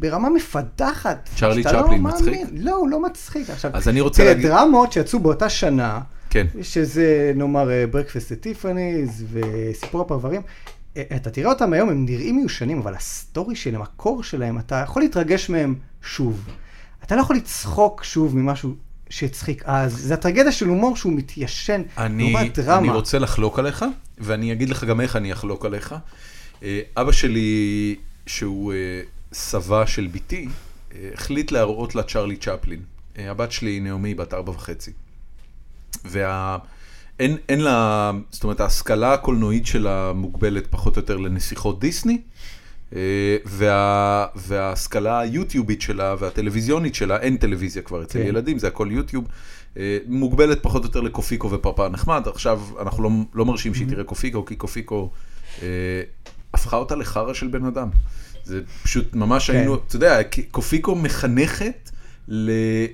Speaker 3: ברמה מפדחת.
Speaker 1: צ'רלי
Speaker 3: שאתה לא
Speaker 1: צ'פלין
Speaker 3: מאמין.
Speaker 1: מצחיק?
Speaker 3: לא, הוא לא מצחיק. עכשיו,
Speaker 1: אז אני רוצה
Speaker 3: תראה,
Speaker 1: להגיד-
Speaker 3: דרמות שיצאו באותה שנה,
Speaker 1: כן.
Speaker 3: שזה נאמר אה, ברקפסט לטיפאניז וסיפור הפרברים, אה, אתה תראה אותם היום, הם נראים מיושנים, אבל הסטורי שלהם, הקור שלהם, אתה יכול להתרגש מהם שוב. אתה לא יכול לצחוק שוב ממשהו שהצחיק אז, זה הטרגדיה של הומור שהוא מתיישן,
Speaker 1: אני,
Speaker 3: לעומת דרמה.
Speaker 1: אני רוצה לחלוק עליך, ואני אגיד לך גם איך אני אחלוק עליך. אה, אבא שלי, שהוא אה, סבה של בתי, אה, החליט להראות לה צ'רלי צ'פלין. אה, הבת שלי היא נעמי, בת ארבע וחצי. וה... אין, אין לה, זאת אומרת, ההשכלה הקולנועית שלה מוגבלת פחות או יותר לנסיכות דיסני, אה, וה, וההשכלה היוטיובית שלה והטלוויזיונית שלה, אין טלוויזיה כבר אצל
Speaker 3: כן.
Speaker 1: ילדים, זה הכל יוטיוב, אה, מוגבלת פחות או יותר לקופיקו ופרפר נחמד, עכשיו אנחנו לא, לא מרשים
Speaker 3: Mm-hmm.
Speaker 1: שהיא תראה קופיקו, כי קופיקו אה, הפכה אותה לחרא של בן אדם. זה פשוט ממש
Speaker 3: כן.
Speaker 1: היינו, אתה יודע, קופיקו מחנכת, ל...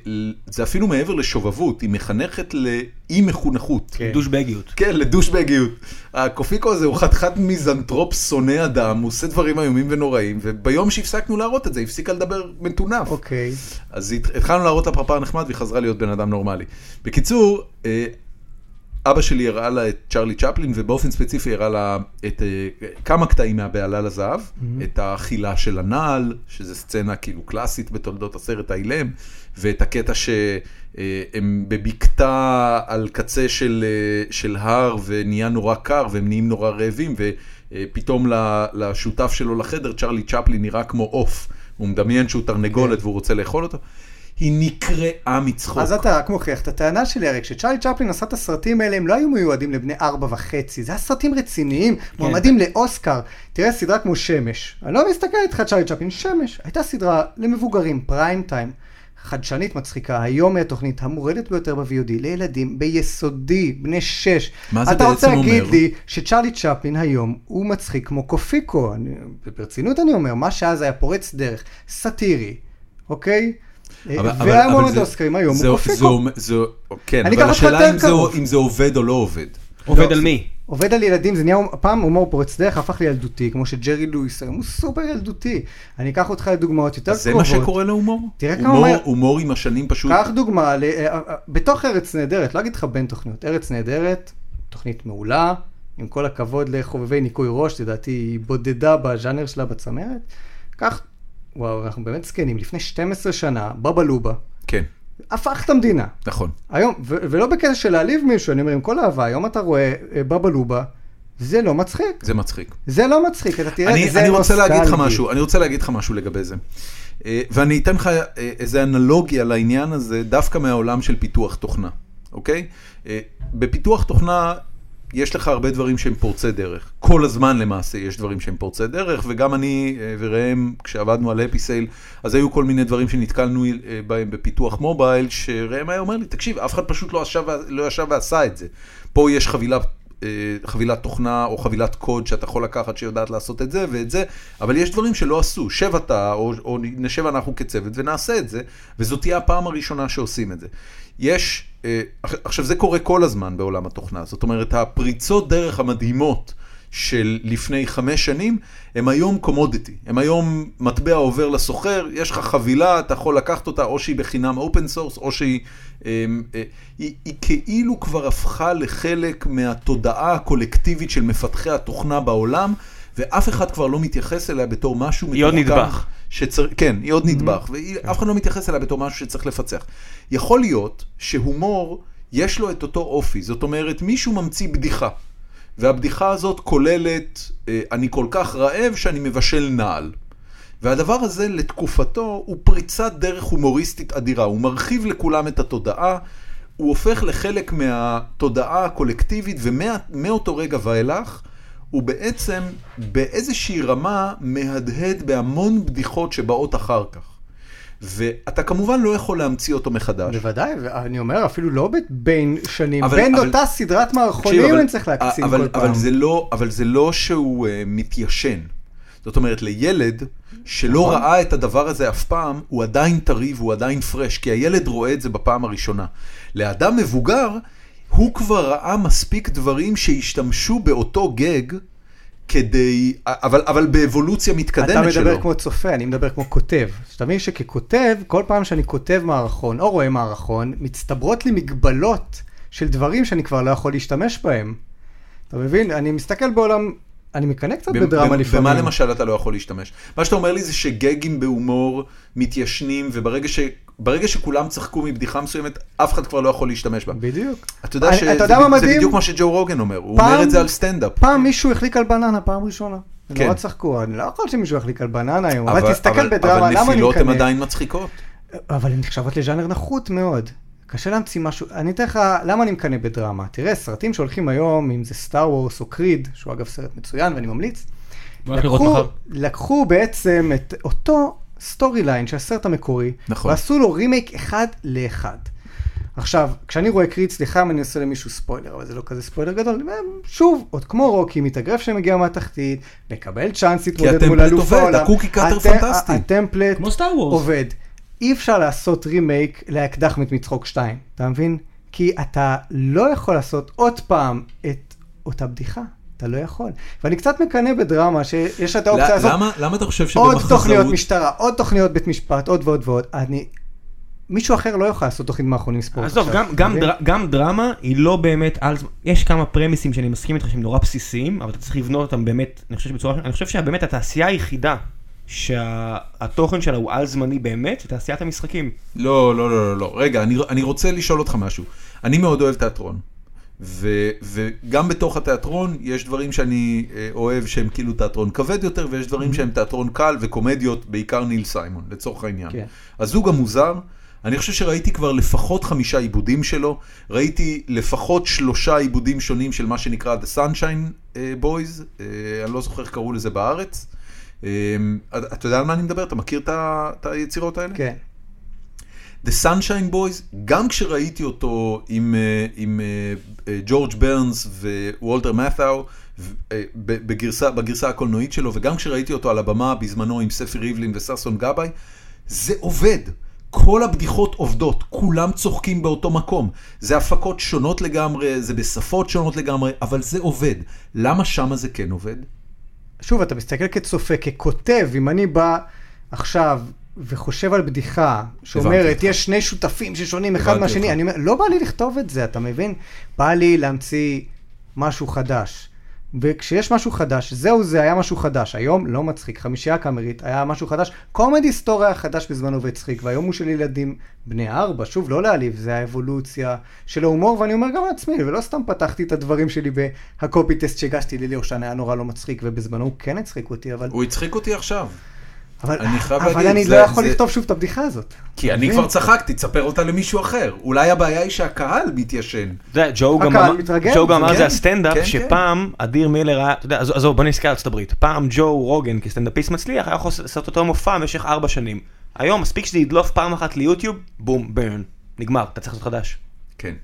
Speaker 1: ל- זה אפילו מעבר לשובבות, היא מחנכת לאי מחונכות.
Speaker 3: כן.
Speaker 4: דושבגיות.
Speaker 1: כן, לדושבגיות. הקופיקו הזה הוא חתיכת מיזנטרופ שונא אדם, הוא עושה דברים איומים ונוראים, וביום שהפסקנו להראות את זה, היא הפסיקה לדבר מטונף.
Speaker 3: אוקיי,
Speaker 1: אז הת- התחלנו להראות לה פרפר נחמד והיא חזרה להיות בן אדם נורמלי. בקיצור, אה, אבא שלי הראה לה את צ'רלי צ'פלין, ובאופן ספציפי הראה לה את אה, כמה קטעים מהבעלה לזהב,
Speaker 3: Mm-hmm.
Speaker 1: את האכילה של הנעל, שזו סצנה כאילו קלאסית בתולדות הסרט האילם, ואת הקטע שהם בבקתה על קצה של, אה, של הר ונהיה נורא קר והם נהיים נורא רעבים, ופתאום ל- לשותף שלו לחדר, צ'רלי צ'פלין נראה כמו עוף. הוא מדמיין שהוא תרנגולת והוא רוצה לאכול אותו. היא נקרעה מצחוק.
Speaker 3: כן. אז אתה רק מוכיח את הטענה שלי, הרי כשצ'רלי צ'פלין עשה את הסרטים האלה, הם לא היו מיועדים לבני ארבע וחצי, זה היה סרטים רציניים,
Speaker 1: כן,
Speaker 3: מועמדים לאוסקר. תראה סדרה כמו שמש, אני לא מסתכל איתך צ'רלי צ'פלין, שמש, הייתה סדרה למבוגרים, פריים טיים, חדשנית מצחיקה, היום היא התוכנית המורדת ביותר ב-VOD לילדים ביסודי, בני שש.
Speaker 1: מה זה
Speaker 3: אתה רוצה
Speaker 1: בעצם
Speaker 3: להגיד
Speaker 1: אומר?
Speaker 3: לי שצ'רלי צ'פלין היום הוא מצחיק כמו קופיקו, אני, ברצינות אני אומר, מה שאז היה פורץ דרך, סאטירי, אוקיי? והיה מועמד
Speaker 1: זה-
Speaker 3: לאוסקרים היום,
Speaker 1: זה-
Speaker 3: הוא קופיקו.
Speaker 1: זה אומר- זה- כן,
Speaker 3: אני
Speaker 1: אבל
Speaker 3: אקח אותך
Speaker 1: השאלה
Speaker 3: יותר
Speaker 1: אם זה-
Speaker 3: קרוב.
Speaker 1: אם זה עובד או לא עובד.
Speaker 4: עובד על מי?
Speaker 3: עובד על ילדים, זה נהיה, פעם הומור פורץ דרך הפך לילדותי, כמו שג'רי לואיס היום הוא סופר ילדותי. אני אקח אותך לדוגמאות יותר
Speaker 1: זה מה
Speaker 3: קרובות.
Speaker 1: שקורה להומור?
Speaker 3: תראה כמה
Speaker 1: הומור-
Speaker 3: מהר-
Speaker 1: הומור עם השנים פשוט...
Speaker 3: קח דוגמה, ל... אה, אה, בתוך ארץ נהדרת, לא אגיד לך בין תוכניות, ארץ נהדרת, תוכנית מעולה, עם כל הכבוד לחובבי ניקוי ראש, לדעתי היא בודדה בז'אנר שלה בצמרת. קח, וואו, אנחנו באמת זקנים, לפני 12 שנה, בבא לובה,
Speaker 1: כן,
Speaker 3: הפך את המדינה.
Speaker 1: נכון.
Speaker 3: היום, ו- ולא בקטע של להעליב מישהו, אני אומר, עם כל אהבה, היום אתה רואה אה, בבא לובה, זה לא מצחיק.
Speaker 1: זה מצחיק.
Speaker 3: זה לא מצחיק, אתה תראה,
Speaker 1: אני,
Speaker 3: זה
Speaker 1: אני רוצה
Speaker 3: נוסטלגי.
Speaker 1: להגיד לך משהו, אני רוצה להגיד לך משהו לגבי זה. אה, ואני אתן לך אה, איזה אנלוגיה לעניין הזה דווקא מהעולם של פיתוח תוכנה, אוקיי? אה, בפיתוח תוכנה יש לך הרבה דברים שהם פורצי דרך. כל הזמן למעשה יש דברים שהם פורצי דרך, וגם אני אה, וראם, כשעבדנו על אפיסייל, אז היו כל מיני דברים שנתקלנו אה, בהם בפיתוח מובייל, שראם היה אומר לי, תקשיב, אף אחד פשוט לא ישב, לא ישב ועשה את זה. פה יש חבילה אה, חבילת תוכנה או חבילת קוד שאתה יכול לקחת שיודעת לעשות את זה ואת זה, אבל יש דברים שלא עשו. שב אתה, או, או נשב אנחנו כצוות ונעשה את זה, וזאת תהיה הפעם הראשונה שעושים את זה. יש, אה, עכ- עכשיו זה קורה כל הזמן בעולם התוכנה, זאת אומרת הפריצות דרך המדהימות של לפני חמש שנים, הם היום קומודיטי, הם היום מטבע עובר לסוחר, יש לך חבילה, אתה יכול לקחת אותה, או שהיא בחינם אופן סורס, או שהיא אמ, אה, היא, היא כאילו כבר הפכה לחלק מהתודעה הקולקטיבית של מפתחי התוכנה בעולם, ואף אחד כבר לא מתייחס אליה בתור משהו
Speaker 4: היא עוד
Speaker 1: מתוחכם
Speaker 4: נדבך. Mm-hmm. כן.
Speaker 1: שצר... כן, היא עוד נדבך, ואף אחד לא מתייחס אליה בתור משהו שצריך לפצח. יכול להיות שהומור, יש לו את אותו אופי, זאת אומרת, מישהו ממציא בדיחה, והבדיחה הזאת כוללת, אה, אני כל כך רעב שאני מבשל נעל. והדבר הזה לתקופתו הוא פריצת דרך הומוריסטית אדירה, הוא מרחיב לכולם את התודעה, הוא הופך לחלק מהתודעה הקולקטיבית, ומאותו רגע ואילך, הוא בעצם באיזושהי רמה מהדהד בהמון בדיחות שבאות אחר כך. ואתה כמובן לא יכול להמציא אותו מחדש.
Speaker 3: בוודאי, ואני אומר, אפילו לא ב- בין שנים,
Speaker 1: אבל-
Speaker 3: בין
Speaker 1: אבל-
Speaker 3: אותה סדרת מערכונים אני צריך להקצין
Speaker 1: אבל,
Speaker 3: כל
Speaker 1: אבל
Speaker 3: פעם.
Speaker 1: זה לא, אבל זה לא שהוא uh, מתיישן. זאת אומרת, לילד שלא
Speaker 3: נכון.
Speaker 1: ראה את הדבר הזה אף פעם, הוא עדיין טרי והוא עדיין פרש, כי הילד רואה את זה בפעם הראשונה. לאדם מבוגר, הוא כבר ראה מספיק דברים שהשתמשו באותו גג כדי, אבל, אבל באבולוציה מתקדמת
Speaker 3: אתה
Speaker 1: שלו.
Speaker 3: מדבר כמו צופה, אני מדבר כמו כותב. שתבין שככותב, כל פעם שאני כותב מערכון או רואה מערכון, מצטברות לי מגבלות של דברים שאני כבר לא יכול להשתמש בהם. אתה מבין? אני מסתכל בעולם, אני מקנא קצת
Speaker 1: במ-
Speaker 3: בדרמה
Speaker 1: במ-
Speaker 3: לפעמים.
Speaker 1: במה למשל אתה לא יכול להשתמש? מה שאתה אומר לי זה שגגים בהומור מתיישנים, וברגע ש... ברגע שכולם צחקו מבדיחה מסוימת, אף אחד כבר לא יכול להשתמש בה.
Speaker 3: בדיוק.
Speaker 1: אתה יודע
Speaker 3: אני-
Speaker 1: שזה
Speaker 3: אתה יודע מה
Speaker 1: זה
Speaker 3: מדהים?
Speaker 1: בדיוק מה שג'ו רוגן אומר, הוא
Speaker 3: פעם-
Speaker 1: אומר את זה על סטנדאפ.
Speaker 3: פעם מישהו החליק על בננה, פעם ראשונה.
Speaker 1: כן.
Speaker 3: כן. נורא צחקו, אני לא יכול שמישהו יחליק על בננה היום,
Speaker 1: אבל-
Speaker 3: אבל תסתכל
Speaker 1: אבל-
Speaker 3: בדרמה,
Speaker 1: אבל
Speaker 3: למה אני
Speaker 1: נפילות הן
Speaker 3: מקנא?
Speaker 1: עדיין מצחיקות.
Speaker 3: אבל הן נחשבות לז'אנר נחות מאוד. קשה להמציא משהו, אני אתן לך, למה אני מקנא בדרמה? תראה, סרטים שהולכים היום, אם זה סטאר וורס או קריד, שהוא אגב סרט מצוין ואני ממליץ,
Speaker 4: בוא נלך לראות
Speaker 3: לקחו-
Speaker 4: מחר.
Speaker 3: לקחו בעצם את אותו סטורי ליין של הסרט המקורי,
Speaker 1: נכון.
Speaker 3: ועשו לו רימייק אחד לאחד. עכשיו, כשאני רואה קריד, סליחה אם אני עושה למישהו ספוילר, אבל זה לא כזה ספוילר גדול, שוב, עוד כמו רוקי, מתאגרף שמגיע מהתחתית, מקבל צ'אנס להתמודד מול
Speaker 1: הטמפלט
Speaker 3: אלוף
Speaker 1: עובד,
Speaker 3: העולם.
Speaker 1: הקוקי קאטר
Speaker 3: הטמ-
Speaker 1: פנטסטי.
Speaker 3: הטמפלט
Speaker 4: כמו סטאר וורס.
Speaker 3: עובד. אי אפשר לעשות רימייק לאקדח מת מצחוק 2, אתה מבין? כי אתה לא יכול לעשות עוד פעם את אותה בדיחה, אתה לא יכול. ואני קצת מקנא בדרמה שיש את האופציה
Speaker 1: ל-
Speaker 3: הזאת,
Speaker 1: למה- למה אתה חושב
Speaker 3: עוד תוכניות
Speaker 1: שבמחזאות...
Speaker 3: משטרה, עוד תוכניות בית משפט, עוד ועוד ועוד. אני... מישהו אחר לא יכול לעשות תוכנית מאחרונים ספורט.
Speaker 4: עזוב,
Speaker 3: עכשיו,
Speaker 4: גם,
Speaker 3: אתה
Speaker 4: גם,
Speaker 3: מבין?
Speaker 4: דר, גם דרמה היא לא באמת על זמן, יש כמה פרמיסים שאני מסכים איתך שהם נורא בסיסיים, אבל אתה צריך לבנות אותם באמת, אני חושב שבצורה, אני חושב שבאמת התעשייה היחידה שהתוכן שלה הוא על זמני באמת, זה תעשיית המשחקים.
Speaker 1: לא, לא, לא, לא, לא. רגע, אני- אני רוצה לשאול אותך משהו. אני מאוד אוהב תיאטרון. ו- וגם בתוך התיאטרון יש דברים שאני אה, אוהב שהם כאילו תיאטרון כבד יותר, ויש דברים שהם תיאטרון קל וקומדיות, בעיקר ניל סיימון, לצורך העניין.
Speaker 3: כן.
Speaker 1: הזוג המוזר, אני חושב שראיתי כבר לפחות חמישה עיבודים שלו, ראיתי לפחות שלושה עיבודים שונים של מה שנקרא The Sunshine אה, Boys, אה, אני לא זוכר איך קראו לזה בארץ. אה, אתה אתה יודע על מה אני מדבר? אתה מכיר את ה- את היצירות האלה?
Speaker 3: כן.
Speaker 1: The Sunshine Boys, גם כשראיתי אותו עם, אה, עם אה, אה, ג'ורג' ברנס ווולטר מת'או, ו- אה, ב- בגרסה, בגרסה הקולנועית שלו, וגם כשראיתי אותו על הבמה בזמנו עם ספי ריבלין וששון גבאי, זה עובד. כל הבדיחות עובדות, כולם צוחקים באותו מקום. זה הפקות שונות לגמרי, זה בשפות שונות לגמרי, אבל זה עובד. למה שמה זה כן עובד?
Speaker 3: שוב, אתה מסתכל כצופה, ככותב, אם אני בא עכשיו וחושב על בדיחה
Speaker 1: הבנתי
Speaker 3: שאומרת,
Speaker 1: אותך.
Speaker 3: יש שני שותפים ששונים אחד
Speaker 1: הבנתי
Speaker 3: מהשני,
Speaker 1: אותך.
Speaker 3: אני אומר, לא בא לי לכתוב את זה, אתה מבין? בא לי להמציא משהו חדש. וכשיש משהו חדש, זהו זה, היה משהו חדש. היום לא מצחיק, חמישייה קאמרית, היה משהו חדש. קומדי היסטוריה היה חדש בזמנו והצחיק, והיום הוא של ילדים בני ארבע, שוב, לא להעליב, זה האבולוציה של ההומור, ואני אומר גם לעצמי, ולא סתם פתחתי את הדברים שלי בהקופי טסט שהגשתי לליאור שנה, היה נורא לא מצחיק, ובזמנו הוא כן הצחיק אותי, אבל...
Speaker 1: הוא הצחיק אותי עכשיו.
Speaker 3: אבל
Speaker 1: אני חייב
Speaker 3: אבל
Speaker 1: להגיד,
Speaker 3: אני
Speaker 1: זה-
Speaker 3: לא יכול
Speaker 1: זה-
Speaker 3: לכתוב שוב את הבדיחה הזאת.
Speaker 1: כי אני
Speaker 3: מבין?
Speaker 1: כבר צחקתי, תספר אותה למישהו אחר. אולי הבעיה היא שהקהל מתיישן.
Speaker 4: אתה יודע, ג'ו גם
Speaker 3: הקהל
Speaker 4: אמר-
Speaker 3: מתרגל,
Speaker 4: ג'ו גם אמר
Speaker 1: כן,
Speaker 4: את זה על סטנדאפ,
Speaker 1: כן,
Speaker 4: שפעם אדיר מילר היה, אתה יודע, עזוב, עזוב, בוא נזכר על ארצות הברית, פעם ג'ו רוגן כסטנדאפיסט מצליח היה יכול לעשות אותו מופע במשך ארבע שנים. היום מספיק שזה ידלוף פעם אחת ליוטיוב, בום, ברן, נגמר, אתה צריך לעשות חדש.
Speaker 1: כן.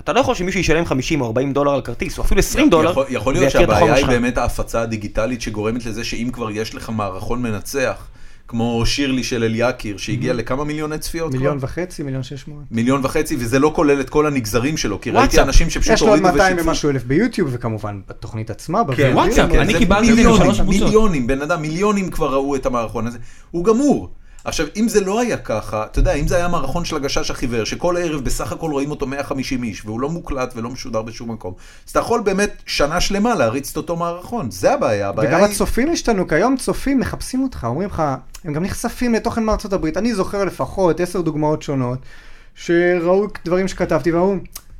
Speaker 4: אתה לא יכול שמישהו ישלם 50 או 40 דולר על כרטיס, או אפילו 20 דולר,
Speaker 1: יכול, יכול
Speaker 4: זה
Speaker 1: להיות
Speaker 4: יכיר את החומר
Speaker 1: שהבעיה היא
Speaker 4: שלך.
Speaker 1: באמת ההפצה הדיגיטלית שגורמת לזה שאם כבר יש לך מערכון מנצח, כמו שירלי של אליאקיר, שהגיע לכמה מיליוני צפיות?
Speaker 3: Mm-hmm. מיליון
Speaker 1: כבר?
Speaker 3: וחצי, מיליון שש מאות.
Speaker 1: מיליון וחצי, וזה לא כולל את כל הנגזרים שלו, כי ראיתי
Speaker 4: וואטסאפ.
Speaker 1: אנשים שפשוט
Speaker 3: יש לו עוד
Speaker 1: הורידו
Speaker 3: 200 ומשהו אלף ביוטיוב, וכמובן בתוכנית עצמה, בווידאו.
Speaker 4: וואטסאפ,
Speaker 1: כן,
Speaker 4: אני
Speaker 1: זה
Speaker 4: קיבלתי את זה
Speaker 1: מיליונים,
Speaker 4: משלוש קבוצות.
Speaker 1: מיליונים, בן אדם, מיליונים כבר ראו את המערכון הזה. הוא גמור. עכשיו, אם זה לא היה ככה, אתה יודע, אם זה היה מערכון של הגשש החיוור, שכל ערב בסך הכל רואים אותו 150 איש, והוא לא מוקלט ולא משודר בשום מקום, אז אתה יכול באמת שנה שלמה להריץ את אותו מערכון, זה הבעיה. הבעיה
Speaker 3: וגם
Speaker 1: היא-
Speaker 3: הצופים השתנו, כי היום צופים מחפשים אותך, אומרים לך, הם גם נחשפים לתוכן מארצות הברית. אני זוכר לפחות עשר דוגמאות שונות, שראו דברים שכתבתי ואמרו,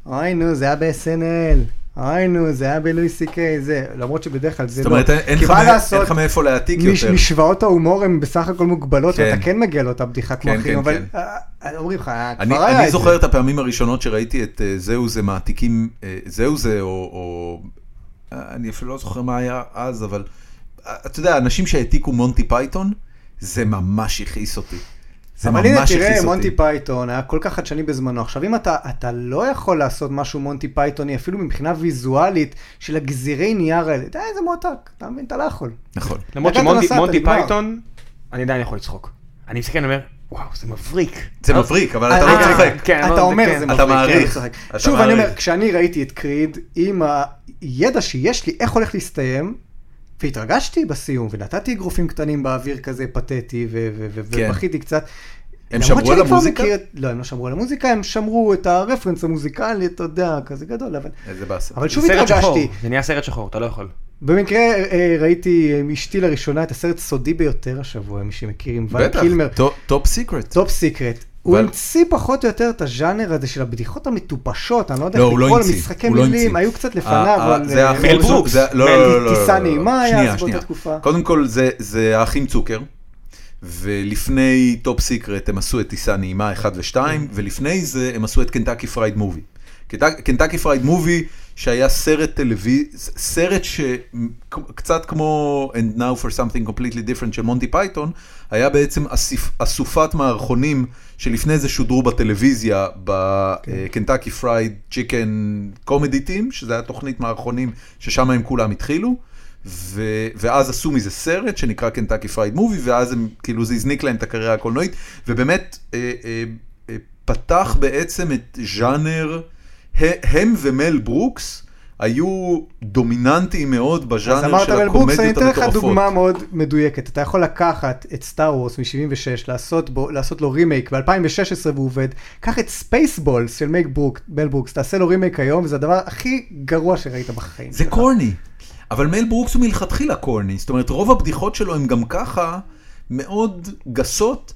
Speaker 3: אוי נו, זה היה ב-SNL, אוי נו, זה היה בלואי סי קיי, זה, למרות שבדרך כלל זה לא.
Speaker 1: זאת אומרת, אין- אין
Speaker 3: כי
Speaker 1: לך
Speaker 3: מה
Speaker 1: מא-
Speaker 3: לעשות,
Speaker 1: אין לך מאיפה להעתיק
Speaker 3: מש-
Speaker 1: יותר.
Speaker 3: משוואות ההומור הן בסך הכל מוגבלות,
Speaker 1: כן.
Speaker 3: ואתה כן מגיע לאותה בדיחה כמו
Speaker 1: כן,
Speaker 3: אחים,
Speaker 1: כן,
Speaker 3: אבל
Speaker 1: כן.
Speaker 3: אה, אה, אומרים לך, "אה,
Speaker 1: אני,
Speaker 3: כבר היה
Speaker 1: אני
Speaker 3: את זה.
Speaker 1: זוכר את הפעמים הראשונות שראיתי את אה, זהו זה מעתיקים, אה, זהו זה, או, או... אה, אני אפילו לא זוכר מה היה אז, אבל... אה, אתה יודע, אנשים שהעתיקו מונטי פייתון, זה ממש הכעיס אותי. זה
Speaker 3: אבל הנה,
Speaker 1: ממש
Speaker 3: תראה,
Speaker 1: הכעיס אותי.
Speaker 3: מונטי פייתון היה כל כך חדשני בזמנו. עכשיו, אם אתה, אתה לא יכול לעשות משהו מונטי פייתוני, אפילו מבחינה ויזואלית, של הגזירי נייר האלה, די, זה מועתק, אתה מבין? אתה לא יכול.
Speaker 1: נכון.
Speaker 2: למרות
Speaker 3: נגעת,
Speaker 2: שמונטי
Speaker 3: נסעת,
Speaker 2: מונטי
Speaker 3: נגמר.
Speaker 2: פייתון, אני עדיין יכול לצחוק. אני מסתכל ואומר, וואו, זה מבריק.
Speaker 1: זה מבריק, אבל אתה
Speaker 3: אה,
Speaker 1: לא צוחק.
Speaker 2: כן,
Speaker 3: אתה
Speaker 2: אבל-
Speaker 3: אומר,
Speaker 2: כן.
Speaker 3: זה
Speaker 1: אתה
Speaker 3: מבריק,
Speaker 1: מעריך,
Speaker 3: כן, לא צוחק.
Speaker 1: אתה
Speaker 3: שוב, אני אומר,
Speaker 1: מעריך.
Speaker 3: כשאני ראיתי את קריד, עם הידע שיש לי, איך הולך להסתיים, והתרגשתי בסיום, ונתתי אגרופים קטנים באוויר כזה פתטי, ו- ו- ו-
Speaker 1: כן.
Speaker 3: ובכיתי קצת.
Speaker 1: הם
Speaker 3: למרות
Speaker 1: שמרו
Speaker 3: שאני
Speaker 1: על
Speaker 3: כבר
Speaker 1: המוזיקה?
Speaker 3: מכיר את- לא, הם לא שמרו על המוזיקה, הם שמרו את הרפרנס המוזיקלי, אתה יודע, כזה גדול, אבל...
Speaker 1: איזה באסה.
Speaker 3: אבל
Speaker 2: זה
Speaker 3: שוב
Speaker 2: סרט שחור,
Speaker 3: התרגשתי.
Speaker 2: זה נהיה סרט שחור, אתה לא יכול.
Speaker 3: במקרה אה, ראיתי אה, עם אשתי לראשונה את הסרט סודי ביותר השבוע, מי שמכיר, עם ון
Speaker 1: בטח,
Speaker 3: קילמר,
Speaker 1: טופ סיקרט.
Speaker 3: טופ סיקרט. הוא
Speaker 1: ול-
Speaker 3: המציא פחות או יותר את הז'אנר הזה של הבדיחות המטופשות, אני לא יודע
Speaker 1: לא,
Speaker 3: איך
Speaker 1: הוא לא
Speaker 3: לקרוא לו,
Speaker 1: המציא,
Speaker 3: משחקי
Speaker 1: הוא לא
Speaker 3: מילים,
Speaker 1: המציא.
Speaker 3: היו קצת
Speaker 1: ה-
Speaker 3: לפניו,
Speaker 1: ה-
Speaker 3: אבל...
Speaker 1: זה
Speaker 3: אה,
Speaker 1: האחים
Speaker 2: מל
Speaker 1: צוק-
Speaker 2: ברוקס.
Speaker 1: זה- לא,
Speaker 2: מל-
Speaker 1: לא, לא, לא,
Speaker 3: טיסה
Speaker 1: לא, לא.
Speaker 3: נעימה היה
Speaker 1: שנייה,
Speaker 3: אז באותה
Speaker 1: שנייה.
Speaker 3: תקופה.
Speaker 1: קודם כל זה- זה האחים צוקר, ולפני טופ סיקרט הם עשו את טיסה נעימה 1 ו-2, ולפני זה הם עשו את קנטקי פרייד מובי. קנטקי פרייד מובי שהיה סרט טלוויזיה, סרט שקצת כמו And Now for Something Completely Different של מונטי פייתון, היה בעצם אסיף- אסופת מערכונים שלפני זה שודרו בטלוויזיה אה, בקנטקי פרייד צ'יקן קומדי טים, שזה היה תוכנית מערכונים ששם הם כולם התחילו. ו- ואז עשו מזה סרט שנקרא קנטקי פרייד מובי, ואז הם, כאילו זה הזניק להם את הקריירה הקולנועית, ובאמת אה, אה, אה, פתח בעצם את ז'אנר, ה- הם ומל ברוקס היו דומיננטיים מאוד
Speaker 3: אז
Speaker 1: בז'אנר
Speaker 3: אמרת
Speaker 1: של
Speaker 3: מל ברוקס, אני
Speaker 1: הקומדיות
Speaker 3: אתן לך
Speaker 1: המטורפות.
Speaker 3: דוגמה מאוד מדויקת. אתה יכול לקחת את סטאר וורס מ-76, לעשות, בו- לעשות לו רימייק ב-2016 והוא עובד, קח את ספייסבולס של מייק ברוק, מל ברוקס, תעשה לו רימייק היום, וזה הדבר הכי גרוע שראית בחיים.
Speaker 1: זה
Speaker 3: שלך.
Speaker 1: קורני, אבל מל ברוקס הוא מלכתחילה קורני, זאת אומרת רוב הבדיחות שלו הם גם ככה מאוד גסות,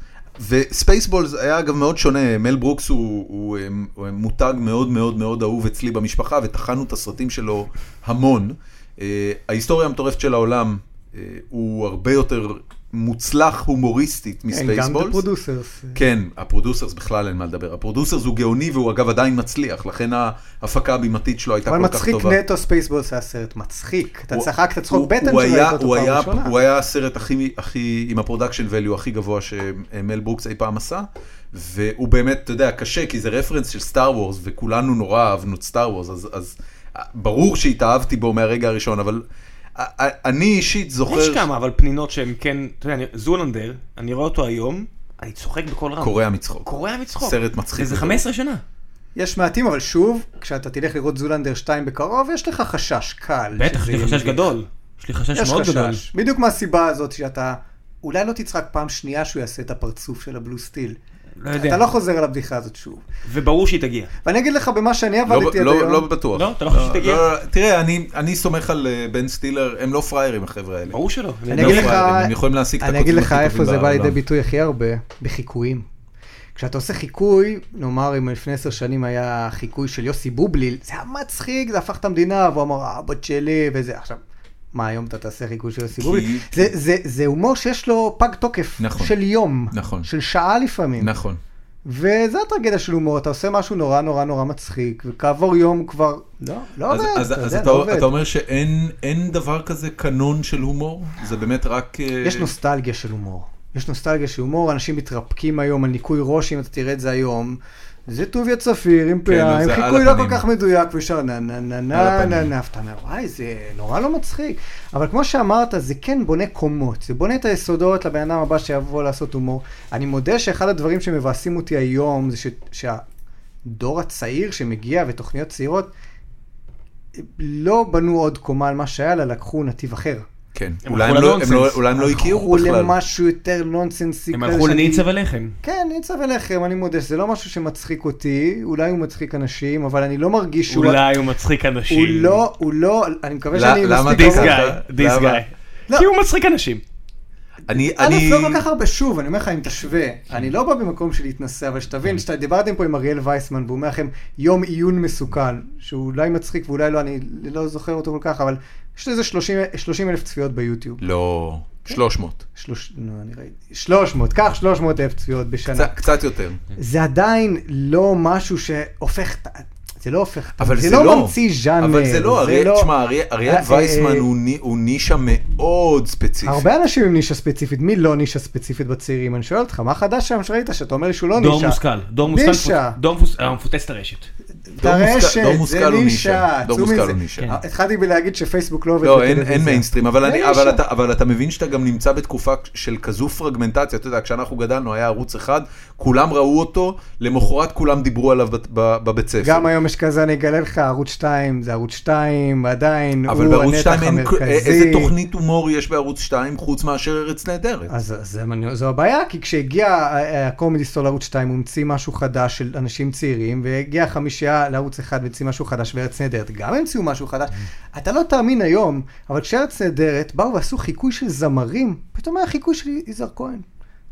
Speaker 1: וספייסבולס היה אגב מאוד שונה, מל ברוקס הוא, הוא, אה, הוא מותג מאוד מאוד מאוד אהוב אצלי במשפחה, וטחנו את הסרטים שלו המון. אה, ההיסטוריה המטורפת של העולם אה, הוא הרבה יותר מוצלח הומוריסטית
Speaker 3: כן, גם את
Speaker 1: מספייסבולס.
Speaker 3: הפרודוסרס.
Speaker 1: כן, הפרודוסרס בכלל אין מה לדבר. הפרודוסרס הוא גאוני והוא אגב עדיין מצליח, לכן ההפקה הבימתית שלו הייתה כל
Speaker 3: אבל
Speaker 1: כך טובה.
Speaker 3: מצחיק נטו ספייסבולס היה סרט מצחיק. אתה צחקת צחוק
Speaker 1: הוא-
Speaker 3: בטן
Speaker 1: הוא
Speaker 3: שראית
Speaker 1: היה-
Speaker 3: אותו
Speaker 1: הוא
Speaker 3: פעם
Speaker 1: היה-
Speaker 3: ראשונה.
Speaker 1: הוא היה הסרט הכי, הכי, עם הפרודקשן value הכי גבוה שמל ברוקס אי פעם עשה, והוא באמת, אתה יודע, קשה, כי זה רפרנס של סטאר וורס, וכולנו נורא אהבנו את סטאר וורס, אז, אז אה, ברור שהתאהבתי בו מהרגע הראשון, אבל א- א- אני אישית זוכר...
Speaker 2: יש כמה, אבל פנינות שהן כן, אתה יודע, אני- זולנדר, אני רואה אותו היום, אני צוחק בקול רם.
Speaker 1: קורע מצחוק.
Speaker 2: קורע מצחוק.
Speaker 1: סרט מצחיק.
Speaker 4: וזה 15 שנה.
Speaker 3: יש מעטים, אבל שוב, כשאתה תלך לראות זולנדר 2 בקרוב, יש לך חשש קל.
Speaker 4: בטח, יש
Speaker 3: שזה
Speaker 4: לי
Speaker 3: יהיה
Speaker 4: חשש
Speaker 3: מביך.
Speaker 4: גדול. יש לי חשש
Speaker 3: יש
Speaker 4: מאוד גדול.
Speaker 3: חשש. בדיוק מהסיבה הזאת שאתה, אולי לא תצחק פעם שנייה שהוא יעשה את הפרצוף של הבלו סטיל.
Speaker 4: לא
Speaker 3: אתה
Speaker 4: יודע.
Speaker 3: לא חוזר על הבדיחה הזאת שוב.
Speaker 4: וברור שהיא תגיע.
Speaker 3: ואני אגיד לך במה שאני
Speaker 1: לא,
Speaker 3: עבדתי עד
Speaker 1: לא, לא
Speaker 3: היום.
Speaker 1: בטוח.
Speaker 4: לא, אתה לא חושב שתגיע?
Speaker 1: לא, לא, תראה, אני, אני סומך על אה, בן סטילר, הם לא פראיירים החבר'ה האלה.
Speaker 2: ברור שלא.
Speaker 3: אני אגיד
Speaker 1: לא
Speaker 3: לך-
Speaker 1: פראיירים, הם יכולים להשיג את
Speaker 3: אני
Speaker 1: הכותבים
Speaker 3: אגיד לך
Speaker 1: הכי
Speaker 3: איפה
Speaker 1: טובים
Speaker 3: זה בא
Speaker 1: בעולם.
Speaker 3: לידי ביטוי הכי הרבה, בחיקויים. כשאתה עושה חיקוי, נאמר אם לפני עשר שנים היה חיקוי של יוסי בובליל, זה היה מצחיק, זה הפך את המדינה, והוא אמר, "אה, הבת שלי, וזה, עכשיו, מה היום אתה תעשה חיקוי של יוסי
Speaker 1: כי-
Speaker 3: בובליל? זה- זה- זה הומור שיש לו פג תוקף,
Speaker 1: נכון.
Speaker 3: של יום,
Speaker 1: נכון.
Speaker 3: של שעה לפעמים.
Speaker 1: נכון.
Speaker 3: וזה הטרגדיה של הומור, אתה עושה משהו נורא נורא נורא מצחיק, וכעבור יום כבר, לא, לא
Speaker 1: אז,
Speaker 3: עובד,
Speaker 1: אז,
Speaker 3: אתה
Speaker 1: אז
Speaker 3: יודע,
Speaker 1: אתה,
Speaker 3: לא עובד.
Speaker 1: אתה אומר שאין אין דבר כזה קנון של הומור? זה באמת רק... אה,
Speaker 3: יש נוסטלגיה של הומור. יש נוסטלגיה של הומור, אנשים מתרפקים היום על ניקוי ראש, אם אתה תראה את זה היום. זה טוביה צפיר עם
Speaker 1: כן,
Speaker 3: פאה,
Speaker 1: זה
Speaker 3: עם
Speaker 1: על
Speaker 3: חיקוי לא כל
Speaker 1: הפנים.
Speaker 3: כך מדויק, וישר נה נה נה נה נה
Speaker 1: הפנים.
Speaker 3: נה, ואתה אומר, וואי, זה נורא לא מצחיק. אבל כמו שאמרת, זה כן בונה קומות, זה בונה את היסודות לבן אדם הבא שיבוא לעשות הומור. אני מודה שאחד הדברים שמבאסים אותי היום, זה ש- שהדור הצעיר שמגיע ותוכניות צעירות, לא בנו עוד קומה על מה שהיה, אלא לקחו נתיב אחר.
Speaker 1: כן. אולי הם לא- הם לא- אולי הם לא הכירו
Speaker 3: הלכו
Speaker 1: בכלל.
Speaker 3: למשהו יותר נונסנסי.
Speaker 4: הם
Speaker 3: כזה
Speaker 4: הלכו
Speaker 3: שאני-
Speaker 4: לניצה ולחם.
Speaker 3: כן, ניצה ולחם, אני מודה שזה לא משהו שמצחיק אותי, אולי הוא מצחיק אנשים, אבל אני לא מרגיש שהוא...
Speaker 2: אולי הוא מצחיק אנשים.
Speaker 3: הוא לא, הוא לא, אני מקווה שאני
Speaker 1: למה
Speaker 4: אה,
Speaker 3: מספיק...
Speaker 1: אתה
Speaker 2: This
Speaker 3: ארוך.
Speaker 1: ככה?
Speaker 2: guy, this
Speaker 1: למה?
Speaker 3: לא.
Speaker 2: guy. כי הוא מצחיק אנשים.
Speaker 1: אני,
Speaker 3: א',
Speaker 1: אני...
Speaker 3: לא כל כך הרבה, שוב, אני אומר לך, אם תשווה, אני לא בא במקום של להתנסה, אבל שתבין, שאתה דיברתם פה עם אריאל וייסמן, והוא אומר לכם, יום עיון מסוכן, שהוא אולי מצחיק ואולי לא, אני לא זוכר אותו כל כך, אבל יש לזה 30 אלף צפיות ביוטיוב.
Speaker 1: לא,
Speaker 3: כן.
Speaker 1: 300.
Speaker 3: שלוש... נו, אני ראיתי. 300, קח 300 אלף צפיות בשנה.
Speaker 1: קצת- קצת יותר.
Speaker 3: זה עדיין לא משהו שהופך... את ה- זה לא הופך... את ה-
Speaker 1: אבל זה,
Speaker 3: לא ממציא ז'אנר.
Speaker 1: אבל זה לא, אריה,
Speaker 3: לא-
Speaker 1: תשמע, אריה- אריאל
Speaker 3: אה,
Speaker 1: וייסמן
Speaker 3: אה,
Speaker 1: הוא ני- הוא נישה מאוד ספציפית.
Speaker 3: הרבה אנשים עם נישה ספציפית, מי לא נישה ספציפית בצעירים? אני שואל אותך, מה חדש שם שראית שאתה אומר לי שהוא לא
Speaker 4: דור
Speaker 3: נישה?
Speaker 4: מושכל, דור מושכל,
Speaker 3: נישה.
Speaker 4: דור מפוס- אה, הוא מפוצץ את הרשת.
Speaker 1: דור מושכל-
Speaker 3: טרשת,
Speaker 1: דור מושכל
Speaker 3: זה
Speaker 1: הוא
Speaker 3: נישה,
Speaker 1: דור
Speaker 3: צאו
Speaker 1: מושכל
Speaker 3: מזה.
Speaker 1: הוא נישה.
Speaker 4: כן.
Speaker 3: התחלתי בלהגיד שפייסבוק לא עובד
Speaker 1: לא, אין, אין מיינסטרים, אבל,
Speaker 3: אין
Speaker 1: אני,
Speaker 3: אישה.
Speaker 1: אבל, אתה, אבל אתה מבין שאתה גם נמצא בתקופה של כזו פרגמנטציה, אתה יודע, כשאנחנו גדלנו היה ערוץ אחד, כולם ראו אותו, למחרת כולם דיברו עליו בת- ב- בבית ספר.
Speaker 3: גם היום יש כזה, אני אגלה לך, ערוץ 2 זה ערוץ 2, עדיין
Speaker 1: אבל
Speaker 3: הוא
Speaker 1: בערוץ
Speaker 3: הנתח
Speaker 1: 2 אין, כ- אה,
Speaker 3: המרכזי.
Speaker 1: איזה תוכנית הומור יש בערוץ 2 חוץ מאשר ארץ נהדרת?
Speaker 3: אז אז אני- זו הבעיה, כי כשהגיע אה, הקומדי סטור לערוץ 2, הוא המציא משהו חדש של אנשים צעירים, והגיע החמישייה לערוץ 1 והמציא משהו חדש, וארץ נהדרת גם המציאו משהו חדש. אתה לא תאמין היום, אבל כשארץ נהדרת באו ועשו חיקוי של זמרים, פתאום היה חיקוי של יזהר כהן.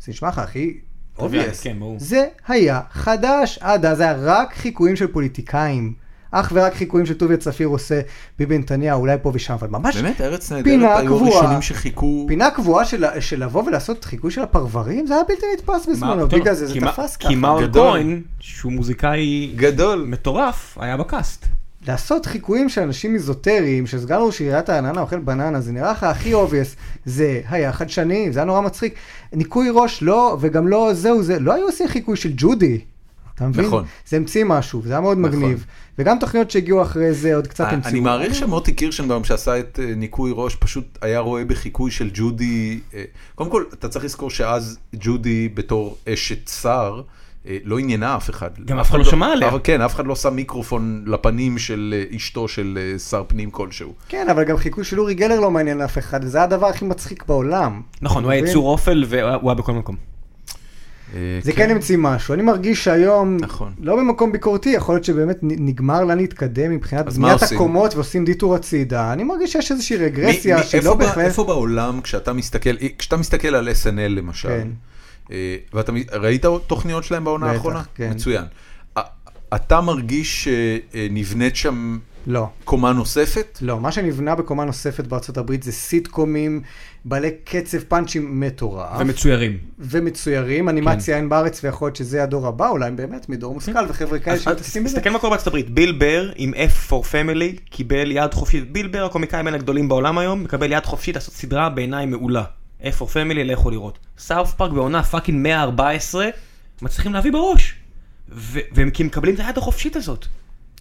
Speaker 3: זה נשמע לך הכי obvious.
Speaker 4: כן, ברור.
Speaker 3: זה היה חדש, עד אז היה רק חיקויים של פוליטיקאים. אך ורק חיקויים שטוביה צפיר עושה, ביבי נתניהו, אולי פה ושם, אבל ממש
Speaker 1: באמת, ארץ
Speaker 3: פינה
Speaker 1: נהדרת היו
Speaker 3: קבועה.
Speaker 1: הראשונים שחיכו...
Speaker 3: פינה קבועה של, של לבוא ולעשות חיקוי של הפרברים, זה היה בלתי נתפס בזמנו,
Speaker 4: מה-
Speaker 3: בגלל זה זה
Speaker 4: כי מה-
Speaker 3: תפס ככה.
Speaker 4: כי מאור
Speaker 1: גדול.
Speaker 4: כהן, שהוא מוזיקאי
Speaker 1: גדול.
Speaker 4: מטורף, היה בקאסט.
Speaker 3: לעשות חיקויים של אנשים איזוטריים, שסגן ראש עיריית העננה אוכל בננה, זה נראה לך הכי אובייס, זה היה חדשני, זה היה נורא מצחיק. ניקוי ראש לא, וגם לא זהו זה, לא היו עושים חיקוי של ג'ודי. אתה מבין?
Speaker 1: נכון.
Speaker 3: זה המציא משהו, זה היה מאוד
Speaker 1: נכון.
Speaker 3: מגניב. וגם תוכניות שהגיעו אחרי זה עוד
Speaker 4: אה,
Speaker 3: קצת המציאו.
Speaker 1: אני מעריך שמוטי קירשנבאום שעשה את אה, ניקוי ראש פשוט היה רואה בחיקוי של ג'ודי, אה, קודם כל אתה צריך לזכור שאז ג'ודי בתור אשת שר אה, לא עניינה אף אחד.
Speaker 4: גם אף אחד לא שמע עליה.
Speaker 1: אבל כן, אף אחד לא שם מיקרופון לפנים של אה, אשתו של אה, שר פנים כלשהו.
Speaker 3: כן, אבל גם חיקוי של אורי גלר לא מעניין אף אחד, וזה הדבר הכי מצחיק בעולם.
Speaker 4: נכון, הוא היה
Speaker 3: מבין?
Speaker 4: יצור אופל והוא היה בכל מקום.
Speaker 1: אה,
Speaker 3: זה כן המציא משהו. אני מרגיש שהיום,
Speaker 1: נכון.
Speaker 3: לא במקום ביקורתי, יכול להיות שבאמת נ- נגמר לה להתקדם מבחינת
Speaker 1: אז מה
Speaker 3: בניית
Speaker 1: עושים?
Speaker 3: הקומות ועושים דיטור הצידה. אני מרגיש שיש איזושהי
Speaker 1: מי-
Speaker 3: רגרסיה
Speaker 1: מי-
Speaker 3: שלא
Speaker 1: איפה ב-
Speaker 3: בהחלט...
Speaker 1: איפה בעולם כשאתה מסתכל, כשאתה מסתכל על SNL למשל,
Speaker 3: כן.
Speaker 1: אה, ואתה מ- ראית תוכניות שלהם בעונה
Speaker 3: בטח,
Speaker 1: האחרונה?
Speaker 3: כן.
Speaker 1: מצוין. א- אתה מרגיש שנבנית שם
Speaker 3: לא.
Speaker 1: קומה נוספת?
Speaker 3: לא, מה שנבנה בקומה נוספת בארצות הברית זה סיטקומים בעלי קצב פאנצ'ים מטורף
Speaker 4: ומצוירים.
Speaker 3: ומצוירים, אנימציה
Speaker 1: כן.
Speaker 3: אין בארץ ויכול להיות שזה הדור הבא, אולי הם באמת מדור מושכל וחבר'ה כאלה
Speaker 4: אז- אז
Speaker 3: שמתעסקים בזה.
Speaker 4: תסתכל מה קורה בארצות הברית, ביל בר עם F for Family קיבל יד חופשית, ביל בר הקומיקאי בין הגדולים בעולם היום, מקבל יד חופשית לעשות סדרה בעיניי מעולה. F for Family לכו לראות. סאוף פארק בעונה פאקינג 114, מצליחים להביא בראש. ו- והם כי מקבלים את היד החופשית הזאת.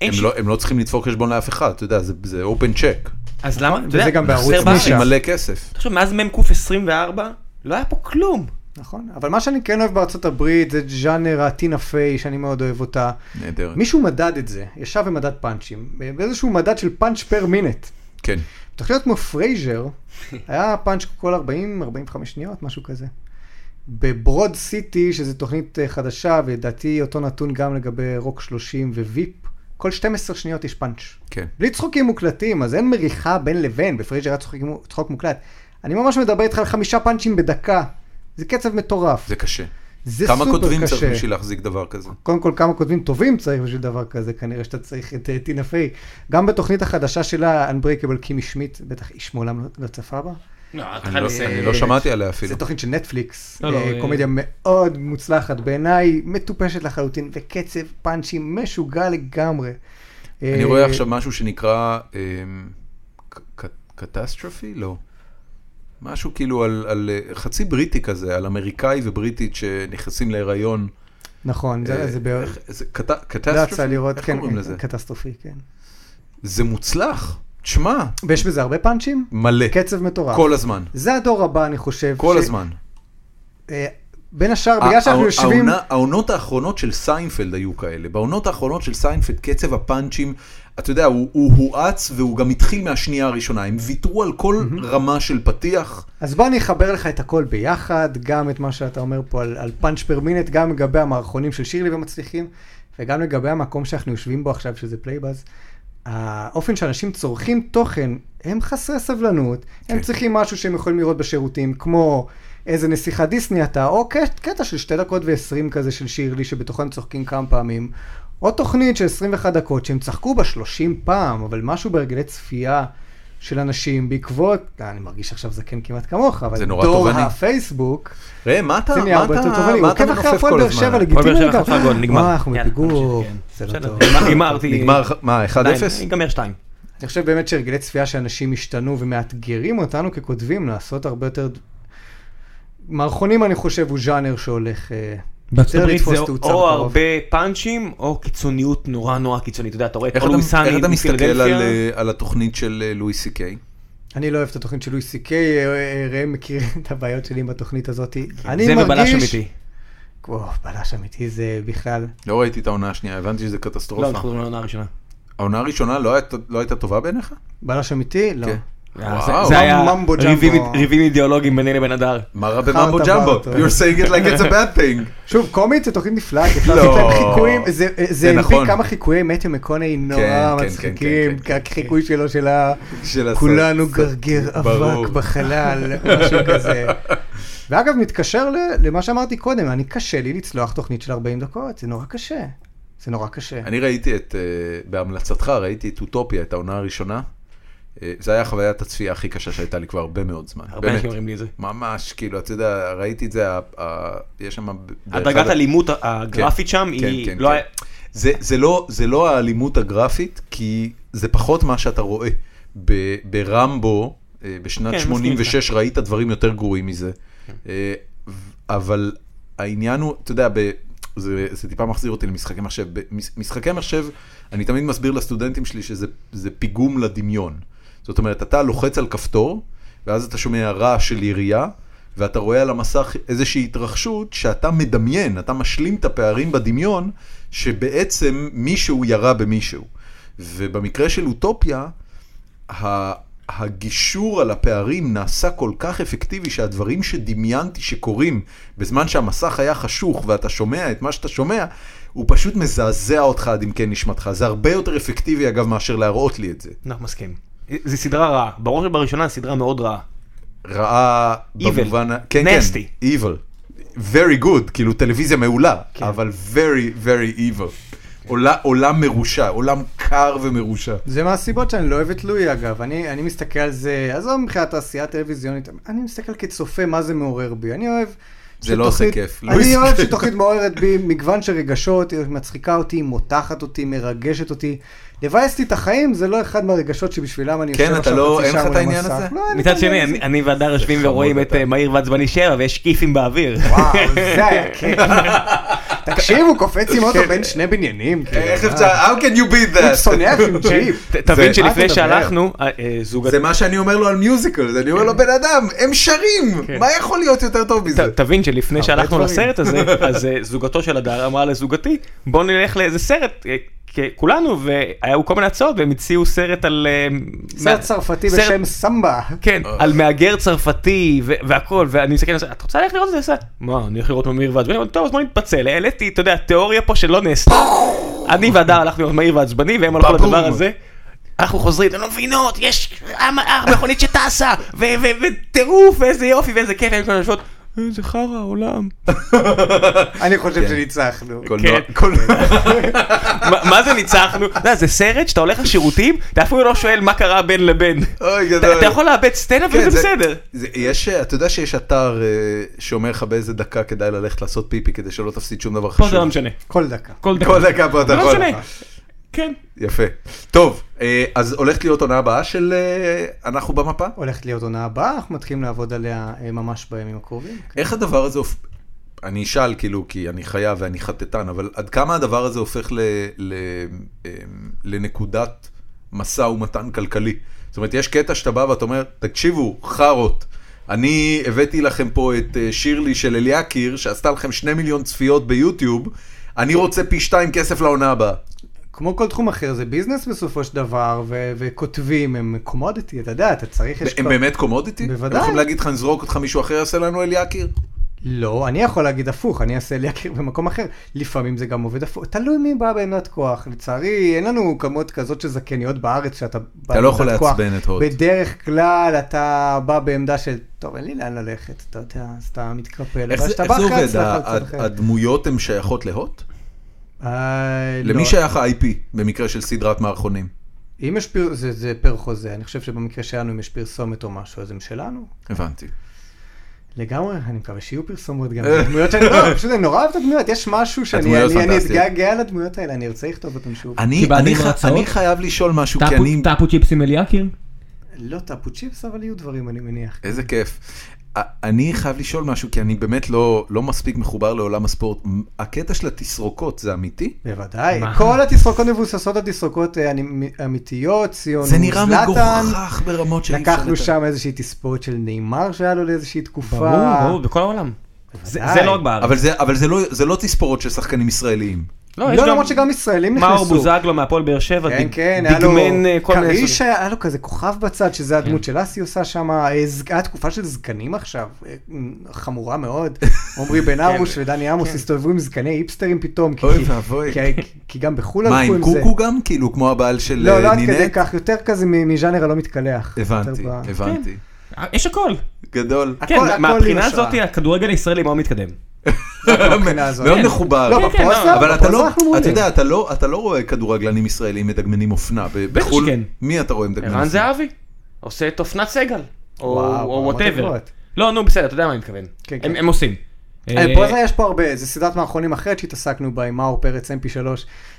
Speaker 4: אין
Speaker 1: הם
Speaker 4: ש...
Speaker 1: לא- הם לא צריכים לתפור חשבון לאף אחד, אתה יודע, זה- זה אופן צ'ק.
Speaker 4: אז למה? אתה
Speaker 3: וזה
Speaker 4: יודע,
Speaker 3: גם בערוץ
Speaker 4: חסר
Speaker 3: נישה.
Speaker 4: בארץ.
Speaker 1: יש מלא כסף.
Speaker 4: תחשוב, מאז מ"ק 24, לא היה פה כלום.
Speaker 3: נכון, אבל מה שאני כן אוהב בארצות הברית זה ז'אנר הטינה פיי שאני מאוד אוהב אותה.
Speaker 1: נהדר.
Speaker 3: מישהו מדד את זה, ישב ומדד פאנצ'ים, באיזשהו מדד של פאנץ' פר מינט.
Speaker 1: כן.
Speaker 3: תוכניות כמו פרייזר, היה פאנץ' כל 40-45 שניות, משהו כזה. בברוד סיטי, שזו תוכנית אה, חדשה, ולדעתי אותו נתון גם לגבי רוק 30 וויפ, כל 12 שניות יש פאנץ'.
Speaker 1: כן.
Speaker 3: בלי צחוקים מוקלטים, אז אין מריחה בין לבין, בפרייזר היה צחוק, צחוק מוקלט. אני ממש מדבר איתך על חמישה פאנצ'ים בדקה. זה קצב מטורף.
Speaker 1: זה קשה.
Speaker 3: זה
Speaker 1: כמה
Speaker 3: סופר
Speaker 1: כותבים צריך
Speaker 3: קשה.
Speaker 1: בשביל להחזיק דבר כזה?
Speaker 3: קודם כל כמה כותבים טובים צריך בשביל דבר כזה, כנראה שאתה צריך את אה, טינה פיי. גם בתוכנית החדשה שלה, Unbreakable קימי שמיט, בטח איש מעולם לא- לא צפה בה.
Speaker 1: אני לא-
Speaker 3: אה,
Speaker 1: אני לא שמעתי עליה אפילו.
Speaker 3: זו תוכנית של נטפליקס,
Speaker 4: לא, לא,
Speaker 3: אה,
Speaker 4: אה,
Speaker 3: קומדיה מאוד מוצלחת בעיניי, מטופשת לחלוטין, וקצב פאנצ'ים משוגע לגמרי. אה,
Speaker 1: אני רואה עכשיו משהו שנקרא אמ, קטסטרופי? לא. משהו כאילו על, על אה, חצי בריטי כזה, על אמריקאי ובריטית שנכנסים להיריון. אה,
Speaker 3: נכון, זה- זה בערך... לא יצא
Speaker 1: קטסטרופי?
Speaker 3: לראות,
Speaker 1: איך
Speaker 3: כן,
Speaker 1: קוראים לזה?
Speaker 3: קטסטרופי, כן.
Speaker 1: זה מוצלח, תשמע,
Speaker 3: ויש בזה הרבה פאנצ'ים?
Speaker 1: מלא,
Speaker 3: קצב מטורף.
Speaker 1: כל הזמן,
Speaker 3: זה הדור הבא, אני חושב.
Speaker 1: כל
Speaker 3: כן. ש-
Speaker 1: הזמן.
Speaker 3: אה, בין השאר, בגלל שאנחנו
Speaker 1: הא-
Speaker 3: יושבים...
Speaker 1: העונה- העונות האחרונות של סיינפלד היו כאלה. בעונות האחרונות של סיינפלד קצב הפאנצ'ים אתה יודע, הוא הוא הואץ והוא גם התחיל מהשנייה הראשונה. הם ויתרו על כל רמה של פתיח.
Speaker 3: אז בוא אני אחבר לך את הכל ביחד, גם את מה שאתה אומר פה על, על פאנץ' פר מינט, גם לגבי המערכונים של שירלי ומצליחים, וגם לגבי המקום שאנחנו יושבים בו עכשיו, שזה פלייבאז. האופן שאנשים צורכים תוכן, הם חסרי סבלנות, כן. הם צריכים משהו שהם יכולים לראות בשירותים, כמו איזה נסיכת דיסני אתה, או קט- קטע של שתי דקות ועשרים כזה של שירלי, שבתוכו הם צוחקים כמה פעמים, או תוכנית של 21 דקות שהם צחקו בה 30 פעם, אבל משהו בהרגלי צפייה של אנשים בעקבות, אה, אני מרגיש עכשיו זקן כמעט כמוך, אבל
Speaker 1: זה נורא
Speaker 3: דור
Speaker 1: תובעני.
Speaker 3: הפייסבוק,
Speaker 1: ראה, מה אתה,
Speaker 3: זה נהיה
Speaker 1: מה
Speaker 3: הרבה יותר
Speaker 1: אתה,
Speaker 3: תובעני, הוא
Speaker 1: מה אתה
Speaker 3: עוקב אחרי
Speaker 1: מנופף
Speaker 3: הפועל
Speaker 1: כל
Speaker 3: באר
Speaker 1: הזמן?
Speaker 3: שבע
Speaker 1: עליי?
Speaker 2: הפועל באר
Speaker 3: לגיטימי
Speaker 2: שבע
Speaker 3: גם.
Speaker 2: חטפה גול, נגמר.
Speaker 3: אה, אנחנו
Speaker 4: יאללה,
Speaker 3: בפיגור,
Speaker 4: נמשיך, כן.
Speaker 3: זה לא
Speaker 4: בסדר,
Speaker 3: טוב.
Speaker 4: נגמר- הימרתי.
Speaker 1: נגמר, מה, 1-0?
Speaker 4: שתיים, ייגמר שתיים.
Speaker 3: אני חושב באמת שהרגלי צפייה שאנשים השתנו ומאתגרים אותנו ככותבים לעשות הרבה יותר... ד- מערכונים, אני חושב, הוא ז'אנר שהולך... אה,
Speaker 2: בארצות
Speaker 3: יותר
Speaker 2: הברית
Speaker 3: לתפוס
Speaker 2: זה
Speaker 3: תאוצה
Speaker 4: או
Speaker 3: בקרוב.
Speaker 4: הרבה פאנצ'ים, או קיצוניות נורא נורא קיצונית. אתה יודע, אתה רואה את
Speaker 1: איך
Speaker 4: אולווי
Speaker 1: אתה-
Speaker 4: סאני
Speaker 1: איך אתה מסתכל על,
Speaker 4: מפילדלפיה.
Speaker 1: אה, על התוכנית של אה, לואי סי קיי?
Speaker 3: אני לא אוהב את התוכנית של לואי סי קיי, אה, אה, ראם מכיר את הבעיות שלי עם התוכנית הזאת.
Speaker 1: כן,
Speaker 3: אני
Speaker 4: זה מבלש
Speaker 3: מרגיש...
Speaker 4: אמיתי.
Speaker 3: או, בלש אמיתי זה בכלל...
Speaker 1: לא ראיתי את העונה השנייה, הבנתי שזה
Speaker 4: לא,
Speaker 1: קטסטרופה.
Speaker 4: אנחנו מדברים על העונה הראשונה.
Speaker 1: העונה הראשונה לא הייתה- לא הייתה טובה בעיניך?
Speaker 3: בלש אמיתי? לא.
Speaker 1: כן.
Speaker 4: אה,
Speaker 1: וואו.
Speaker 4: זה- זה היה
Speaker 3: ממבו
Speaker 4: ריבים
Speaker 3: ג'מבו.
Speaker 4: ריבים אידיאולוגיים ביני לבין הדר.
Speaker 1: מה רע בממבו
Speaker 3: חרטה
Speaker 1: ג'מבו?
Speaker 3: ברטה.
Speaker 1: You're saying it like it's a bad thing.
Speaker 3: שוב, קומית זה תוכנית נפלאה, כי אפשר
Speaker 1: לא.
Speaker 3: לתת להם חיקויים, זה- אה,
Speaker 1: זה
Speaker 3: זה הביא
Speaker 1: נכון.
Speaker 3: כמה חיקויי מתיו מקונאי נורא
Speaker 1: כן, כן,
Speaker 3: מצחיקים,
Speaker 1: כן, כן,
Speaker 3: רק חיקוי שלו של ה...
Speaker 1: של הסרט.
Speaker 3: כולנו
Speaker 1: סרט.
Speaker 3: גרגר
Speaker 1: ברור.
Speaker 3: אבק בחלל, משהו כזה. ואגב, מתקשר ל- למה שאמרתי קודם, אני קשה לי לצלוח תוכנית של 40 דקות, זה נורא קשה. זה נורא קשה.
Speaker 1: אני ראיתי את, אה, בהמלצתך, ראיתי את אוטופיה, את העונה הראשונה. אה, זה היה חוויית הצפייה הכי קשה שהייתה לי כבר הרבה מאוד זמן.
Speaker 4: הרבה
Speaker 1: באמת.
Speaker 4: אנשים אומרים לי את זה.
Speaker 1: ממש, כאילו, אתה יודע, ראיתי את זה, ה- ה- יש שם...
Speaker 4: הדרגת האלימות הגרפית שם
Speaker 1: כן,
Speaker 4: היא
Speaker 1: כן,
Speaker 4: לא
Speaker 1: כן.
Speaker 4: היה-
Speaker 1: זה, זה, לא, זה לא האלימות הגרפית, כי זה פחות מה שאתה רואה. ב, ברמבו, אה, בשנת
Speaker 4: כן,
Speaker 1: 86 ראית דברים יותר גרועים מזה. אה, ו- אבל העניין הוא, אתה יודע, ב, זה, זה טיפה מחזיר אותי למשחקי מחשב. במשחקי מחשב, אני תמיד מסביר לסטודנטים שלי שזה זה פיגום לדמיון. זאת אומרת, אתה לוחץ על כפתור, ואז אתה שומע רעש של ירייה, ואתה רואה על המסך איזושהי התרחשות שאתה מדמיין, אתה משלים את הפערים בדמיון, שבעצם מישהו ירה במישהו. ובמקרה של אוטופיה, ה- הגישור על הפערים נעשה כל כך אפקטיבי שהדברים שדמיינתי שקורים בזמן שהמסך היה חשוך ואתה שומע את מה שאתה שומע, הוא פשוט מזעזע אותך עד עמקי נשמתך. זה הרבה יותר אפקטיבי אגב מאשר להראות לי את זה.
Speaker 4: אנחנו מסכים. זו סדרה רעה. ברור שבראשונה סדרה מאוד רעה.
Speaker 1: רעה
Speaker 4: Evil.
Speaker 1: במובן... ה- כן,
Speaker 4: Nasty.
Speaker 1: כן, evil. very good, כאילו טלוויזיה מעולה, כן. אבל very very evil. עולה, עולם מרושע, עולם קר ומרושע.
Speaker 3: זה מהסיבות שאני לא אוהב את לואי אגב, אני, אני מסתכל על זה, עזוב מבחינת העשייה הטלוויזיונית, אני מסתכל כצופה מה זה מעורר בי, אני אוהב...
Speaker 1: זה לא עושה
Speaker 3: שתוכנית-
Speaker 1: כיף. לואי
Speaker 3: אני אוהב
Speaker 1: זה-
Speaker 3: שתוכנית מעוררת בי מגוון של רגשות, היא מצחיקה אותי, מותחת אותי, מרגשת אותי. לבאס לי את החיים זה לא אחד מהרגשות שבשבילם אני
Speaker 1: כן,
Speaker 3: יושב
Speaker 1: אתה
Speaker 3: עכשיו
Speaker 1: לא-
Speaker 3: חצי
Speaker 1: אין
Speaker 3: שעה
Speaker 1: לך את
Speaker 3: מול
Speaker 1: העניין
Speaker 3: המסך.
Speaker 1: הזה?
Speaker 3: לא, אין לי את
Speaker 4: מצד
Speaker 3: העניין
Speaker 4: שני,
Speaker 3: הזה.
Speaker 4: אני- אני והדר יושבים
Speaker 1: חמוד
Speaker 4: ורואים את
Speaker 1: אתה.
Speaker 4: אה, מהיר ועצבני 7 ויש כיפים באוויר.
Speaker 3: וואו, זה היה כיף. תקשיב, הוא קופץ עם אוטו בין שני בניינים. כאילו,
Speaker 1: כן. איך
Speaker 3: מה?
Speaker 1: אפשר, how can you beat
Speaker 3: הוא
Speaker 1: that?
Speaker 3: צונח עם ג'יפ.
Speaker 4: כן, ת-
Speaker 1: מה
Speaker 4: תבין
Speaker 3: אתה
Speaker 4: שלפני
Speaker 3: מדבר?
Speaker 4: שהלכנו, אה, אה, זוג...
Speaker 1: זה מה שאני אומר לו על מיוזיקל, זה אני אומר לו בן אדם, הם שרים,
Speaker 4: כן.
Speaker 1: מה יכול להיות יותר טוב
Speaker 4: ת-
Speaker 1: מזה?
Speaker 4: תבין שלפני
Speaker 3: הרבה
Speaker 4: שהלכנו
Speaker 3: דברים.
Speaker 4: לסרט הזה, אז אה, זוגתו של הדר אמרה לזוגתי, בוא נלך לאיזה סרט, אה, כ- כולנו, והיו כל מיני הצעות, והם הציעו סרט על... אה,
Speaker 3: סרט
Speaker 4: מה-
Speaker 3: צרפתי
Speaker 4: סרט-
Speaker 3: בשם סמבה.
Speaker 4: כן,
Speaker 1: אה.
Speaker 4: על מהגר צרפתי ו- והכל, ואני מסתכל על זה, את רוצה ללכת לראות את זה? היא עושה, מה, אני הולך לראות מהיר ועצבני? אמרתי, טוב, אז בוא נתפצל, העליתי, אתה יודע, תיאוריה פה שלא נעשתה. אני והדר הלכנו לראות מהיר ועצבני, והם הלכו
Speaker 1: בבום.
Speaker 4: לדבר הזה. אנחנו חוזרים, אתם לא מבינות, יש עם- אה, מכונית שטסה, ו- ו- וטירוף, ואיזה יופי, ואיזה כיף, הם כולם יושבות, איזה חרא העולם.
Speaker 3: אני
Speaker 1: כן.
Speaker 3: חושב שניצחנו.
Speaker 1: קולנוע-
Speaker 4: כן.
Speaker 1: קולנוע-
Speaker 4: מה- מה זה ניצחנו? אתה יודע, זה סרט שאתה הולך לשירותים, אתה אפילו לא שואל מה קרה בין לבין.
Speaker 1: אוי, גדול.
Speaker 4: אתה אתה יכול לאבד סצנה
Speaker 1: לא- כן,
Speaker 4: וזה
Speaker 1: זה-
Speaker 4: בסדר.
Speaker 1: זה- יש, אה, אתה יודע שיש אתר אה, שאומר לך באיזה דקה כדאי ללכת לעשות פיפי כדי שלא תפסיד שום דבר
Speaker 4: פה
Speaker 1: חשוב.
Speaker 4: זה לא משנה.
Speaker 3: כל דקה.
Speaker 4: כל דקה.
Speaker 1: כל דקה פה אתה
Speaker 4: לא
Speaker 1: יכול.
Speaker 4: משנה. כן.
Speaker 1: יפה. טוב, אה, אז הולכת להיות עונה הבאה של אה, אנחנו במפה?
Speaker 3: הולכת להיות עונה הבאה, אנחנו מתחילים לעבוד עליה אה, ממש בימים הקרובים.
Speaker 1: איך הדבר הזה הופ... אני אשאל כאילו כי אני חייב ואני חטטן, אבל עד כמה הדבר הזה הופך ל... ל... אמ, לנקודת משא ומתן כלכלי? זאת אומרת, יש קטע שאתה בא ואתה אומר, תקשיבו, חארות, אני הבאתי לכם פה את אה, שירלי של
Speaker 3: כן,
Speaker 1: אליאקיר, שעשתה לכם שני מיליון צפיות ביוטיוב, אני רוצה פי שתיים כסף לעונה הבאה.
Speaker 3: כמו כל תחום אחר, זה ביזנס בסופו של דבר, ו- וכותבים, הם קומודיטי, אתה יודע, אתה צריך... יש
Speaker 1: הם
Speaker 3: כל-
Speaker 1: באמת קומודיטי? הם
Speaker 3: בוודאי.
Speaker 1: יכולים להגיד לך, נזרוק אותך, מישהו אחר יעשה לנו אליאקיר?
Speaker 3: לא, אני יכול להגיד הפוך, אני אעשה להכיר במקום אחר. לפעמים זה גם עובד הפוך, תלוי מי בא בעמדת כוח. לצערי, אין לנו כמות כזאת של זכייניות בארץ שאתה בא
Speaker 1: אתה לא יכול
Speaker 3: בעמדת כוח.
Speaker 1: לעצבן את הוט.
Speaker 3: בדרך כלל אתה בא בעמדה של, טוב, אין לי לאן ללכת, אתה יודע, אז אתה מתקפל.
Speaker 1: איך
Speaker 3: אבל
Speaker 1: זה
Speaker 3: כשאתה
Speaker 1: איך זה
Speaker 3: בא
Speaker 1: עובד?
Speaker 3: אחרי הצלחה,
Speaker 1: ה-
Speaker 3: קצת
Speaker 1: ה-
Speaker 3: אחרת.
Speaker 1: הדמויות הן שייכות להוט?
Speaker 3: אה, לא.
Speaker 1: למי שייך ה-IP במקרה של סדרת מערכונים?
Speaker 3: אם יש פר... זה, זה פר חוזה, אני חושב שבמקרה שלנו, אם יש פרסומת או משהו, אז הם שלנו.
Speaker 1: הבנתי.
Speaker 3: לגמרי, אני מקווה שיהיו פרסומות גם. זה דמויות שאני לא, פשוט אני נורא אוהב את הדמויות, יש משהו שאני
Speaker 1: הדמויות
Speaker 3: אני- אני
Speaker 1: פנטסטיות.
Speaker 3: אתגעגע לדמויות האלה, אני ארצה לכתוב אותן שוב.
Speaker 1: אני
Speaker 5: קיבלתם
Speaker 1: אני ח-
Speaker 5: הרצאות?
Speaker 1: אני חייב לשאול משהו, כי
Speaker 5: טאפו-
Speaker 1: אני...
Speaker 5: טאפו צ'יפס עם אליאקיר?
Speaker 3: לא טאפו צ'יפס, אבל יהיו דברים, אני מניח.
Speaker 1: איזה כיף. א- אני חייב לשאול משהו, כי אני באמת לא לא מספיק מחובר לעולם הספורט. מ- הקטע של התסרוקות זה אמיתי?
Speaker 3: בוודאי,
Speaker 5: מה?
Speaker 3: כל התסרוקות מבוססות על תסרוקות אה, אני- מ- אמיתיות, ציון
Speaker 1: זה נראה
Speaker 3: זלאטן.
Speaker 1: מגוחך ברמות שאי אפשר
Speaker 3: לא, לקחנו
Speaker 1: לתאר.
Speaker 3: שם איזושהי תספורת של נאמר שהיה לו לאיזושהי תקופה.
Speaker 4: ברור, ברור, בכל העולם. זה
Speaker 3: בוודאי.
Speaker 4: זה לא רק בארץ.
Speaker 1: אבל זה- אבל זה לא- זה לא תספורות של שחקנים ישראליים.
Speaker 4: לא, יש
Speaker 3: לא,
Speaker 4: גם-
Speaker 3: למרות שגם ישראלים נכנסו.
Speaker 4: מאור בוזגלו מהפועל באר שבע,
Speaker 3: כן,
Speaker 4: דיג-
Speaker 3: כן, היה לו
Speaker 4: דיגמן אה, כל מיני...
Speaker 3: כריש,
Speaker 4: סוגים.
Speaker 3: היה היה לו כזה כוכב בצד,
Speaker 1: כן.
Speaker 3: שזה הדמות של אסי עושה שם, אה, ז- היה תקופה של זקנים עכשיו, אה, חמורה מאוד. עמרי בן ארוש ודני עמוס הסתובבו עם זקני היפסטרים פתאום, כי-
Speaker 1: כן. אוי
Speaker 3: כי-
Speaker 1: ואבוי.
Speaker 3: כי- כי גם בחו"ל
Speaker 1: מה,
Speaker 3: הלכו
Speaker 1: עם
Speaker 3: עם זה.
Speaker 1: קוקו גם? כאילו, כמו הבעל של
Speaker 3: לא, לא
Speaker 1: אה,
Speaker 3: עד כדי
Speaker 1: נינט?
Speaker 3: כך, יותר כזה מ- מז'אנר הלא מתקלח.
Speaker 1: הבנתי,
Speaker 3: יותר ב-
Speaker 1: הבנתי.
Speaker 4: אה, יש הכל.
Speaker 1: גדול.
Speaker 3: הכל- הכל
Speaker 4: כן, מהבחינה
Speaker 3: עם השראה.
Speaker 4: הזאת הכדורגל הישראלי מאוד מתקדם.
Speaker 3: לא מהבחינה הזאת.
Speaker 1: מאוד
Speaker 4: כן.
Speaker 1: מכובד.
Speaker 3: לא,
Speaker 4: כן, כן,
Speaker 3: בפרוסה,
Speaker 1: אבל אתה
Speaker 3: בפרוסה
Speaker 1: לא,
Speaker 3: אנחנו
Speaker 1: אתה
Speaker 3: מעולים.
Speaker 1: יודע, אתה לא, אתה לא רואה כדורגלנים ישראלים מדגמנים אופנה. ב-
Speaker 4: בטח
Speaker 1: בחו"ל,
Speaker 4: שכן.
Speaker 1: מי אתה רואה מדגמן?
Speaker 4: ערן
Speaker 1: אופנה?
Speaker 4: זהבי, עושה את אופנת סגל,
Speaker 3: וואו,
Speaker 4: או
Speaker 3: ברמות
Speaker 4: וואטאבר.
Speaker 3: גבוהות.
Speaker 4: לא, נו, בסדר, אתה יודע מה אני מתכוון.
Speaker 3: כן,
Speaker 4: הם
Speaker 3: כן.
Speaker 4: הם עושים.
Speaker 3: אה,
Speaker 4: אה,
Speaker 3: פרוזה יש פה הרבה, זה סדרת מערכונים אחרת שהתעסקנו בה עם מאור פרץ mp3.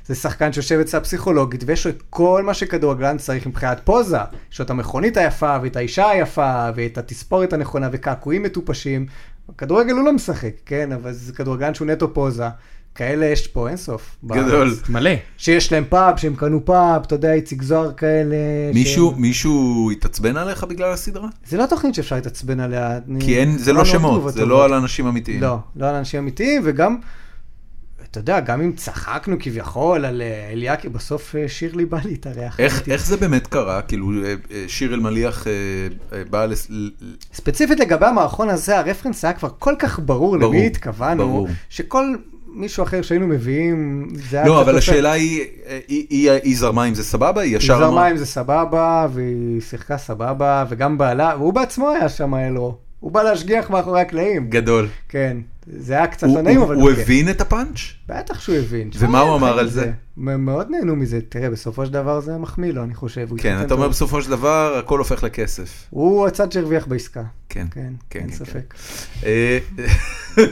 Speaker 3: זה שחקן שיושב אצלה פסיכולוגית ויש לו את כל מה שכדורגלן צריך מבחינת פוזה. יש לו את המכונית היפה ואת האישה היפה ואת התספורת הנכונה וקעקועים מטופשים. כדורגל הוא לא משחק, כן, אבל זה כדורגלן שהוא נטו פוזה. כאלה יש פה אינסוף. בארץ.
Speaker 1: גדול.
Speaker 4: מלא.
Speaker 3: שיש להם פאב, שהם קנו פאב, אתה יודע, איציק זוהר כאלה.
Speaker 1: מישהו,
Speaker 3: שהם-
Speaker 1: מישהו התעצבן עליך בגלל הסדרה?
Speaker 3: זה לא תוכנית שאפשר להתעצבן עליה. אני-
Speaker 1: כי אין, זה לא
Speaker 3: קיבלנו
Speaker 1: שמות,
Speaker 3: תגובות
Speaker 1: זה לא
Speaker 3: טובות.
Speaker 1: על אנשים אמיתיים.
Speaker 3: לא, לא על אנשים אמיתיים, וגם, אתה יודע, גם אם צחקנו כביכול על אה, אליאקי, בסוף אה, שירלי בא להתארח.
Speaker 1: איך,
Speaker 3: אמיתי.
Speaker 1: איך זה באמת קרה? כאילו, אה, אה, שיר אלמליח אה, אה, בא לס... ל- ל-
Speaker 3: ספציפית לגבי המערכון הזה, הרפרנס היה כבר כל כך ברור,
Speaker 1: ברור,
Speaker 3: למי התכוונו,
Speaker 1: ברור.
Speaker 3: שכל מישהו אחר שהיינו מביאים, זה היה
Speaker 1: לא,
Speaker 3: קצת
Speaker 1: אבל
Speaker 3: יותר-
Speaker 1: השאלה היא, אה, היא, היא, היא זרמה עם זה סבבה? היא ישר
Speaker 3: היא
Speaker 1: אמרה...
Speaker 3: זרמה עם זה סבבה, והיא שיחקה סבבה, וגם בעלה, והוא בעצמו היה שם אלרו. הוא בא להשגיח מאחורי הקלעים.
Speaker 1: גדול.
Speaker 3: כן, זה היה קצת
Speaker 1: הוא,
Speaker 3: לא נעים,
Speaker 1: הוא,
Speaker 3: אבל...
Speaker 1: הוא
Speaker 3: כן.
Speaker 1: הבין את הפאנץ'?
Speaker 3: בטח שהוא הבין.
Speaker 1: ומה
Speaker 3: שמע,
Speaker 1: הוא אמר
Speaker 3: הם
Speaker 1: על
Speaker 3: חיים
Speaker 1: זה?
Speaker 3: מזה. הם מאוד נהנו מזה. תראה, בסופו של דבר זה מחמיא לו, אני חושב. הוא
Speaker 1: כן,
Speaker 3: התחתן
Speaker 1: אתה אומר
Speaker 3: טוב.
Speaker 1: בסופו של דבר, הכל הופך לכסף.
Speaker 3: הוא הצד שהרוויח בעסקה.
Speaker 1: כן.
Speaker 3: כן,
Speaker 1: כן,
Speaker 3: אין
Speaker 1: כן,
Speaker 3: ספק.
Speaker 1: אה,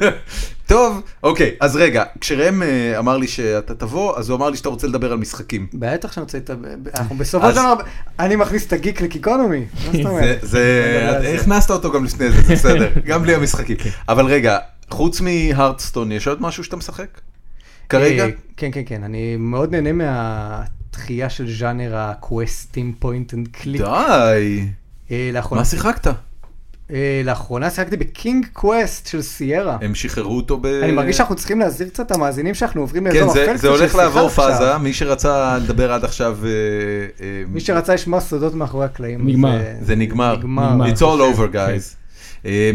Speaker 1: טוב, אוקיי, אז רגע, כשראם אה, אמר לי שאתה תבוא, אז הוא אמר לי שאתה רוצה לדבר על משחקים.
Speaker 3: בטח שאני רוצה להתאבד. אנחנו בסופו
Speaker 1: אז-
Speaker 3: של דבר, אני מכניס את הגיק לגיקונומי. מה זאת
Speaker 1: זה,
Speaker 3: אומרת?
Speaker 1: זה,
Speaker 3: זה-
Speaker 1: הכנסת אותו גם לפני זה, זה בסדר, גם בלי המשחקים.
Speaker 3: אוקיי.
Speaker 1: אבל רגע, חוץ מהרדסטון, יש עוד משהו שאתה משחק? כרגע?
Speaker 3: אה, כן, כן, כן. אני מאוד נהנה מהתחייה של ז'אנר הקווסטים פוינט אנד קליק.
Speaker 1: די, מה שיחקת?
Speaker 3: אה, לאחרונה שיחקתי בקינג קווסט של סיירה.
Speaker 1: הם שחררו אותו ב...
Speaker 3: אני מרגיש שאנחנו צריכים להזהיר קצת את המאזינים שאנחנו עוברים
Speaker 1: כן,
Speaker 3: לאזור
Speaker 1: זה-
Speaker 3: הפלקסה
Speaker 1: זה
Speaker 3: של
Speaker 1: הולך
Speaker 3: שיחה
Speaker 1: לעבור
Speaker 3: עכשיו.
Speaker 1: פאזה, מי שרצה לדבר עד עכשיו... אה, אה,
Speaker 3: מי שרצה לשמוע סודות מאחורי הקלעים.
Speaker 5: נגמר.
Speaker 3: זה-
Speaker 1: זה נגמר.
Speaker 3: נגמר. כן.
Speaker 1: It's all over guys. אה,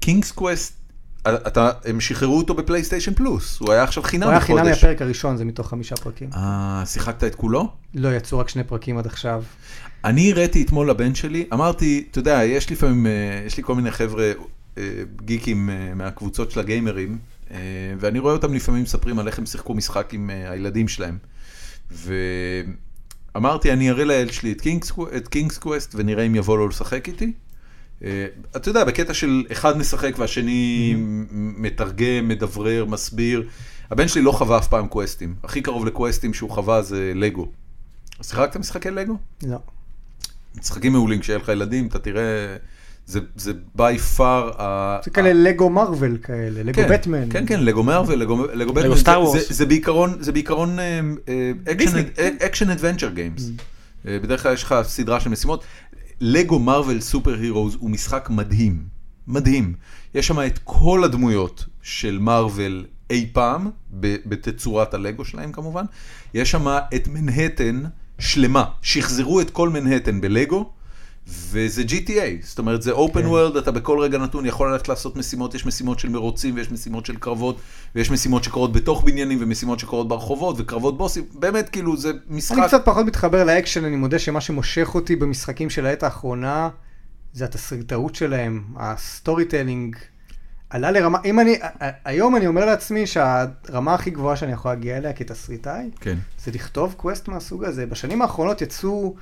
Speaker 1: קינגס קווסט, אה, אתה, הם שחררו אותו בפלייסטיישן פלוס, הוא היה עכשיו חינם
Speaker 3: הוא היה חינם
Speaker 1: בחודש.
Speaker 3: מהפרק הראשון, זה מתוך חמישה פרקים.
Speaker 1: אה, שיחקת את כולו?
Speaker 3: לא, יצאו רק שני פרקים עד עכשיו.
Speaker 1: אני הראתי אתמול לבן שלי, אמרתי, אתה יודע, יש לפעמים, אה, יש לי כל מיני חבר'ה אה, גיקים אה, מהקבוצות של הגיימרים, אה, ואני רואה אותם לפעמים מספרים על איך הם שיחקו משחק עם אה, הילדים שלהם. ואמרתי, אני אראה לילד שלי את קינגס, את קינגס קווסט ונראה אם יבוא לו לשחק איתי. אה, אתה יודע, בקטע של אחד משחק והשני מ- מתרגם, מדברר, מסביר. הבן שלי לא חווה אף פעם קווסטים. הכי קרוב לקווסטים שהוא חווה זה לגו. אז שיחקת משחקי לגו?
Speaker 3: לא.
Speaker 1: משחקים מעולים כשיהיה לך ילדים, אתה תראה, זה, זה by far ה...
Speaker 3: זה כאלה לגו מרוויל כאלה, לגו
Speaker 1: כן,
Speaker 3: בטמן.
Speaker 1: כן, כן, לגו מארוול, לגו, לגו בטמן,
Speaker 4: Star
Speaker 1: זה-
Speaker 4: Wars.
Speaker 1: זה, זה בעיקרון, זה בעיקרון אה,
Speaker 4: דיסני,
Speaker 1: אקשן אדוונצ'ר גיימס.
Speaker 3: Mm.
Speaker 1: אה, בדרך כלל יש לך סדרה של משימות. לגו מארוול סופר הירוז הוא משחק מדהים, מדהים. יש שם את כל הדמויות של מארוול אי פעם, ב- בתצורת הלגו שלהם כמובן. יש שם את מנהטן שלמה, שחזרו את כל מנהטן בלגו. וזה GTA, זאת אומרת זה
Speaker 3: כן.
Speaker 1: open world, אתה בכל רגע נתון יכול ללכת לעשות משימות, יש משימות של מרוצים ויש משימות של קרבות ויש משימות שקורות בתוך בניינים ומשימות שקורות ברחובות וקרבות בוסים, באמת כאילו זה משחק.
Speaker 3: אני קצת פחות מתחבר לאקשן, אני מודה שמה שמושך אותי במשחקים של העת האחרונה זה התסריטאות שלהם, הסטורי טיילינג. עלה לרמה, אם אני, היום אני אומר לעצמי שהרמה הכי גבוהה שאני יכול להגיע אליה כתסריטאי,
Speaker 1: כן.
Speaker 3: זה לכתוב קווסט מהסוג הזה. בשנים האחרונות יצאו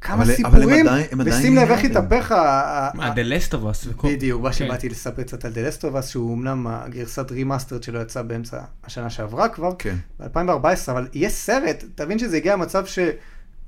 Speaker 3: כמה
Speaker 1: אבל- אבל הם
Speaker 3: סיפורים,
Speaker 1: עדיין- הם עדיין
Speaker 3: ושים לב איך
Speaker 1: נראים.
Speaker 3: התהפך ה- ה-
Speaker 4: מה, The Last of Us וכל...
Speaker 3: בדיוק, מה
Speaker 4: כן.
Speaker 3: שבאתי לספר קצת על The Last of Us, שהוא אמנם הגרסת רימאסטרד שלו יצא באמצע השנה שעברה כבר,
Speaker 1: כן.
Speaker 3: ב-2014, אבל יהיה סרט, תבין שזה הגיע למצב ש...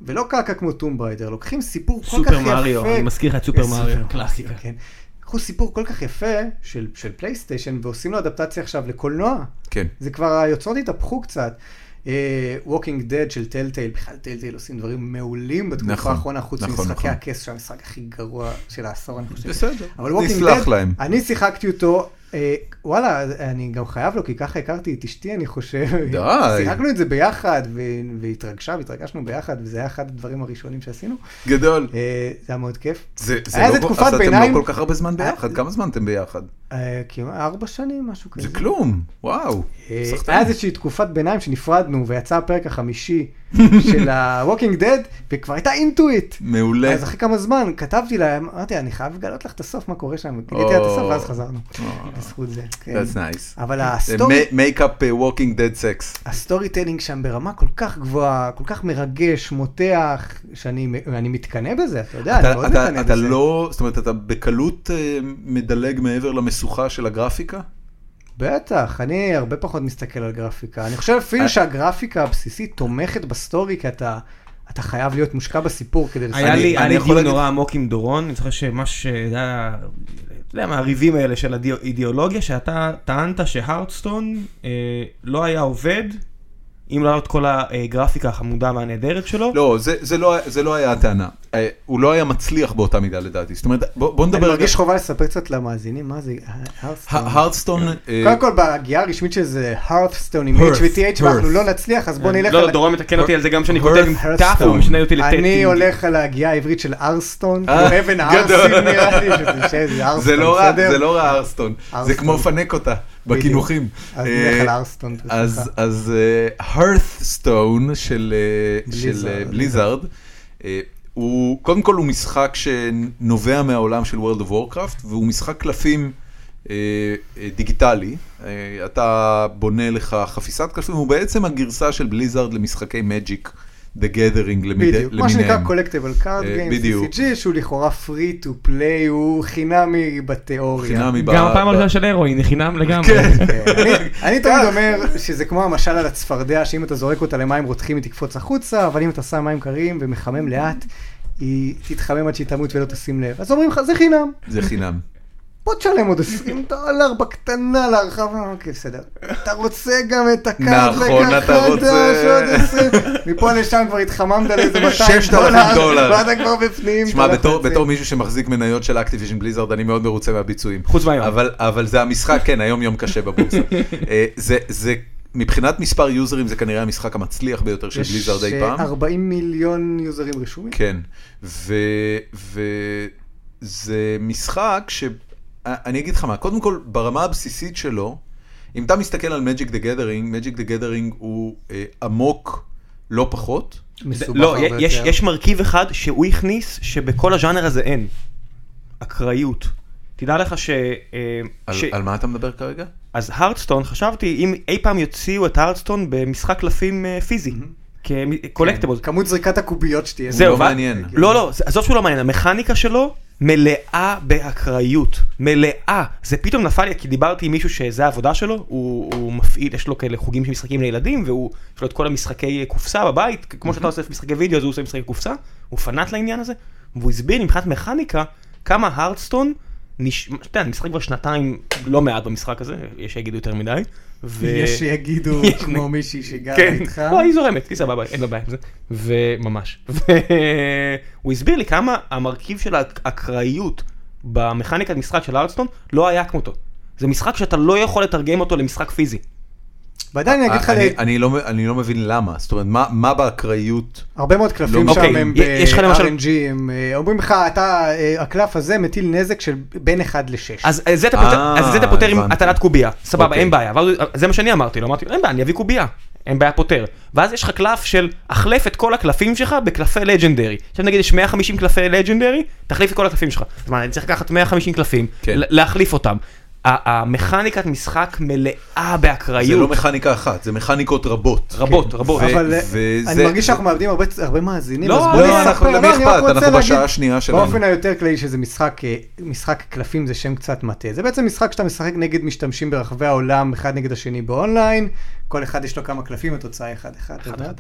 Speaker 3: ולא קרקע כמו טום בריידר, לוקחים סיפור כל כך יפה. אה,
Speaker 4: סופר מריו, אני מזכיר לך את סופר
Speaker 3: סופר
Speaker 4: מריו,
Speaker 3: מריו,
Speaker 4: קלאסיקה.
Speaker 3: כן. לקחו סיפור כל כך יפה של, של פלייסטיישן ועושים לו אדפטציה עכשיו לקולנוע.
Speaker 1: כן.
Speaker 3: זה כבר, היוצרות התהפכו קצת. אה, Walking Dead של טלטייל, בכלל טלטייל עושים דברים מעולים בתקופה
Speaker 1: נכון,
Speaker 3: האחרונה, חוץ
Speaker 1: נכון,
Speaker 3: ממשחקי
Speaker 1: נכון.
Speaker 3: הכס, שהמשחק הכי גרוע של העשור, אני חושב.
Speaker 1: בסדר,
Speaker 3: אבל Walking
Speaker 1: נסלח
Speaker 3: Dead,
Speaker 1: להם.
Speaker 3: אני שיחקתי אותו, אה, וואלה, אני גם חייב לו, כי ככה הכרתי את אשתי, אני חושב.
Speaker 1: די.
Speaker 3: שיחקנו את זה ביחד, והיא והתרגשה, והתרגשנו ביחד, וזה היה אחד הדברים הראשונים שעשינו.
Speaker 1: גדול.
Speaker 3: אה, זה היה מאוד כיף.
Speaker 1: זה, זה
Speaker 3: היה
Speaker 1: לא,
Speaker 3: איזה
Speaker 1: כל-
Speaker 3: תקופת
Speaker 1: אז אתם
Speaker 3: ביניים-
Speaker 1: לא כל כך הרבה זמן
Speaker 3: היה-
Speaker 1: ביחד, כמה זמן אתם ביחד?
Speaker 3: אה, כמעט ארבע שנים, משהו כזה.
Speaker 1: זה כלום, וואו.
Speaker 3: אה,
Speaker 1: סחטיין.
Speaker 3: היה איזושהי תקופת ביניים שנפרדנו, ויצא הפרק החמישי של ה-Walking Dead, וכבר הייתה אינטואיט.
Speaker 1: מעולה.
Speaker 3: אז אחרי כמה זמן כתבתי להם, אמרתי, אני חייב לגלות לך את הסוף, מה קורה שם, גיליתי את הסוף, ואז חזרנו. בזכות זה, כן.
Speaker 1: אה, That's nice. אה,
Speaker 3: אבל הסטורי...
Speaker 1: make up uh, walking dead sex.
Speaker 3: הסטורי טלינג שם ברמה כל כך גבוהה, כל כך מרגש, מותח, שאני אני מתקנא בזה, אתה יודע, אה, אני
Speaker 1: אתה,
Speaker 3: מאוד
Speaker 1: אתה,
Speaker 3: מתקנא
Speaker 1: אתה,
Speaker 3: בזה.
Speaker 1: לא, זאת אומרת, אתה בקלות אה, מדלג מעבר למשוכה של הגרפיקה?
Speaker 3: בטח, אני הרבה פחות מסתכל על גרפיקה. אני חושב
Speaker 1: אה.
Speaker 3: אפילו שהגרפיקה הבסיסית תומכת בסטורי, כי אתה, אתה חייב להיות מושקע בסיפור כדי לסיים.
Speaker 4: היה
Speaker 1: אני-
Speaker 4: לי
Speaker 1: אני
Speaker 4: היה לי
Speaker 1: יכול
Speaker 4: דיון
Speaker 1: להגיד-
Speaker 4: נורא עמוק עם דורון, אני זוכר שממש, אה, זה היה, אתה יודע, מהריבים האלה של האידיאולוגיה, שאתה טענת שהרדסטון אה, לא היה עובד, אם לא היה את כל הגרפיקה החמודה והנהדרת שלו.
Speaker 1: לא, זה, זה, לא, זה לא היה הטענה. אה, הוא לא היה מצליח באותה מידה לדעתי. זאת אומרת, בוא, בוא
Speaker 3: אני
Speaker 1: נדבר...
Speaker 3: מרגיש חובה לספר קצת למאזינים, מה זה הרסטון?
Speaker 1: הרדסטון...
Speaker 3: כן. קודם כל, בהגיעה הרשמית של זה הרת'סטון עם
Speaker 1: Hearth,
Speaker 3: H ו-TH, ואנחנו
Speaker 1: Hearth. אה.
Speaker 3: לא נצליח, אז בוא נלך
Speaker 4: לא,
Speaker 3: על...
Speaker 4: לא, דורון מתקן אותי על זה גם כשאני
Speaker 1: Earth-
Speaker 4: כותב עם תף, הוא
Speaker 1: Hearthstone.
Speaker 4: משנה אותי לטט.
Speaker 3: אני הולך על ההגיעה העברית של ארסטון,
Speaker 1: אה,
Speaker 3: כמו אבן
Speaker 1: גדול.
Speaker 3: הארסים נראה לי, שזה- שזה ארסטון,
Speaker 1: זה לא רע,
Speaker 3: בסדר?
Speaker 1: זה לא רע הרדסטון. זה
Speaker 3: הרדסטון.
Speaker 1: כמו פנק אותה, בקינוחים.
Speaker 3: אז
Speaker 1: אה,
Speaker 3: נלך על הרסטון,
Speaker 1: אז,
Speaker 3: ברשותך.
Speaker 1: אז הרת'סטון של אה,
Speaker 3: בליזארד.
Speaker 1: של, אה, בליזארד, אה, הוא קודם כל הוא משחק שנובע מהעולם של World of Warcraft, והוא משחק קלפים אה, אה, דיגיטלי. אה, אתה בונה לך חפיסת קלפים, הוא בעצם הגרסה של בליזארד למשחקי מג'יק, The Gathering למיד-
Speaker 3: בדיוק, מה שנקרא
Speaker 1: למיניהם.
Speaker 3: collectible card
Speaker 1: אה,
Speaker 3: games,
Speaker 1: בדיוק.
Speaker 3: CCG, שהוא לכאורה free to play, הוא חינמי בתיאוריה.
Speaker 1: חינמי ב-
Speaker 4: גם הפעם
Speaker 1: ב-
Speaker 4: הראשונה של הרואין, היא חינם לגמרי.
Speaker 1: כן.
Speaker 3: כן, אני- אני תמיד
Speaker 1: אה.
Speaker 3: אומר שזה כמו המשל על הצפרדע, שאם אתה זורק אותה למים רותחים היא תקפוץ החוצה, אבל אם אתה שם מים קרים ומחמם לאט, היא תתחמם עד שהיא תמות ולא תשים לב. אז אומרים לך, זה חינם,
Speaker 1: זה חינם.
Speaker 3: בוא תשלם עוד 20 דולר בקטנה להרחבה, אוקיי, בסדר. אתה רוצה גם את הקארט
Speaker 1: נכון,
Speaker 3: וככה
Speaker 1: אתה רוצה.
Speaker 3: עוד 20. מפה לשם כבר התחממת לאיזה 200
Speaker 1: 6,000 דולר.
Speaker 3: דולר, ואתה כבר בפנים.
Speaker 1: תשמע,
Speaker 3: אתה לא
Speaker 1: בתור,
Speaker 3: רוצה.
Speaker 1: בתור מישהו שמחזיק מניות של אקטיביז'ן בליזארד, אני מאוד מרוצה מהביצועים.
Speaker 4: חוץ מהיום.
Speaker 1: אבל, אבל זה המשחק, כן, היום יום קשה בבורסה. אה, זה, זה, מבחינת מספר יוזרים, זה כנראה המשחק המצליח ביותר של בליזארד אי פעם.
Speaker 3: יש אה, 40 מיליון יוזרים רשומים.
Speaker 1: כן, וזה משחק ש... אה, אני אגיד לך מה, קודם כל, ברמה הבסיסית שלו, אם אתה מסתכל על Magic the Gathering, Magic the Gathering הוא אה, עמוק לא פחות.
Speaker 3: מסובך
Speaker 4: לא,
Speaker 3: הרבה כן.
Speaker 4: יש-
Speaker 3: יותר.
Speaker 4: יש מרכיב אחד שהוא הכניס, שבכל הז'אנר הזה אין. אקראיות. תדע לך ש... אה,
Speaker 1: על,
Speaker 4: ש-
Speaker 1: על מה אתה מדבר כרגע?
Speaker 4: אז הרדסטון, חשבתי אם אי פעם יוציאו את הרדסטון במשחק קלפים אה, פיזי, כקולקטיבול.
Speaker 3: כמות זריקת הקוביות שתהיה.
Speaker 1: הוא
Speaker 4: זהו,
Speaker 1: לא
Speaker 4: ואז-
Speaker 1: מעניין.
Speaker 4: לא, לא, זה- עזוב שהוא לא מעניין, המכניקה שלו מלאה באקראיות, מלאה. זה פתאום נפל לי, כי דיברתי עם מישהו שזה העבודה שלו, הוא, הוא מפעיל, יש לו כאלה חוגים של משחקים לילדים, והוא, יש לו את כל המשחקי קופסה בבית, כמו שאתה עושה משחקי וידאו, אז הוא עושה משחקי קופסה, הוא פנאט לעניין הזה, והוא הסביר לי מבחינת מכניקה כמה הרדסטון, נש... אתה יודע, אני משחק כבר שנתיים לא מעט במשחק הזה, יש שיגידו יותר מדי. ו...
Speaker 3: יש שיגידו
Speaker 4: יש
Speaker 3: כמו מישהי שגרה
Speaker 4: כן,
Speaker 3: איתך.
Speaker 4: לא, היא זורמת, היא סבבה, אין לה בעיה עם זה. וממש. והוא הסביר לי כמה המרכיב של האקראיות במכניקת משחק של ארדסטון לא היה כמותו. זה משחק שאתה לא יכול לתרגם אותו למשחק פיזי.
Speaker 3: ועדיין אני אגיד
Speaker 4: אה,
Speaker 3: לך,
Speaker 1: אני- אני לא מ- אני לא מבין למה, זאת אומרת, מה- מה באקראיות?
Speaker 3: הרבה מאוד קלפים
Speaker 1: לא,
Speaker 3: שם
Speaker 1: אוקיי,
Speaker 3: הם
Speaker 4: י- יש לך למשל-
Speaker 3: ב-RNG, הם אה, אומרים לך, אתה, אה, הקלף הזה מטיל נזק של בין 1 ל-6.
Speaker 4: אז אה, זה אתה פותר-
Speaker 1: אה,
Speaker 4: אז זה אתה פותר עם
Speaker 1: הבנתי.
Speaker 4: הטלת קובייה, סבבה,
Speaker 1: אוקיי.
Speaker 4: אין בעיה. אבל זה מה שאני אמרתי לו, אמרתי לו, אין בעיה, אני אביא קובייה. אין בעיה, פותר. ואז יש לך קלף של, החלף את כל הקלפים שלך בקלפי לג'נדרי. עכשיו נגיד יש 150 קלפי לג'נדרי, תחליף את כל הקלפים שלך. זאת אומרת, אני צריך לקחת 150 קלפים,
Speaker 1: כן.
Speaker 4: ל- להחליף אותם. ה- המכניקת משחק מלאה
Speaker 1: זה לא
Speaker 4: באקראיות.
Speaker 1: מכניקה אחת, זה מכניקות רבות. כן.
Speaker 4: רבות, רבות.
Speaker 1: ו-
Speaker 3: אבל אה,
Speaker 1: וזה-
Speaker 3: אני מרגיש שאנחנו מאבדים הרבה- הרבה מאזינים,
Speaker 4: לא,
Speaker 3: אז בוא
Speaker 4: לא,
Speaker 3: נספר.
Speaker 1: אנחנו- למי
Speaker 3: אני רק
Speaker 1: אכפת?
Speaker 3: רוצה
Speaker 1: אנחנו בשעה
Speaker 3: להגיד,
Speaker 1: השנייה שלנו.
Speaker 3: באופן היותר כללי שזה משחק, אה, משחק קלפים זה שם קצת מטעה. זה בעצם משחק שאתה משחק נגד משתמשים ברחבי העולם, אחד נגד השני באונליין, כל אחד יש לו כמה קלפים, התוצאה אחד אחד. אתה יודע.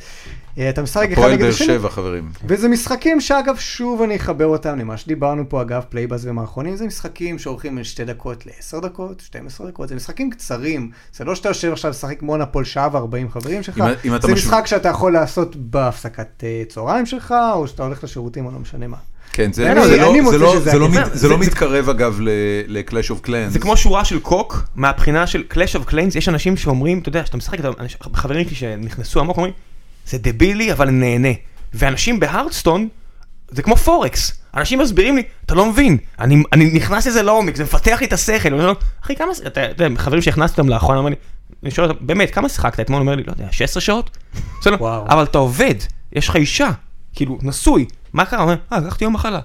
Speaker 3: אה, אתה משחק אחד
Speaker 1: פועל
Speaker 3: נגד
Speaker 1: באר
Speaker 3: השני.
Speaker 1: שבע, חברים.
Speaker 3: וזה משחקים שאגב, שוב אני אחבר אותם למה שדיברנו פה, אגב, פלייבאז ומערכונים, זה משחקים שאורכים בין שתי דקות לעשר דקות, 12 דקות, זה משחקים קצרים, זה לא שאתה יושב עכשיו לשחק מונופול שעה וארבעים חברים שלך,
Speaker 1: אם- אם אתה
Speaker 3: זה
Speaker 1: משו-
Speaker 3: משחק שאתה יכול לעשות בהפסקת אה, צהריים שלך, או שאתה הולך לשירותים או לא משנה מה.
Speaker 1: כן, זה-
Speaker 3: אני-
Speaker 1: זה לא-
Speaker 3: אני
Speaker 1: זה
Speaker 3: מוצא
Speaker 1: לא-
Speaker 3: שזה
Speaker 1: זה לא
Speaker 3: הכיוון.
Speaker 1: מת- זה לא מתקרב אגב לקלאש אוף קלאנס.
Speaker 4: זה כמו שורה של קוק, מהבחינה של Clash of Clans, יש אנשים שאומרים, אתה יודע, שאתה משחק, איתם, אנש- חברים שלי שנכנסו עמוק אומרים, זה דבילי אבל אני נהנה. ואנשים בהרדסטון, זה כמו פורקס. אנשים מסבירים לי, אתה לא מבין, אני, אני נכנס לזה לעומק, זה מפתח לי את השכל. אני אומר לו, אחי, כמה, אתה אתה יודע, חברים שהכנסתי אותם לאחרונה, אמרו לי, אני שואל אותם, באמת, כמה שיחקת אתמול? הוא אומר לי, לא יודע, 16 שעות? אז אני אומר,
Speaker 3: וואו.
Speaker 4: אבל אתה עובד, יש לך אישה, כאילו, נשוי, מה קרה? הוא אומר, אה, לקחתי יום מחלה.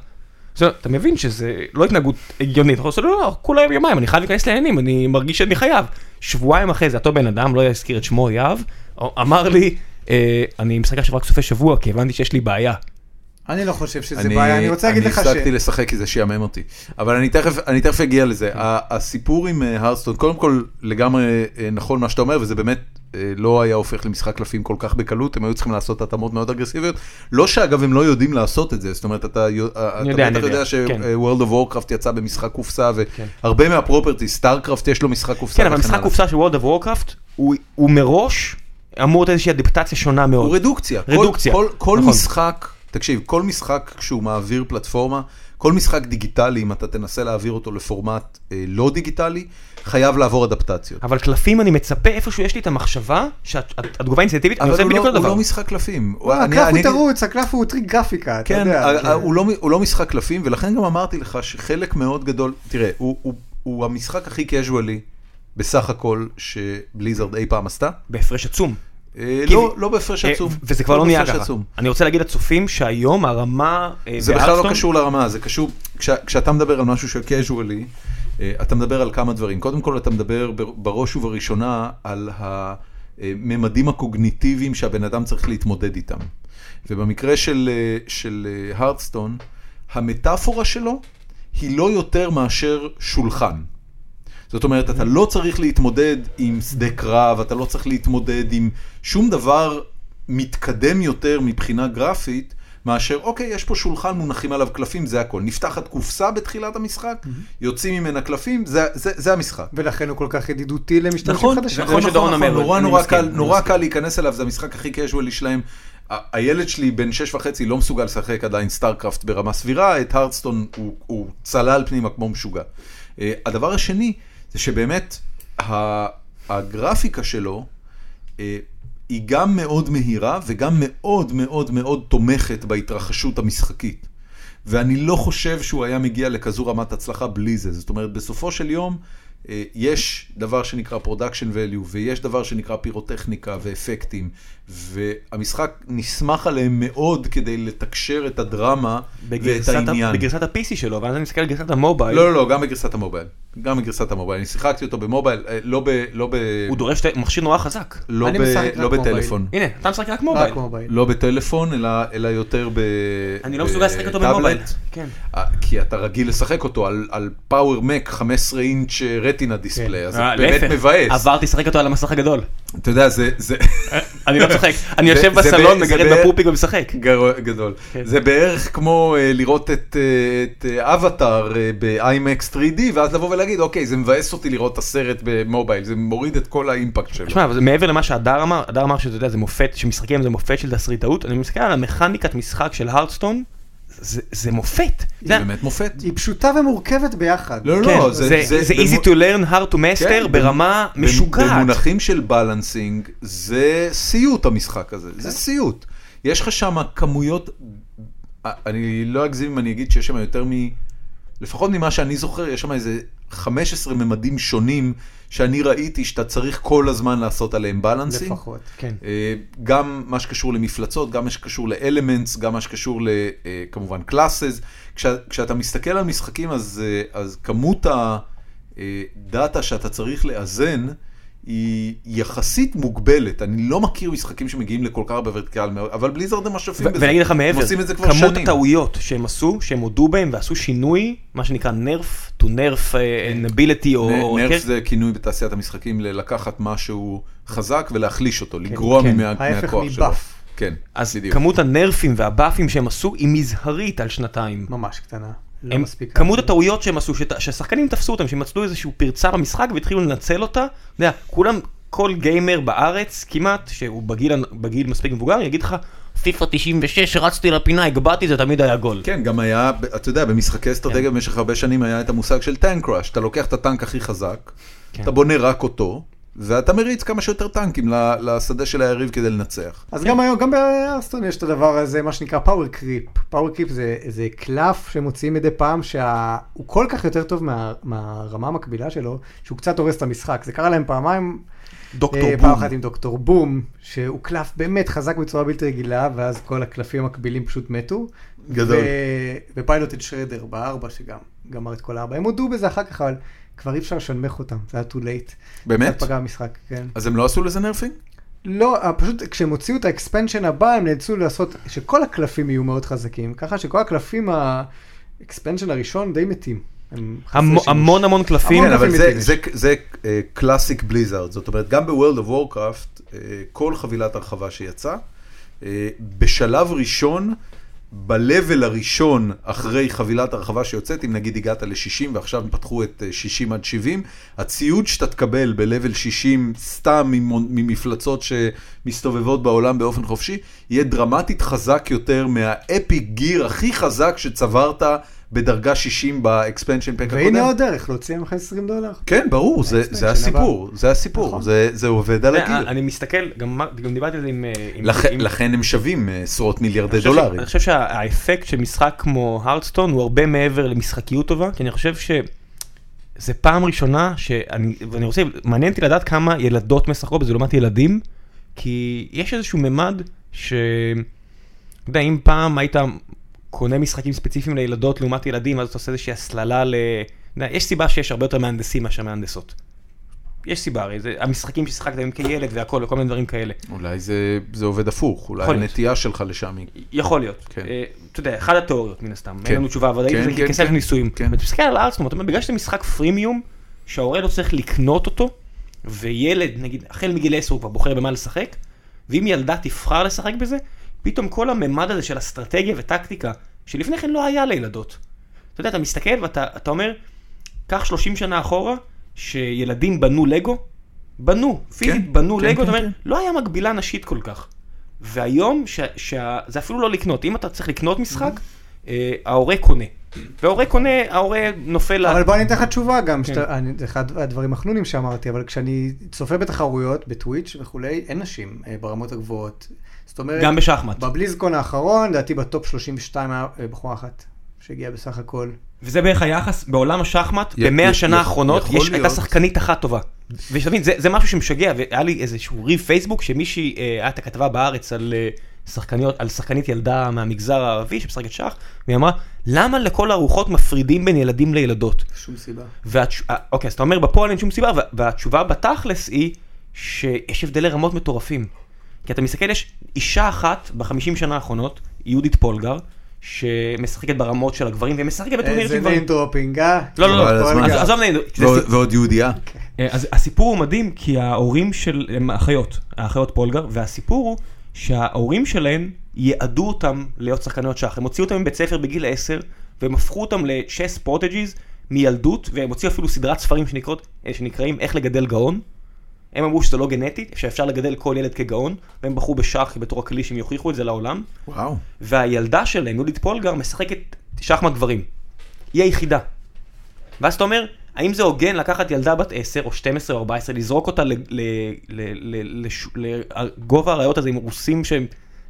Speaker 4: זאת אומרת, אתה מבין שזה לא התנהגות הגיונית, אתה עושה, לא, לא, כולה יום יומיים, אני חייב להיכנס לעניינים, אני מרגיש שאני חייב. שבועיים אחרי זה, אותו בן אדם, לא אזכיר את שמו, יהב, אמר לי, "אה, אני משחק עכשיו רק סופי שבוע, כי הבנתי שיש לי בעיה.
Speaker 3: אני לא חושב שזה בעיה, אני רוצה להגיד לך
Speaker 1: אני הפסקתי
Speaker 3: ש...
Speaker 1: לשחק כי זה שיאמם אותי. אבל אני תכף, אני תכף אגיע לזה.
Speaker 3: כן.
Speaker 1: ה- הסיפור עם אה, הרסטון, קודם כל לגמרי אה, נכון מה שאתה אומר, וזה באמת אה, לא היה הופך למשחק קלפים כל כך בקלות, הם היו צריכים לעשות התאמות מאוד אגרסיביות. לא שאגב הם לא יודעים לעשות את זה, זאת אומרת אתה יו- אתה
Speaker 4: יודע, אני
Speaker 1: בטח
Speaker 4: יודע,
Speaker 1: יודע
Speaker 4: כן.
Speaker 1: ש-World of Warcraft יצא במשחק קופסה, והרבה מהפרופרטי, סטארקרפט יש לו משחק קופסה.
Speaker 4: כן, אבל
Speaker 1: וכן
Speaker 4: משחק
Speaker 1: הלאה.
Speaker 4: קופסה של World of Warcraft, הוא- הוא מראש אמור להיות איזושהי אדפטציה שונה מאוד.
Speaker 1: הוא רדוקציה. כל-
Speaker 4: רדוקציה,
Speaker 1: כל, כל
Speaker 4: נכון.
Speaker 1: משחק, תקשיב, כל משחק כשהוא מעביר פלטפורמה, כל משחק דיגיטלי, אם אתה תנסה להעביר אותו לפורמט אה, לא דיגיטלי, חייב לעבור אדפטציות.
Speaker 4: אבל קלפים אני מצפה, איפשהו יש לי את המחשבה, שהתגובה האינסטנטיבית, אני
Speaker 1: אבל
Speaker 4: עושה
Speaker 1: הוא
Speaker 4: בדיוק
Speaker 1: לא,
Speaker 4: אותו
Speaker 1: הוא
Speaker 4: דבר.
Speaker 1: לא משחק קלפים. הוא- אני-
Speaker 3: הקלף הוא
Speaker 1: אני-
Speaker 3: תירוץ, הקלף הוא טריק גרפיקה, אתה
Speaker 1: כן,
Speaker 3: יודע.
Speaker 1: ה-
Speaker 3: זה-
Speaker 1: ה- הוא לא מ- הוא לא משחק קלפים, ולכן גם אמרתי לך שחלק מאוד גדול, תראה, הוא- הוא- הוא המשחק הכי קז'ואלי בסך הכל שבליזרד אי פעם עשתה.
Speaker 4: בהפרש עצום.
Speaker 1: אה,
Speaker 4: כי-
Speaker 1: לא- לא בהפרש
Speaker 4: אה,
Speaker 1: עצום.
Speaker 4: וזה כבר לא נהיה
Speaker 1: בהפרש
Speaker 4: ככה.
Speaker 1: עצום.
Speaker 4: אני רוצה להגיד לצופים שהיום הרמה... אה,
Speaker 1: זה בכלל לא
Speaker 4: בהרדסטון-
Speaker 1: קשור לרמה, זה קשור, כש, כשאתה מדבר על משהו שקז'ואלי, אה, אתה מדבר על כמה דברים. קודם כל אתה מדבר בר- בראש ובראשונה על הממדים הקוגניטיביים שהבן אדם צריך להתמודד איתם. ובמקרה של, אה, של אה, הרדסטון, המטאפורה שלו היא לא יותר מאשר שולחן. זאת אומרת, אתה לא צריך להתמודד עם שדה קרב, אתה לא צריך להתמודד עם שום דבר מתקדם יותר מבחינה גרפית, מאשר, אוקיי, יש פה שולחן, מונחים עליו קלפים, זה הכל. נפתחת קופסה בתחילת המשחק, יוצאים ממנה קלפים, זה, זה, זה המשחק.
Speaker 3: ולכן הוא כל כך ידידותי למשתמשים
Speaker 1: נכון,
Speaker 3: חדשים.
Speaker 1: נכון,
Speaker 4: כמו
Speaker 1: נכון,
Speaker 4: שדורון
Speaker 1: נכון,
Speaker 4: אומר,
Speaker 1: נורא
Speaker 4: אני
Speaker 1: נורא
Speaker 4: מסכים,
Speaker 1: קל,
Speaker 4: אני
Speaker 1: נורא
Speaker 4: מסכים.
Speaker 1: קל להיכנס אליו, זה המשחק הכי casually שלהם. ה- הילד שלי בן שש וחצי לא מסוגל לשחק עדיין סטארקרפט ברמה סבירה, את הרדסטון הוא, הוא צלל פנימה כמו משוגע. אה, הדבר השני, זה שבאמת ה- הגרפיקה שלו, אה, היא גם מאוד מהירה וגם מאוד מאוד מאוד תומכת בהתרחשות המשחקית. ואני לא חושב שהוא היה מגיע לכזו רמת הצלחה בלי זה. זאת אומרת, בסופו של יום, אה, יש דבר שנקרא production value, ויש דבר שנקרא פירוטכניקה ואפקטים, והמשחק נסמך עליהם מאוד כדי לתקשר את הדרמה ואת
Speaker 4: בגרסת ה-
Speaker 1: העניין.
Speaker 4: בגרסת ה-PC שלו, ואז אני מסתכל על גרסת המובייל,
Speaker 1: לא, לא, לא, גם בגרסת המובייל. גם בגרסת המובייל. אני שיחקתי אותו במובייל, אה, לא ב... לא ב...
Speaker 4: הוא דורש שתי- מכשיר נורא חזק.
Speaker 1: לא
Speaker 3: אני
Speaker 1: ב-
Speaker 3: משחק רק
Speaker 1: לא
Speaker 3: מובייל.
Speaker 1: בטלפון.
Speaker 4: הנה, אתה משחק רק
Speaker 3: רק
Speaker 4: מובייל.
Speaker 3: מובייל.
Speaker 1: לא בטלפון, אלא, אלא יותר ב...
Speaker 4: אני לא מסוגל לשחק אותו
Speaker 1: בטאבלט.
Speaker 4: במובייל. כן.
Speaker 1: אה, כי אתה רגיל לשחק אותו על, על פאוור מק 15 אינץ' אה, רטינה דיספליי, אז זה
Speaker 4: אה,
Speaker 1: באמת
Speaker 4: להפך.
Speaker 1: מבאס.
Speaker 4: עברתי לשחק אותו על המסך הגדול.
Speaker 1: אתה יודע, זה, זה
Speaker 4: אני לא צוחק, אני
Speaker 1: זה- זה
Speaker 4: יושב בסלון,
Speaker 1: ב- זה
Speaker 4: מגרד
Speaker 1: ב-
Speaker 4: בפופיק ומשחק.
Speaker 1: גר- גדול.
Speaker 4: כן.
Speaker 1: זה בערך כמו אה, לראות את, אה, את אה, אבטאר אה, ב-IMAX 3D, ואז לבוא ולהגיד, אוקיי, זה מבאס אותי לראות את הסרט במובייל, זה מוריד את כל האימפקט שלו.
Speaker 4: תשמע, אבל זה מעבר למה שהדר אמר, הדר אמר שזה אתה יודע, זה מופת, שמשחקים זה מופת של תסריטאות, אני מסתכל על המכניקת משחק של הרדסטון, זה זה מופת.
Speaker 1: זה באמת מופת.
Speaker 3: היא פשוטה ומורכבת ביחד.
Speaker 1: לא,
Speaker 4: כן,
Speaker 1: לא,
Speaker 4: זה זה easy to learn, hard to master
Speaker 1: כן,
Speaker 4: ברמה
Speaker 1: במ-
Speaker 4: משוגעת.
Speaker 1: במונחים של בלנסינג, זה סיוט המשחק הזה, זה סיוט. יש לך שם כמויות, אה, אני לא אגזים אם אני אגיד שיש שם יותר מ... לפחות ממה שאני זוכר, יש שם איזה 15 ממדים שונים שאני ראיתי שאתה צריך כל הזמן לעשות עליהם בלנסינג.
Speaker 3: לפחות.
Speaker 4: כן.
Speaker 1: אה, גם מה שקשור למפלצות, גם מה שקשור לאלמנטס, גם מה שקשור ל- אה, כמובן קלאסס. כשאתה מסתכל על משחקים, אז, אה, אז כמות הדאטה שאתה צריך לאזן היא יחסית מוגבלת. אני לא מכיר משחקים שמגיעים לכל כך הרבה ורטיקל, אבל בליזרד הם אשפים
Speaker 4: ו- ואני אגיד לך מעבר,
Speaker 1: הם עושים את זה כבר
Speaker 4: כמות
Speaker 1: שנים.
Speaker 4: הטעויות שהם עשו, שהם הודו בהם ועשו שינוי, מה שנקרא נרף, to nerf נביליטי או...
Speaker 1: נ-
Speaker 4: כן,
Speaker 1: נרף זה כינוי בתעשיית המשחקים ללקחת משהו חזק ולהחליש אותו, לגרוע
Speaker 4: כן.
Speaker 1: ממה-
Speaker 3: ההפך
Speaker 1: מהכוח שלו.
Speaker 3: מבאף.
Speaker 1: כן,
Speaker 4: אז
Speaker 1: בדיוק.
Speaker 4: כמות הנרפים והבאפים שהם עשו היא מזערית על שנתיים.
Speaker 3: ממש קטנה. לא
Speaker 4: הם,
Speaker 3: מספיק.
Speaker 4: כמות הטעויות שהם עשו, שת, שהשחקנים תפסו אותם, שהם מצאו איזושהי פרצה במשחק והתחילו לנצל אותה, אתה יודע, כולם, כל גיימר בארץ כמעט, שהוא בגיל, בגיל מספיק מבוגר, יגיד לך, פיפ"א 96, רצתי לפינה, הגבהתי, זה תמיד היה גול.
Speaker 1: כן, גם היה, אתה יודע, במשחקי אסטרטגיה במשך הרבה שנים היה את המושג של טנק ראש. אתה לוקח את הטנק הכי חזק, אתה בונה רק אותו, ואתה מריץ כמה שיותר טנקים ל- לשדה של היריב כדי לנצח.
Speaker 3: אז גם היום, גם בארסטון יש את הדבר הזה, מה שנקרא פאוור קריפ. פאוור קריפ זה זה קלף שמוציאים מדי פעם, שהוא כל כך יותר טוב מה- מהרמה המקבילה שלו, שהוא קצת הורס את המשחק. זה קרה להם פעמיים,
Speaker 4: דוקטור בום.
Speaker 3: אה, פעם אחת עם דוקטור בום, שהוא קלף באמת חזק בצורה בלתי רגילה, ואז כל הקלפים המקבילים פשוט מתו.
Speaker 1: גדול.
Speaker 3: ו- ופיילוט את שרדר בארבע, שגם גמר את כל הארבע. הם הודו בזה אחר כך, אבל כבר אי אפשר לשנמך אותם, זה היה too late.
Speaker 1: באמת?
Speaker 3: קצת פגע המשחק, כן.
Speaker 1: אז הם לא עשו לזה נרפינג?
Speaker 3: לא, אה, פשוט כשהם הוציאו את האקספנשן הבא, הם נאלצו לעשות שכל הקלפים יהיו מאוד חזקים, ככה שכל הקלפים, האקספנשן הראשון די מתים. הם חסרי
Speaker 4: המון-
Speaker 3: שימוש.
Speaker 4: המון המון קלפים.
Speaker 1: כן, אבל
Speaker 3: קלפים
Speaker 1: זה-
Speaker 3: מתים יש.
Speaker 1: זה- זה קלאסיק בליזארד. זאת אומרת, גם בוורלד אוף וורקראפט, אה, כל חבילת הרחבה שיצאה, אה, בשלב ראשון, ב-level הראשון אחרי חבילת הרחבה שיוצאת, אם נגיד הגעת ל-60 ועכשיו הם פתחו את אה, 60 עד 70, הציוד שאתה תקבל ב-level 60 סתם ממונ- ממפלצות שמסתובבות בעולם באופן חופשי, יהיה דרמטית חזק יותר מהאפי גיר הכי חזק שצברת בדרגה 60 באקספנשן פק הקודם.
Speaker 3: והנה עוד דרך, להוציא ממך 20 דולר.
Speaker 1: כן, ברור, זה, זה הסיפור, זה הסיפור,
Speaker 3: נכון.
Speaker 1: זה, זה עובד על
Speaker 4: אתה יודע,
Speaker 1: הגיל.
Speaker 4: אני מסתכל, גם אמר- גם דיברתי על זה עם... אה, עם-
Speaker 1: לכן,
Speaker 4: עם-
Speaker 1: לכן הם שווים אה, עשרות מיליארדי
Speaker 4: אני חושב ש-
Speaker 1: דולרים.
Speaker 4: אני חושב שהאפקט של משחק כמו הרדסטון הוא הרבה מעבר למשחקיות טובה, כי אני חושב ש... זה פעם ראשונה שאני, ואני רוצה, מעניין אותי לדעת כמה ילדות משחקות בזה לעומת ילדים, כי יש איזשהו ממד ש... אתה יודע, אם פעם היית קונה משחקים ספציפיים לילדות לעומת ילדים, אז אתה עושה איזושהי הסללה ל... אתה יודע, יש סיבה שיש הרבה יותר מהנדסים מאשר מהנדסות. יש סיבה, הרי זה המשחקים ששיחקת בהם כילד והכל, וכל מיני דברים כאלה.
Speaker 1: אולי זה, זה עובד הפוך, אולי
Speaker 4: יכול להיות.
Speaker 1: הנטייה שלך לשם היא...
Speaker 4: יכול להיות.
Speaker 1: כן.
Speaker 4: אה, אתה יודע, אחת התיאוריות מן הסתם,
Speaker 1: כן.
Speaker 4: אין לנו תשובה ודאית,
Speaker 1: כן,
Speaker 4: זה
Speaker 1: כן,
Speaker 4: כסף
Speaker 1: כן.
Speaker 4: ניסויים.
Speaker 1: כן.
Speaker 4: ואתה מסתכל על ארסטום, אתה אומר, בגלל שזה משחק פרימיום, שההורה לא צריך לקנות אותו, וילד, נגיד, החל מגיל 10 הוא כבר בוחר במה לשחק, ואם ילדה תבחר לשחק בזה, פתאום כל הממד הזה של אסטרטגיה וטקטיקה, שלפני כן לא היה לילדות. אתה יודע, אתה מסתכל ואתה אתה אומר, קח 30 שנה אחורה, שילדים בנו לגו, בנו, פיזית בנו
Speaker 1: כן,
Speaker 4: לגו,
Speaker 1: כן,
Speaker 4: אתה אומר,
Speaker 1: כן.
Speaker 4: לא היה מקבילה נשית כל כך. והיום, ש- שה- זה אפילו לא לקנות, אם אתה צריך לקנות משחק,
Speaker 1: Mm-hmm.
Speaker 4: אה, ההורה קונה. וההורה קונה, ההורה נופל ל...
Speaker 3: אבל בוא אני אתן לך תשובה גם,
Speaker 4: לא. כן.
Speaker 3: שאתה- אני- זה אחד הדברים החנונים שאמרתי, אבל כשאני צופה בתחרויות, בטוויץ' וכולי, אין נשים אה, ברמות הגבוהות. זאת אומרת,
Speaker 4: גם בשחמט.
Speaker 3: בבליזקון האחרון, לדעתי בטופ 32 היה אה, בחורה אחת, שהגיעה בסך הכל.
Speaker 4: וזה בערך היחס בעולם השחמט,
Speaker 1: י- י-
Speaker 4: במאה השנה
Speaker 1: י-
Speaker 4: האחרונות,
Speaker 1: יכול
Speaker 4: יש- הייתה
Speaker 1: להיות.
Speaker 4: שחקנית אחת טובה. ושתבין, זה זה משהו שמשגע, והיה לי איזשהו ריב פייסבוק, שמישהי, אה, היה את הכתבה בארץ על אה, שחקניות, על שחקנית ילדה מהמגזר הערבי שמשחקת שח, והיא אמרה, למה לכל הרוחות מפרידים בין ילדים לילדות?
Speaker 3: שום סיבה.
Speaker 4: והתש... אה, אוקיי, אז אתה אומר בפועל אין שום סיבה, וה- והתשובה בתכלס היא שיש הבדלי רמות מטורפים. כי אתה מסתכל, יש אישה אחת בחמישים שנה האחרונות, יהודית פולגר, שמשחקת ברמות של הגברים, ומשחקת בטורניר של
Speaker 3: איזה
Speaker 4: גברים.
Speaker 3: name dropping, אה?
Speaker 4: לא, לא,
Speaker 1: אבל לא,
Speaker 4: לא,
Speaker 1: הזמן-
Speaker 4: אז-
Speaker 1: גם.
Speaker 4: עזוב נהדר.
Speaker 1: ועוד, ועוד יהודייה.
Speaker 4: אה, אז הסיפור הוא מדהים, כי ההורים של, הם אחיות, האחיות פולגר, והסיפור הוא שההורים שלהן יעדו אותם להיות שחקניות שח. הם הוציאו אותם מבית ספר בגיל 10, והם הפכו אותם ל-chess prodigies מילדות, והם הוציאו אפילו סדרת ספרים שנקראות, אה, שנקראים איך לגדל גאון. הם אמרו שזה לא גנטי, שאפשר לגדל כל ילד כגאון, והם בחרו בשח בתור הכלי שהם יוכיחו את זה לעולם,
Speaker 1: וואו.
Speaker 4: והילדה שלהם, יהודית פולגר, משחקת שחמט גברים. היא היחידה. ואז אתה אומר, האם זה הוגן לקחת ילדה בת 10 או 12 או 14, לזרוק אותה לגובה הראיות הזה עם רוסים שהם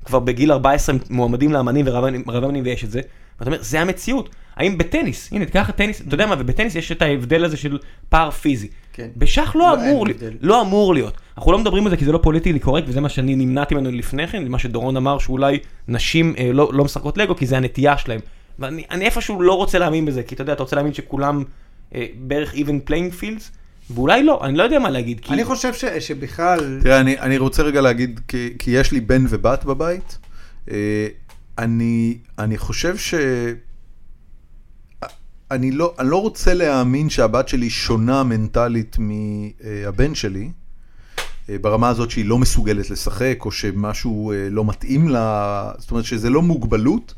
Speaker 4: כבר בגיל 14 הם מועמדים לאמנים ורבנים רבנים ויש את זה? ואתה אומר, זה המציאות. האם בטניס, הנה תיקח את טניס, אתה יודע מה, ובטניס יש את ההבדל הזה של פער פיזי.
Speaker 3: כן.
Speaker 4: בשח לא
Speaker 3: לא, אין
Speaker 4: אמור, לי-
Speaker 3: הבדל.
Speaker 4: לא אמור להיות. אנחנו לא מדברים על זה כי זה לא פוליטיקלי קורקט וזה מה שאני נמנעתי ממנו לפני כן, מה שדורון אמר שאולי נשים אה, לא, לא משחקות לגו כי זה הנטייה שלהם. ואני אני איפשהו לא רוצה להאמין בזה, כי אתה יודע, אתה רוצה להאמין שכולם אה, בערך even playing fields, ואולי לא, אני לא יודע מה להגיד. כי...
Speaker 3: אני חושב ש- שבכלל,
Speaker 1: תראה, אני, אני רוצה רגע להגיד, כי, כי יש לי בן ובת בבית, אה, אני, אני חושב ש... אני לא, אני לא רוצה להאמין שהבת שלי שונה מנטלית מהבן שלי, אה, ברמה הזאת שהיא לא מסוגלת לשחק, או שמשהו אה, לא מתאים לה, זאת אומרת שזה לא מוגבלות,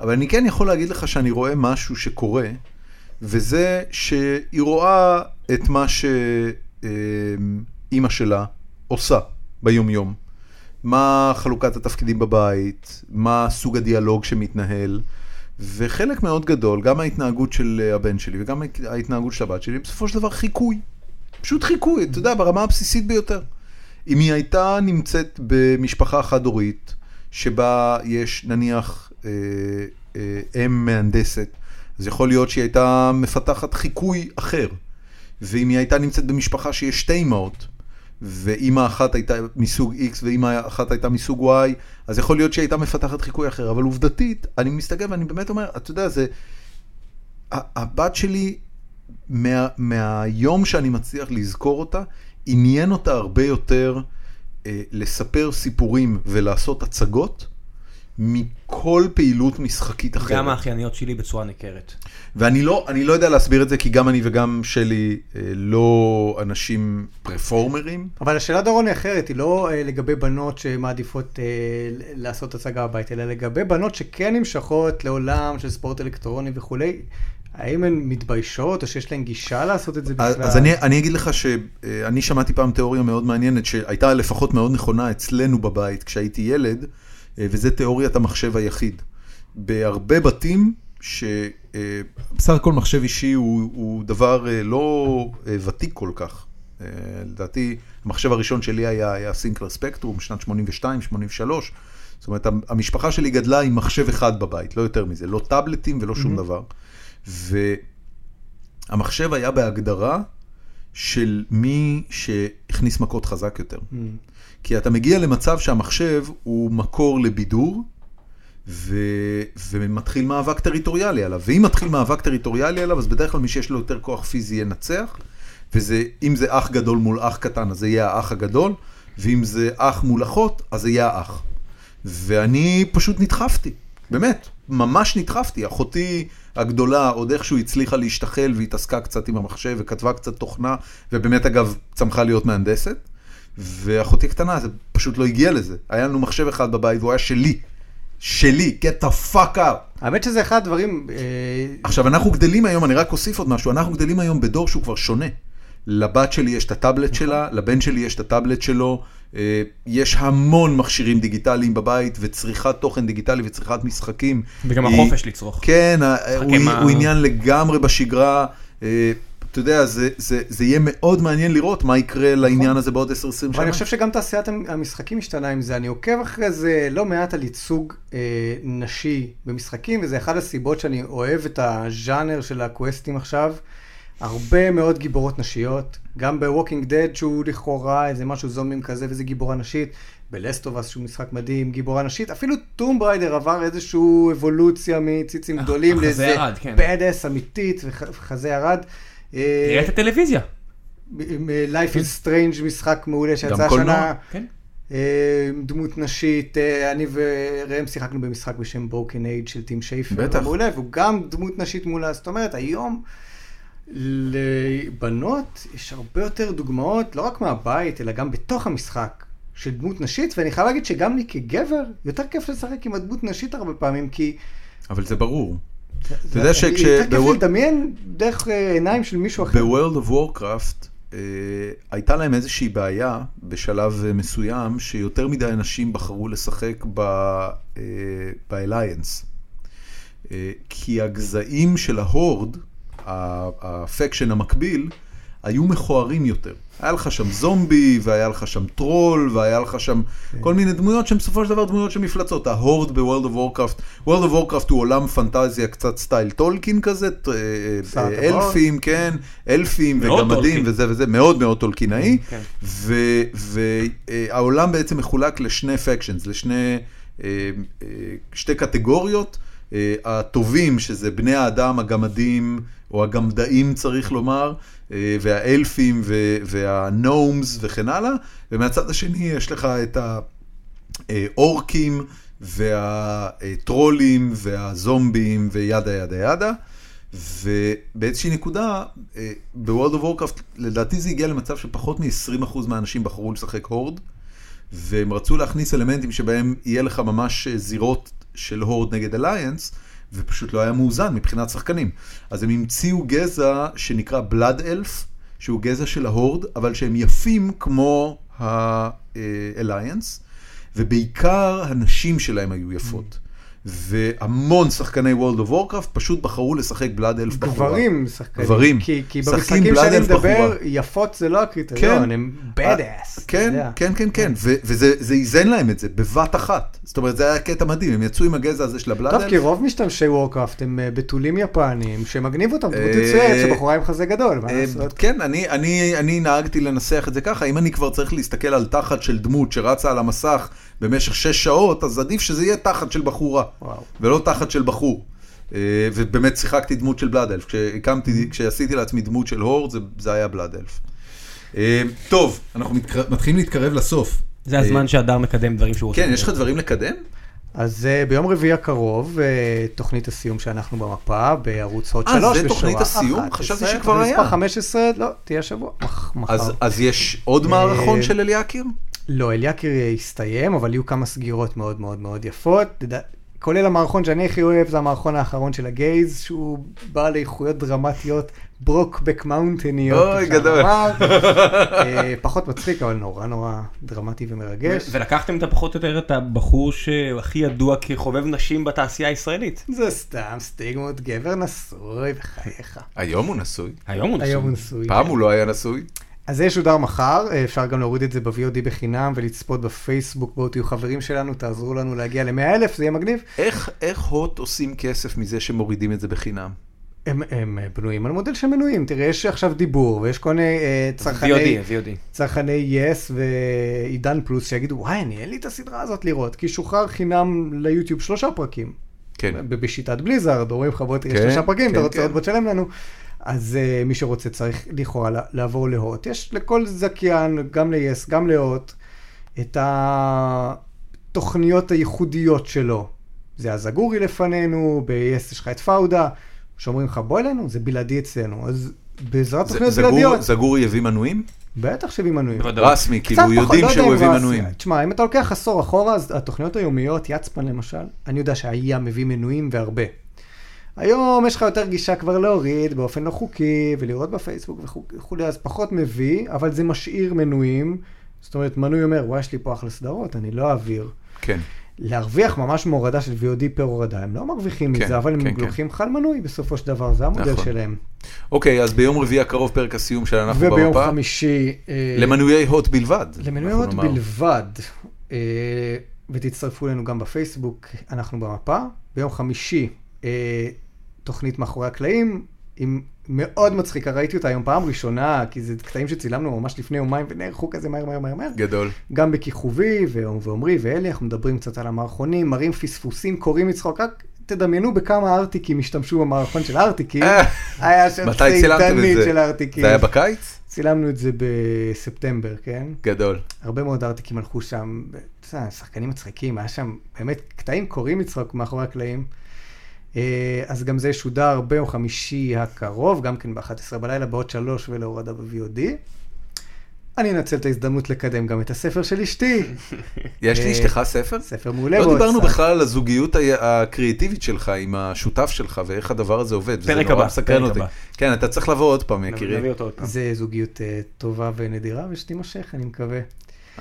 Speaker 1: אבל אני כן יכול להגיד לך שאני רואה משהו שקורה, וזה שהיא רואה את מה שאימא שלה עושה ביומיום. מה חלוקת התפקידים בבית, מה סוג הדיאלוג שמתנהל, וחלק מאוד גדול, גם ההתנהגות של אה, הבן שלי וגם ההת- ההתנהגות של הבת שלי, בסופו של דבר חיקוי. פשוט חיקוי, אתה יודע, ברמה הבסיסית ביותר. אם היא הייתה נמצאת במשפחה חד-הורית, שבה יש נניח אה, אה, אם מהנדסת, אז יכול להיות שהיא הייתה מפתחת חיקוי אחר. ואם היא הייתה נמצאת במשפחה שיש שתי אמהות, ואימא אחת הייתה מסוג X ואימא אחת הייתה מסוג Y, אז יכול להיות שהיא הייתה מפתחת חיקוי אחר, אבל עובדתית, אני מסתכל ואני באמת אומר, אתה יודע, זה... ה- הבת שלי, מה, מהיום שאני מצליח לזכור אותה, עניין אותה הרבה יותר אה, לספר סיפורים ולעשות הצגות, מכל פעילות משחקית אחרת.
Speaker 4: גם האחייניות שלי בצורה ניכרת.
Speaker 1: ואני לא, אני לא יודע להסביר את זה, כי גם אני וגם שלי אה, לא אנשים פרפורמרים.
Speaker 3: אבל השאלה דורון היא אחרת, היא לא אה, לגבי בנות שמעדיפות אה, ל- לעשות הצגה בבית, אלא לגבי בנות שכן נמשכות לעולם של ספורט אלקטרוני וכולי, האם הן מתביישות או שיש להן גישה לעשות את זה
Speaker 1: אז,
Speaker 3: בכלל?
Speaker 1: אז אני, אני אגיד לך שאני שמעתי פעם תיאוריה מאוד מעניינת, שהייתה לפחות מאוד נכונה אצלנו בבית כשהייתי ילד, אה, וזה תיאוריית המחשב היחיד. בהרבה בתים, שבסך הכל מחשב אישי הוא, הוא דבר אה, לא אה, ותיק כל כך. אה, לדעתי, המחשב הראשון שלי היה, היה סינקלר ספקטרום, שנת 82-83. זאת אומרת, המשפחה שלי גדלה עם מחשב אחד בבית, לא יותר מזה, לא טאבלטים ולא שום דבר. ו... המחשב היה בהגדרה של מי שהכניס מכות חזק יותר.
Speaker 3: Hmm.
Speaker 1: כי אתה מגיע למצב שהמחשב הוא מקור לבידור, ו... ומתחיל מאבק טריטוריאלי עליו. ואם מתחיל מאבק טריטוריאלי עליו, אז בדרך כלל מי שיש לו יותר כוח פיזי ינצח, וזה, אם זה אח גדול מול אח קטן, אז זה יהיה האח הגדול, ואם זה אח מול אחות, אז זה יהיה האח. ואני פשוט נדחפתי, באמת, ממש נדחפתי. אחותי הגדולה עוד איכשהו הצליחה להשתחל והתעסקה קצת עם המחשב וכתבה קצת תוכנה, ובאמת אגב צמחה להיות מהנדסת. ואחותי הקטנה, זה פשוט לא הגיע לזה. היה לנו מחשב אחד בבית והוא היה שלי. שלי, get the fuck out.
Speaker 3: האמת שזה אחד הדברים, אה,
Speaker 1: עכשיו, אנחנו גדלים היום, אני רק אוסיף עוד משהו, אנחנו גדלים היום בדור שהוא כבר שונה. לבת שלי יש את הטאבלט שלה, לבן שלי יש את הטאבלט שלו, אה, יש המון מכשירים דיגיטליים בבית, וצריכת תוכן דיגיטלי וצריכת משחקים.
Speaker 4: וגם
Speaker 1: היא-
Speaker 4: החופש לצרוך.
Speaker 1: כן, ה- הוא,
Speaker 4: עם ה-
Speaker 1: הוא עניין לגמרי בשגרה. אה, אתה יודע, זה, זה, זה יהיה מאוד מעניין לראות מה יקרה לעניין הזה בעוד 10-20 שנה.
Speaker 3: אבל אני חושב שגם תעשיית המ- המשחקים השתנה עם זה. אני עוקב אחרי זה לא מעט על ייצוג אה, נשי במשחקים, וזה אחת הסיבות שאני אוהב את הז'אנר של הקווסטים עכשיו. הרבה מאוד גיבורות נשיות, גם ב-Walking Dead שהוא לכאורה איזה משהו זומבים כזה וזה גיבורה נשית, בלסטובס שהוא משחק מדהים, גיבורה נשית, אפילו טום בריידר עבר איזושהי אבולוציה מציצים
Speaker 4: אח-
Speaker 3: גדולים
Speaker 4: החזה
Speaker 3: לאיזה
Speaker 4: ירד, אה, כן.
Speaker 3: bad ass אמיתית וח- וחזה ירד. אה,
Speaker 4: תראה כן. את הטלוויזיה.
Speaker 3: עם אה, Life is Strange, משחק מעולה שיצא
Speaker 1: גם קולנוע,
Speaker 3: השנה.
Speaker 4: כן.
Speaker 3: אה, עם דמות נשית, אה, אני וראם שיחקנו במשחק בשם ברוקן אייד של טים שייפר.
Speaker 1: בטח.
Speaker 3: מעולה, והוא גם דמות נשית מולה, זאת אומרת, היום לבנות יש הרבה יותר דוגמאות, לא רק מהבית, אלא גם בתוך המשחק, של דמות נשית, ואני חייב להגיד שגם לי כגבר, יותר כיף לשחק עם הדמות נשית הרבה פעמים, כי...
Speaker 1: אבל זה ברור. אתה יודע
Speaker 3: יותר
Speaker 1: שכש...
Speaker 3: כיף
Speaker 1: בוו-
Speaker 3: לדמיין דרך אה, עיניים של מישהו אחר.
Speaker 1: ב-World of Warcraft אה, הייתה להם איזושהי בעיה בשלב אה, מסוים, שיותר מדי אנשים בחרו לשחק אה, ב-Alliance. אה, כי הגזעים של ההורד, ה- הפקשן המקביל, היו מכוערים יותר. היה לך שם זומבי, והיה לך שם טרול, והיה לך שם
Speaker 3: כן.
Speaker 1: כל מיני דמויות שהן בסופו של דבר דמויות של מפלצות. ההורד ב-World of Warcraft, World of Warcraft הוא עולם פנטזיה קצת סטייל טולקין כזה, ט- אה,
Speaker 3: שר
Speaker 1: אה,
Speaker 3: הטבעות.
Speaker 1: אלפים, כן, אלפים
Speaker 4: מאוד
Speaker 1: וגמדים
Speaker 4: טולקין.
Speaker 1: וזה וזה, מאוד מאוד טולקינאי,
Speaker 4: כן.
Speaker 1: והעולם בעצם מחולק לשני פקשנס, לשני, אה, אה, שתי קטגוריות, אה, הטובים שזה בני האדם, הגמדים, או הגמדאים צריך לומר, אה, והאלפים ו- והנומס וכן הלאה, ומהצד השני יש לך את ה... אה, אורקים והטרולים והזומבים וידה ידה ידה. ובאיזושהי נקודה, אה, ב-World of Warcraft, לדעתי זה הגיע למצב שפחות מ-20% מהאנשים בחרו לשחק הורד, והם רצו להכניס אלמנטים שבהם יהיה לך ממש אה, זירות של הורד נגד אליינס, ופשוט לא היה מאוזן מבחינת שחקנים. אז הם המציאו גזע שנקרא בלאד אלף, שהוא גזע של ההורד, אבל שהם יפים כמו האליינס. ובעיקר הנשים שלהם היו יפות. והמון שחקני World of Warcraft פשוט בחרו לשחק בלאד אלף בחורה.
Speaker 3: גברים שחקנים.
Speaker 1: גברים.
Speaker 3: כי, כי
Speaker 1: משחקים
Speaker 3: במשחקים
Speaker 1: בלאד
Speaker 3: שאני
Speaker 1: אלף
Speaker 3: מדבר,
Speaker 1: בחורה.
Speaker 3: יפות זה לא הקריטריון,
Speaker 1: כן.
Speaker 3: הם
Speaker 1: אה,
Speaker 3: bad ass.
Speaker 1: כן, כן, כן, כן, ו- וזה זה איזן להם את זה בבת אחת. זאת אומרת, זה היה קטע מדהים, הם יצאו עם הגזע הזה של הבלאד
Speaker 3: טוב, כי
Speaker 1: אלף.
Speaker 3: רוב משתמשי וורקראפט הם אה, בתולים יפנים, שמגניב אותם, דמות
Speaker 1: אה,
Speaker 3: מצוינת שבחורה עם חזה גדול, מה
Speaker 1: אה,
Speaker 3: לעשות?
Speaker 1: כן, אני, אני, אני נהגתי לנסח את זה ככה, אם אני כבר צריך להסתכל על תחת של דמות שרצה על המסך במשך שש שעות, אז עדיף שזה יהיה תחת של בחורה,
Speaker 3: וואו.
Speaker 1: ולא תחת של בחור. אה, ובאמת שיחקתי דמות של בלאד אלף, כשהקמתי, כשעשיתי לעצמי דמות של הורד, זה, זה היה בלאד אלף. אה, טוב, אנחנו מתקר... מתחילים להתקרב לסוף.
Speaker 4: זה הזמן שהדר מקדם דברים שהוא רוצה.
Speaker 1: אה, כן, יש לך דברים לקדם?
Speaker 3: אז אה, ביום רביעי הקרוב, אה, תוכנית הסיום שאנחנו במפה, בערוץ הוט
Speaker 1: אה,
Speaker 3: 3
Speaker 1: זה תוכנית הסיום?
Speaker 3: 11,
Speaker 1: חשבתי שכבר היה.
Speaker 3: מספר 15, לא, תהיה השבוע, מח- מחר.
Speaker 1: אז, אז יש עוד מערכון של אליאקיר?
Speaker 3: לא, אליאקיר הסתיים, אבל יהיו כמה סגירות מאוד מאוד מאוד יפות. תדע- כולל המערכון שאני הכי אוהב, זה המערכון האחרון של הגייז, שהוא בא לאיכויות דרמטיות, ברוקבק מאונטניות.
Speaker 1: אוי,
Speaker 3: אפשר
Speaker 1: גדול.
Speaker 3: לומר. אה, פחות מצחיק, אבל נורא נורא דרמטי ומרגש.
Speaker 4: ולקחתם את הפחות או יותר את הבחור שהכי ידוע כחובב נשים בתעשייה הישראלית.
Speaker 3: זה סתם סטיגמות, גבר נשוי, בחייך.
Speaker 1: היום הוא נשוי.
Speaker 4: היום הוא נשוי.
Speaker 3: היום הוא נשוי.
Speaker 1: פעם הוא לא היה נשוי.
Speaker 3: אז זה ישודר מחר, אה, אפשר גם להוריד את זה ב-VOD בחינם ולצפות בפייסבוק, בואו תהיו חברים שלנו, תעזרו לנו להגיע ל-100 אלף, זה יהיה מגניב.
Speaker 1: איך, איך הוט עושים כסף מזה שמורידים את זה בחינם?
Speaker 3: הם, הם אה, בנויים על מודל של מנויים, תראה, יש עכשיו דיבור, ויש כל מיני אה, צרכני,
Speaker 4: VOD, VOD.
Speaker 3: צרכני יס ועידן פלוס שיגידו, וואי, אני אין לי את הסדרה הזאת לראות, כי שוחרר חינם ליוטיוב שלושה פרקים.
Speaker 1: כן.
Speaker 3: ב- בשיטת בליזארד, אומרים לך, בוא תראה
Speaker 1: כן,
Speaker 3: שלושה פרקים,
Speaker 1: כן,
Speaker 3: אתה רוצה
Speaker 1: כן.
Speaker 3: עוד בוא תשלם לנו. אז אה, מי שרוצה צריך לכאורה לה- לעבור להוט. יש לכל זכיין, גם ליס, גם להוט, את התוכניות הייחודיות שלו. זה הזגורי לפנינו, ביס יש לך את פאודה, שאומרים לך בוא אלינו, זה בלעדי אצלנו. אז בעזרת תוכניות בלעדיות,
Speaker 1: זגורי הביא מנויים?
Speaker 3: בטח שמנויים.
Speaker 4: בוודאות.
Speaker 1: רסמי,
Speaker 3: קצת
Speaker 1: כאילו
Speaker 3: פחות,
Speaker 1: יודעים
Speaker 3: לא יודע
Speaker 1: שהוא
Speaker 3: אם
Speaker 1: הביא
Speaker 3: רסי.
Speaker 1: מנויים.
Speaker 3: תשמע, אם אתה לוקח עשור אחורה, אז התוכניות היומיות, יצפן למשל, אני יודע שהיה מביא מנויים והרבה. היום יש לך יותר גישה כבר להוריד באופן לא חוקי, ולראות בפייסבוק וכו- וכולי, אז פחות מביא, אבל זה משאיר מנויים. זאת אומרת, מנוי אומר, וואי, יש לי פה אחלה סדרות, אני לא אעביר.
Speaker 1: כן.
Speaker 3: להרוויח ממש מהורדה של VOD פר הורדה, הם לא מרוויחים
Speaker 1: כן,
Speaker 3: מזה, אבל הם
Speaker 1: כן, כן.
Speaker 3: לוקחים לך על מנוי בסופו של דבר, זה המודל
Speaker 1: נכון.
Speaker 3: שלהם.
Speaker 1: אוקיי, אז ביום רביעי הקרוב פרק הסיום של אנחנו במפה.
Speaker 3: וביום חמישי... אה,
Speaker 1: למנויי הוט בלבד.
Speaker 3: למנויות
Speaker 1: אנחנו נאמר.
Speaker 3: בלבד, אה, ותצטרפו אלינו גם בפייסבוק, אנחנו במפה. ביום חמישי, אה, תוכנית מאחורי הקלעים, עם מאוד מצחיקה, ראיתי אותה היום פעם ראשונה, כי זה קטעים שצילמנו ממש לפני יומיים ונערכו כזה מהר מהר מהר מהר.
Speaker 1: גדול.
Speaker 3: גם בכיכובי, ואום- ועומרי ואלי, אנחנו מדברים קצת על המערכונים, מראים פספוסים, קוראים מצחוק, רק תדמיינו בכמה ארטיקים השתמשו במערכון של ארטיקים.
Speaker 1: אה,
Speaker 3: היה שם
Speaker 1: מתי צילמתם
Speaker 3: צייתנית
Speaker 1: את
Speaker 3: של
Speaker 1: זה?
Speaker 3: ארטיקים.
Speaker 1: זה היה בקיץ?
Speaker 3: צילמנו את זה בספטמבר, כן?
Speaker 1: גדול.
Speaker 3: הרבה מאוד ארטיקים הלכו שם, אתה יודע, שחקנים מצחיקים, היה שם באמת קטעים קוראים לצחוק מאחורי הקלעים. אה, אז גם זה ישודר ביום חמישי הקרוב, גם כן ב-11 בלילה, בעוד שלוש ולהורדה ב-VOD. אני אנצל את ההזדמנות לקדם גם את הספר של אשתי.
Speaker 1: יש
Speaker 3: אה,
Speaker 1: לאשתך ספר?
Speaker 3: ספר מעולה
Speaker 1: לא
Speaker 3: בהוצאה.
Speaker 1: דיברנו בכלל על הזוגיות ה- הקריאטיבית שלך עם השותף שלך ואיך הדבר הזה עובד. וזה
Speaker 2: פרק
Speaker 1: נורא
Speaker 2: הבא,
Speaker 1: מסקרן
Speaker 2: פרק
Speaker 1: אותי.
Speaker 2: הבא.
Speaker 1: כן, אתה צריך לבוא עוד פעם,
Speaker 2: נביא
Speaker 1: יקירי.
Speaker 2: אותו עוד פעם.
Speaker 3: זה זוגיות אה, טובה ונדירה ושתימשך, אני מקווה.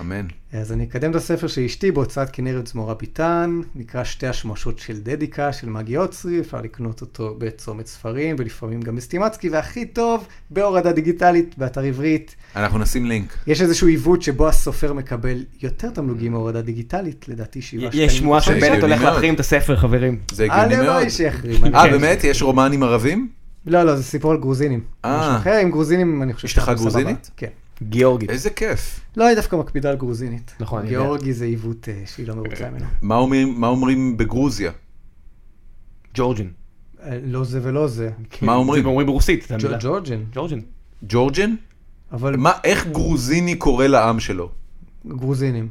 Speaker 1: אמן.
Speaker 3: אז אני אקדם את הספר של אשתי בהוצאת כנרת זמורה ביטן, נקרא שתי השמשות של דדיקה, של מגי אוצרי, אפשר לקנות אותו בצומת ספרים ולפעמים גם בסטימצקי, והכי טוב, בהורדה דיגיטלית, באתר עברית.
Speaker 1: אנחנו נשים לינק.
Speaker 3: יש איזשהו עיוות שבו הסופר מקבל יותר תמלוגים מהורדה דיגיטלית, לדעתי שבעה אה,
Speaker 2: יש שמועה
Speaker 1: זה
Speaker 2: שבנט
Speaker 1: הגיוני
Speaker 2: הולך
Speaker 1: מאוד.
Speaker 2: להחרים את הספר, חברים.
Speaker 1: זה הגיוני מאוד.
Speaker 3: הלוואי שיחרים. לא, אני- כן.
Speaker 1: אה, באמת? יש רומנים ערבים?
Speaker 3: לא, לא, זה סיפור על גרוזינים.
Speaker 1: אה.
Speaker 3: משהו אחר עם גרוזינים, אני חושב
Speaker 1: אשתך
Speaker 3: שאנחנו סבבה.
Speaker 1: גרוזינית?
Speaker 3: כן.
Speaker 2: גיאורגית.
Speaker 1: איזה כיף.
Speaker 3: לא, היא דווקא מקפידה על גרוזינית.
Speaker 1: לא,
Speaker 2: נכון, אני יודע.
Speaker 3: גיאורגי זה עיוות אה, שהיא לא מרוצה ממנו.
Speaker 1: מה אומרים- מה אומרים בגרוזיה?
Speaker 2: כן, ג'ורג'ן.
Speaker 3: אה, לא זה ולא זה.
Speaker 1: מה אומרים?
Speaker 2: זה אומרים ברוסית, את המילה.
Speaker 3: ג'ו- ג'ורג'ן.
Speaker 2: ג'ורג'ן.
Speaker 1: ג'ורג'ן?
Speaker 3: אבל
Speaker 1: מה- איך גרוזיני קורא לעם שלו?
Speaker 3: גרוזינים.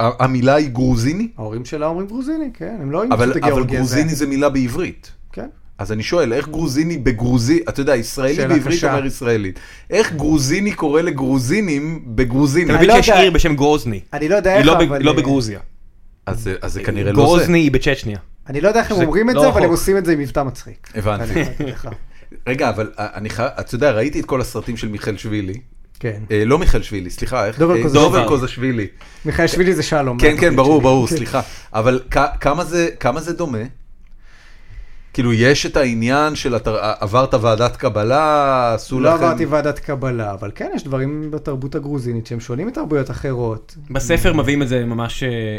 Speaker 1: ה- המילה היא גרוזיני?
Speaker 3: ההורים שלה אומרים גרוזיני, כן, הם לא אימצו
Speaker 1: אבל
Speaker 3: את
Speaker 1: אבל
Speaker 3: הגיאורגיה. זה-
Speaker 1: גרוזיני זה מילה בעברית.
Speaker 3: כן.
Speaker 1: אז אני שואל, איך גרוזיני בגרוזי, אתה יודע, ישראלי
Speaker 3: שאלה
Speaker 1: בעברית
Speaker 3: קשה.
Speaker 1: אומר ישראלית. איך גרוזיני קורא לגרוזינים בגרוזיני?
Speaker 2: אתה מבין
Speaker 3: לא
Speaker 2: שיש
Speaker 3: יודע-
Speaker 2: עיר בשם גרוזני.
Speaker 3: אני לא יודע
Speaker 2: היא
Speaker 3: איך,
Speaker 2: לא ב-
Speaker 3: אבל...
Speaker 2: לא
Speaker 3: אה,
Speaker 2: בגרוזיה.
Speaker 1: אז זה- אז זה כנראה לא זה.
Speaker 2: גרוזני היא בצ'צ'ניה.
Speaker 3: אני לא יודע איך הם
Speaker 2: שזה
Speaker 3: אומרים את
Speaker 2: לא
Speaker 3: זה, אבל הם
Speaker 2: רחוק.
Speaker 3: עושים את זה עם מבטא מצחיק.
Speaker 1: הבנתי.
Speaker 3: אני אגיד לך.
Speaker 1: רגע, אבל אה, אני חייב, אתה יודע, ראיתי את כל הסרטים של מיכאל שבילי.
Speaker 3: כן.
Speaker 1: אה, לא מיכאל שבילי, סליחה, איך?
Speaker 3: דובר
Speaker 1: אה,
Speaker 3: קוזשווילי.
Speaker 1: דובר קוזשווילי.
Speaker 3: מיכאל שבילי זה שלום.
Speaker 1: כן, כן, ברור, ברור,
Speaker 3: כן.
Speaker 1: סליחה. אבל כ- כמה זה- כמה זה דומה? כאילו, יש את העניין של אתה עברת ועדת קבלה, עשו
Speaker 3: לא
Speaker 1: לכם...
Speaker 3: עברתי ועדת קבלה, אבל כן, יש דברים בתרבות הגרוזינית שהם שונים מתרבויות אחרות.
Speaker 4: בספר מביאים את זה ממש... אה,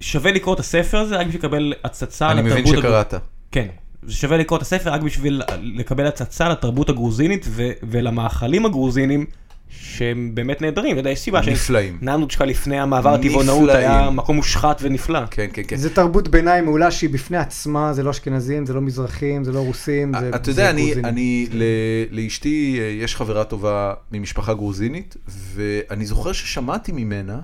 Speaker 4: שווה לקרוא את הספר הזה רק בשביל לקבל הצצה
Speaker 1: אני מבין
Speaker 4: לתרבות הגר-
Speaker 1: שקראת.
Speaker 4: כן. זה שווה לקרוא את הספר רק בשביל לקבל הצצה לתרבות הגרוזינית ו- ולמאכלים הגרוזינים שהם באמת נהדרים. אתה יודע, יש סיבה
Speaker 1: נפלאים.
Speaker 4: ננוצ'קה לפני המעבר הטבעונאות
Speaker 1: נפלאים.
Speaker 4: היה מקום מושחת ונפלא.
Speaker 1: כן, כן, כן.
Speaker 3: זה תרבות ביניים מעולה שהיא בפני עצמה, זה לא אשכנזים, זה לא מזרחים, זה לא רוסים, זה
Speaker 1: אה, אתה
Speaker 3: זה כן.
Speaker 1: יודע, אני,
Speaker 3: גרוזינים.
Speaker 1: אני ל- לאשתי אה, יש חברה טובה ממשפחה גרוזינית, ואני זוכר ששמעתי ממנה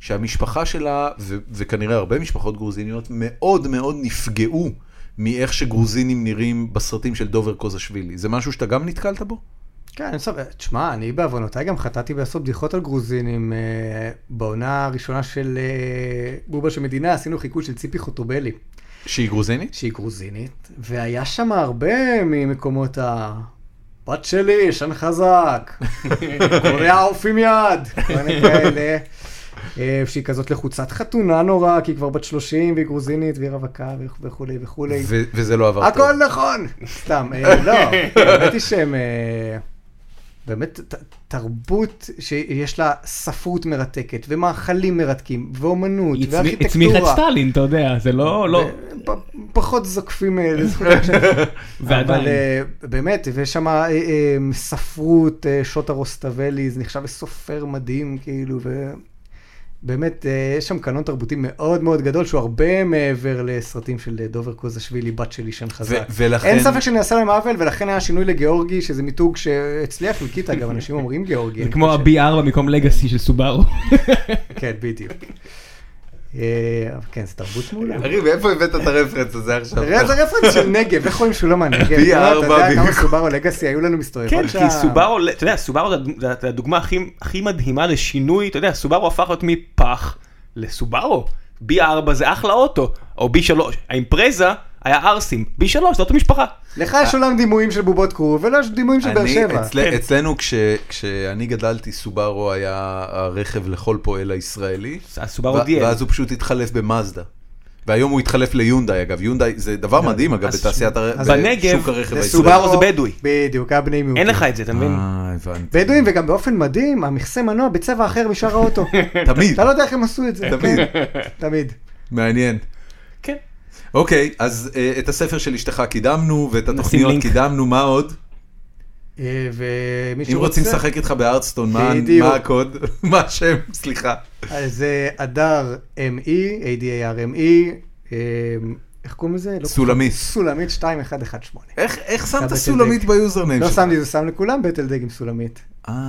Speaker 1: שהמשפחה שלה, ו- וכנראה הרבה משפחות גרוזיניות, מאוד מאוד נפגעו מאיך שגרוזינים נראים בסרטים של דובר קוזשווילי. זה משהו שאתה גם נתקלת בו?
Speaker 3: כן, אני סבבה. תשמע, אני בעוונותיי גם חטאתי לעשות בדיחות על גרוזינים. אה, בעונה הראשונה של אה, בובה של מדינה עשינו חיקוי של ציפי חוטובלי,
Speaker 1: שהיא גרוזינית?
Speaker 3: שהיא גרוזינית, והיה שם הרבה ממקומות ה... בת שלי, ישן חזק, קורע עופים יד, כל מיני כאלה. אה, שהיא כזאת לחוצת חתונה נורא, כי היא כבר בת 30 והיא גרוזינית והיא רווקה וכו- וכולי וכולי.
Speaker 1: ו- וזה לא עבר.
Speaker 3: הכל נכון! סתם, אה, לא, האמת היא שהם... אה, באמת ת- תרבות שיש לה ספרות מרתקת, ומאכלים מרתקים, ואומנות,
Speaker 5: היא הצמי- הצמיחה את
Speaker 3: וארכיטקטורה.
Speaker 5: סטלין, אתה יודע, זה לא, לא,
Speaker 3: ו- פ- פחות זוקפים אה, לזכויות שלהם. אבל
Speaker 5: ועדיין.
Speaker 3: אה, באמת, ויש שם אה, אה, ספרות, אה, שוטה רוסטבלי, זה נחשב לסופר מדהים, כאילו, ובאמת, אה, יש שם קנון תרבותי מאוד מאוד גדול, שהוא הרבה מעבר לסרטים של אה, דובר קוזשווילי, בת שלי שם חזק.
Speaker 1: ולכן-
Speaker 3: אין ספק שנעשה להם עוול, ולכן היה שינוי לגיאורגי, שזה מיתוג שהצליח לקיטה, גם אנשים אומרים גיאורגי.
Speaker 5: זה
Speaker 3: אני
Speaker 5: כמו
Speaker 3: חושב.
Speaker 5: ה-B4 במקום לגאסי של סובארו.
Speaker 3: כן, בדיוק. אה, אבל כן, זו תרבות מעולה.
Speaker 1: אריב, איפה הבאת את הרפרנס הזה עכשיו?
Speaker 3: תראה, זה רפרנס של נגב, איך רואים שהוא לא מהנגב?
Speaker 1: פי
Speaker 3: לא, אתה
Speaker 1: ארבע
Speaker 3: יודע כמה
Speaker 1: במקום.
Speaker 3: סובארו לגאסי היו לנו מסתובבות
Speaker 2: כן,
Speaker 3: שם.
Speaker 2: כי סובארו, אתה יודע, סובארו זה הד- זה הדוגמה הכי- הכי מדהימה לשינוי, אתה יודע, סובארו הפך להיות מפח לסובארו. B4 זה אחלה אוטו, או B3, האימפרזה היה ארסים, B3 זה אוטו משפחה.
Speaker 3: לך יש עולם דימויים של בובות כרוב, ולא יש דימויים של באר
Speaker 1: אני-
Speaker 3: שבע.
Speaker 1: אצל- אצלנו כש- כשאני גדלתי, סובארו היה הרכב לכל פועל הישראלי.
Speaker 2: הסובארו
Speaker 1: ו-
Speaker 2: DL.
Speaker 1: ואז הוא פשוט התחלף במאזדה. והיום הוא התחלף ליונדאי, אגב, יונדאי זה דבר מדהים, אגב,
Speaker 2: אז
Speaker 1: בתעשיית הר-
Speaker 3: אז
Speaker 1: בשוק
Speaker 2: בנגב
Speaker 1: הרכב
Speaker 2: זה
Speaker 1: הישראלי.
Speaker 2: סובארו זה בדואי.
Speaker 3: בדיוק, היה בני מיעוטים.
Speaker 2: אין לך את זה, אתה מבין?
Speaker 1: אה, הבנתי.
Speaker 3: בדואים, וגם באופן מדהים, המכסה מנוע בצבע אחר משאר האוטו.
Speaker 1: תמיד,
Speaker 3: אתה לא יודע איך הם עשו את זה.
Speaker 1: תמיד.
Speaker 3: כן, תמיד.
Speaker 1: מעניין.
Speaker 2: כן.
Speaker 1: אוקיי, אז אה, את הספר של אשתך קידמנו, ואת התוכניות
Speaker 4: לינק.
Speaker 1: קידמנו, מה עוד?
Speaker 3: אה, ומי
Speaker 1: אם
Speaker 3: שרוצה...
Speaker 1: רוצים לשחק איתך בארדסטון, מה-
Speaker 3: בדיוק.
Speaker 1: מה הקוד? מה השם? סליחה.
Speaker 3: אז אה, זה אדר E, M.E, A.D.A.R.M.E, אה, איך קוראים לזה? לא-
Speaker 1: סולמית.
Speaker 3: סולמית 2118.
Speaker 1: איך- איך שמת
Speaker 3: בטל
Speaker 1: סולמית
Speaker 3: דק.
Speaker 1: ביוזרניים
Speaker 3: לא
Speaker 1: שלך?
Speaker 3: שמתי, זה שם לכולם בטל דג עם סולמית.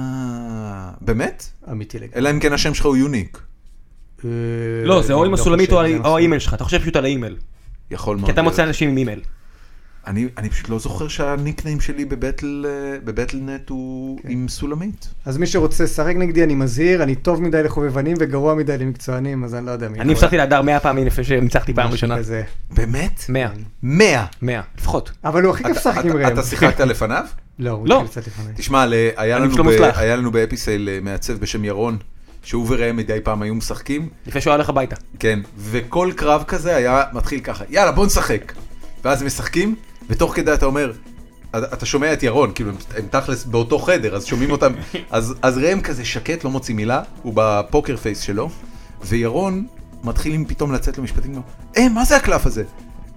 Speaker 1: אה, באמת?
Speaker 3: אמיתי לגמרי.
Speaker 1: אלא אם כן השם שלך הוא יוניק.
Speaker 3: אה,
Speaker 4: לא, זה או
Speaker 3: אני
Speaker 4: עם
Speaker 3: לא
Speaker 4: הסולמית או
Speaker 3: חושב, זה
Speaker 4: ה-
Speaker 3: המסולמית.
Speaker 4: או האימייל שלך, אתה חושב פשוט על האימייל.
Speaker 1: יכול מאוד.
Speaker 4: כי אתה
Speaker 1: להיות.
Speaker 4: מוצא אנשים עם אימייל.
Speaker 1: אוקיי. אני, אני פשוט לא זוכר שהניקניים שלי בבטל, אה, בבטלנט הוא
Speaker 3: כן.
Speaker 1: עם סולמית.
Speaker 3: אז מי שרוצה לשחק נגדי, אני מזהיר, אני טוב מדי לחובבנים וגרוע מדי למקצוענים, אז אני לא יודע מי.
Speaker 4: אני הפסקתי להדר 100 פעמים לפני שניצחתי פעם ראשונה.
Speaker 3: כזה.
Speaker 1: באמת?
Speaker 4: 100.
Speaker 1: 100.
Speaker 4: 100. לפחות.
Speaker 3: אבל הוא הכי כיף
Speaker 1: אתה-
Speaker 3: לשחק עם
Speaker 1: אתה- אה,
Speaker 3: ראם.
Speaker 1: אתה שיחקת לפניו?
Speaker 3: לא, הוא
Speaker 4: לא.
Speaker 3: התחיל קצת לפני.
Speaker 1: תשמע, ל- היה
Speaker 4: אני
Speaker 1: לנו
Speaker 4: פשוט לא
Speaker 1: ב-
Speaker 4: מוצלח.
Speaker 1: היה לנו באפיסייל אה, מעצב בשם ירון, שהוא וראם מדי פעם היו משחקים,
Speaker 4: לפני שהוא הלך הביתה.
Speaker 1: כן, וכל קרב כזה היה מתחיל ככה, יאללה בוא נשחק. ואז הם משחקים, ותוך כדי אתה אומר, אתה אתה שומע את ירון, כאילו הם- הם תכלס באותו חדר, אז שומעים אותם, אז, אז ראם כזה שקט, לא מוציא מילה, הוא בפוקר פייס שלו, וירון מתחילים פתאום לצאת למשפטים, כמו, אה, מה זה הקלף הזה?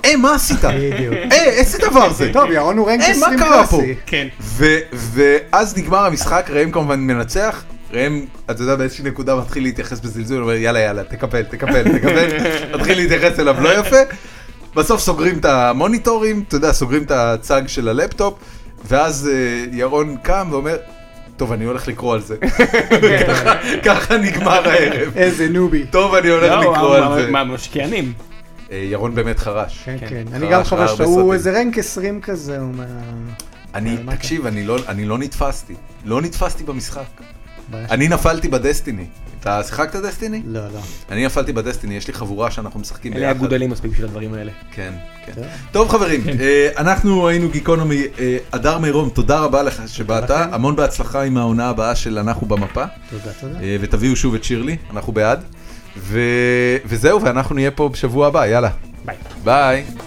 Speaker 1: אה, מה עשית?
Speaker 3: בדיוק.
Speaker 1: אה, איזה דבר זה?
Speaker 3: טוב, ירון הוא רנק
Speaker 1: אה, מה
Speaker 3: 20
Speaker 1: קרה פה?
Speaker 3: קלאסי.
Speaker 6: כן.
Speaker 1: ו- ואז נגמר המשחק, ראם כמובן מנצח, ראם, אתה יודע, באיזושהי נקודה מתחיל להתייחס בזלזול, אומר יאללה יאללה, תקפל, תקפל, תקפל, מתחיל להתייחס אליו לא יפה, בסוף סוגרים את המוניטורים, אתה יודע, סוגרים את הצג של הלפטופ, ואז אה, ירון קם ואומר, טוב, אני הולך לקרוא על זה. ככה- ככה נגמר הערב.
Speaker 3: איזה נובי.
Speaker 1: טוב, אני הולך
Speaker 4: לא,
Speaker 1: לקרוא על זה.
Speaker 4: מה, משקיענים.
Speaker 1: אה, ירון באמת חרש.
Speaker 3: כן, כן. אני
Speaker 1: חרש,
Speaker 3: גם
Speaker 1: ראה
Speaker 3: חושב
Speaker 1: אה, הרבה
Speaker 3: שהוא
Speaker 1: סרטים.
Speaker 3: איזה רנק 20 כזה, הוא מה...
Speaker 1: אני,
Speaker 3: אה, מה אתה-
Speaker 1: תקשיב, אני לא- אני לא נתפסתי. לא נתפסתי במשחק.
Speaker 3: בעיה
Speaker 1: אני נפלתי בדסטיני. אתה שיחקת דסטיני?
Speaker 3: של- לא, לא.
Speaker 1: אני נפלתי בדסטיני, יש לי חבורה שאנחנו משחקים
Speaker 4: אלה
Speaker 1: ביחד.
Speaker 4: היו גודלים מספיק בשביל הדברים האלה.
Speaker 1: כן, כן.
Speaker 3: טוב. כן.
Speaker 1: טוב חברים, אה, אנחנו היינו גיקונומי. אה, הדר מירום, תודה רבה לך שבאת.
Speaker 3: לכם.
Speaker 1: המון בהצלחה עם העונה הבאה של אנחנו במפה.
Speaker 3: תודה, תודה.
Speaker 1: אה, ותביאו שוב את שירלי, אנחנו בעד. ו- וזהו, ואנחנו נהיה פה בשבוע הבא, יאללה.
Speaker 4: ביי.
Speaker 1: ביי.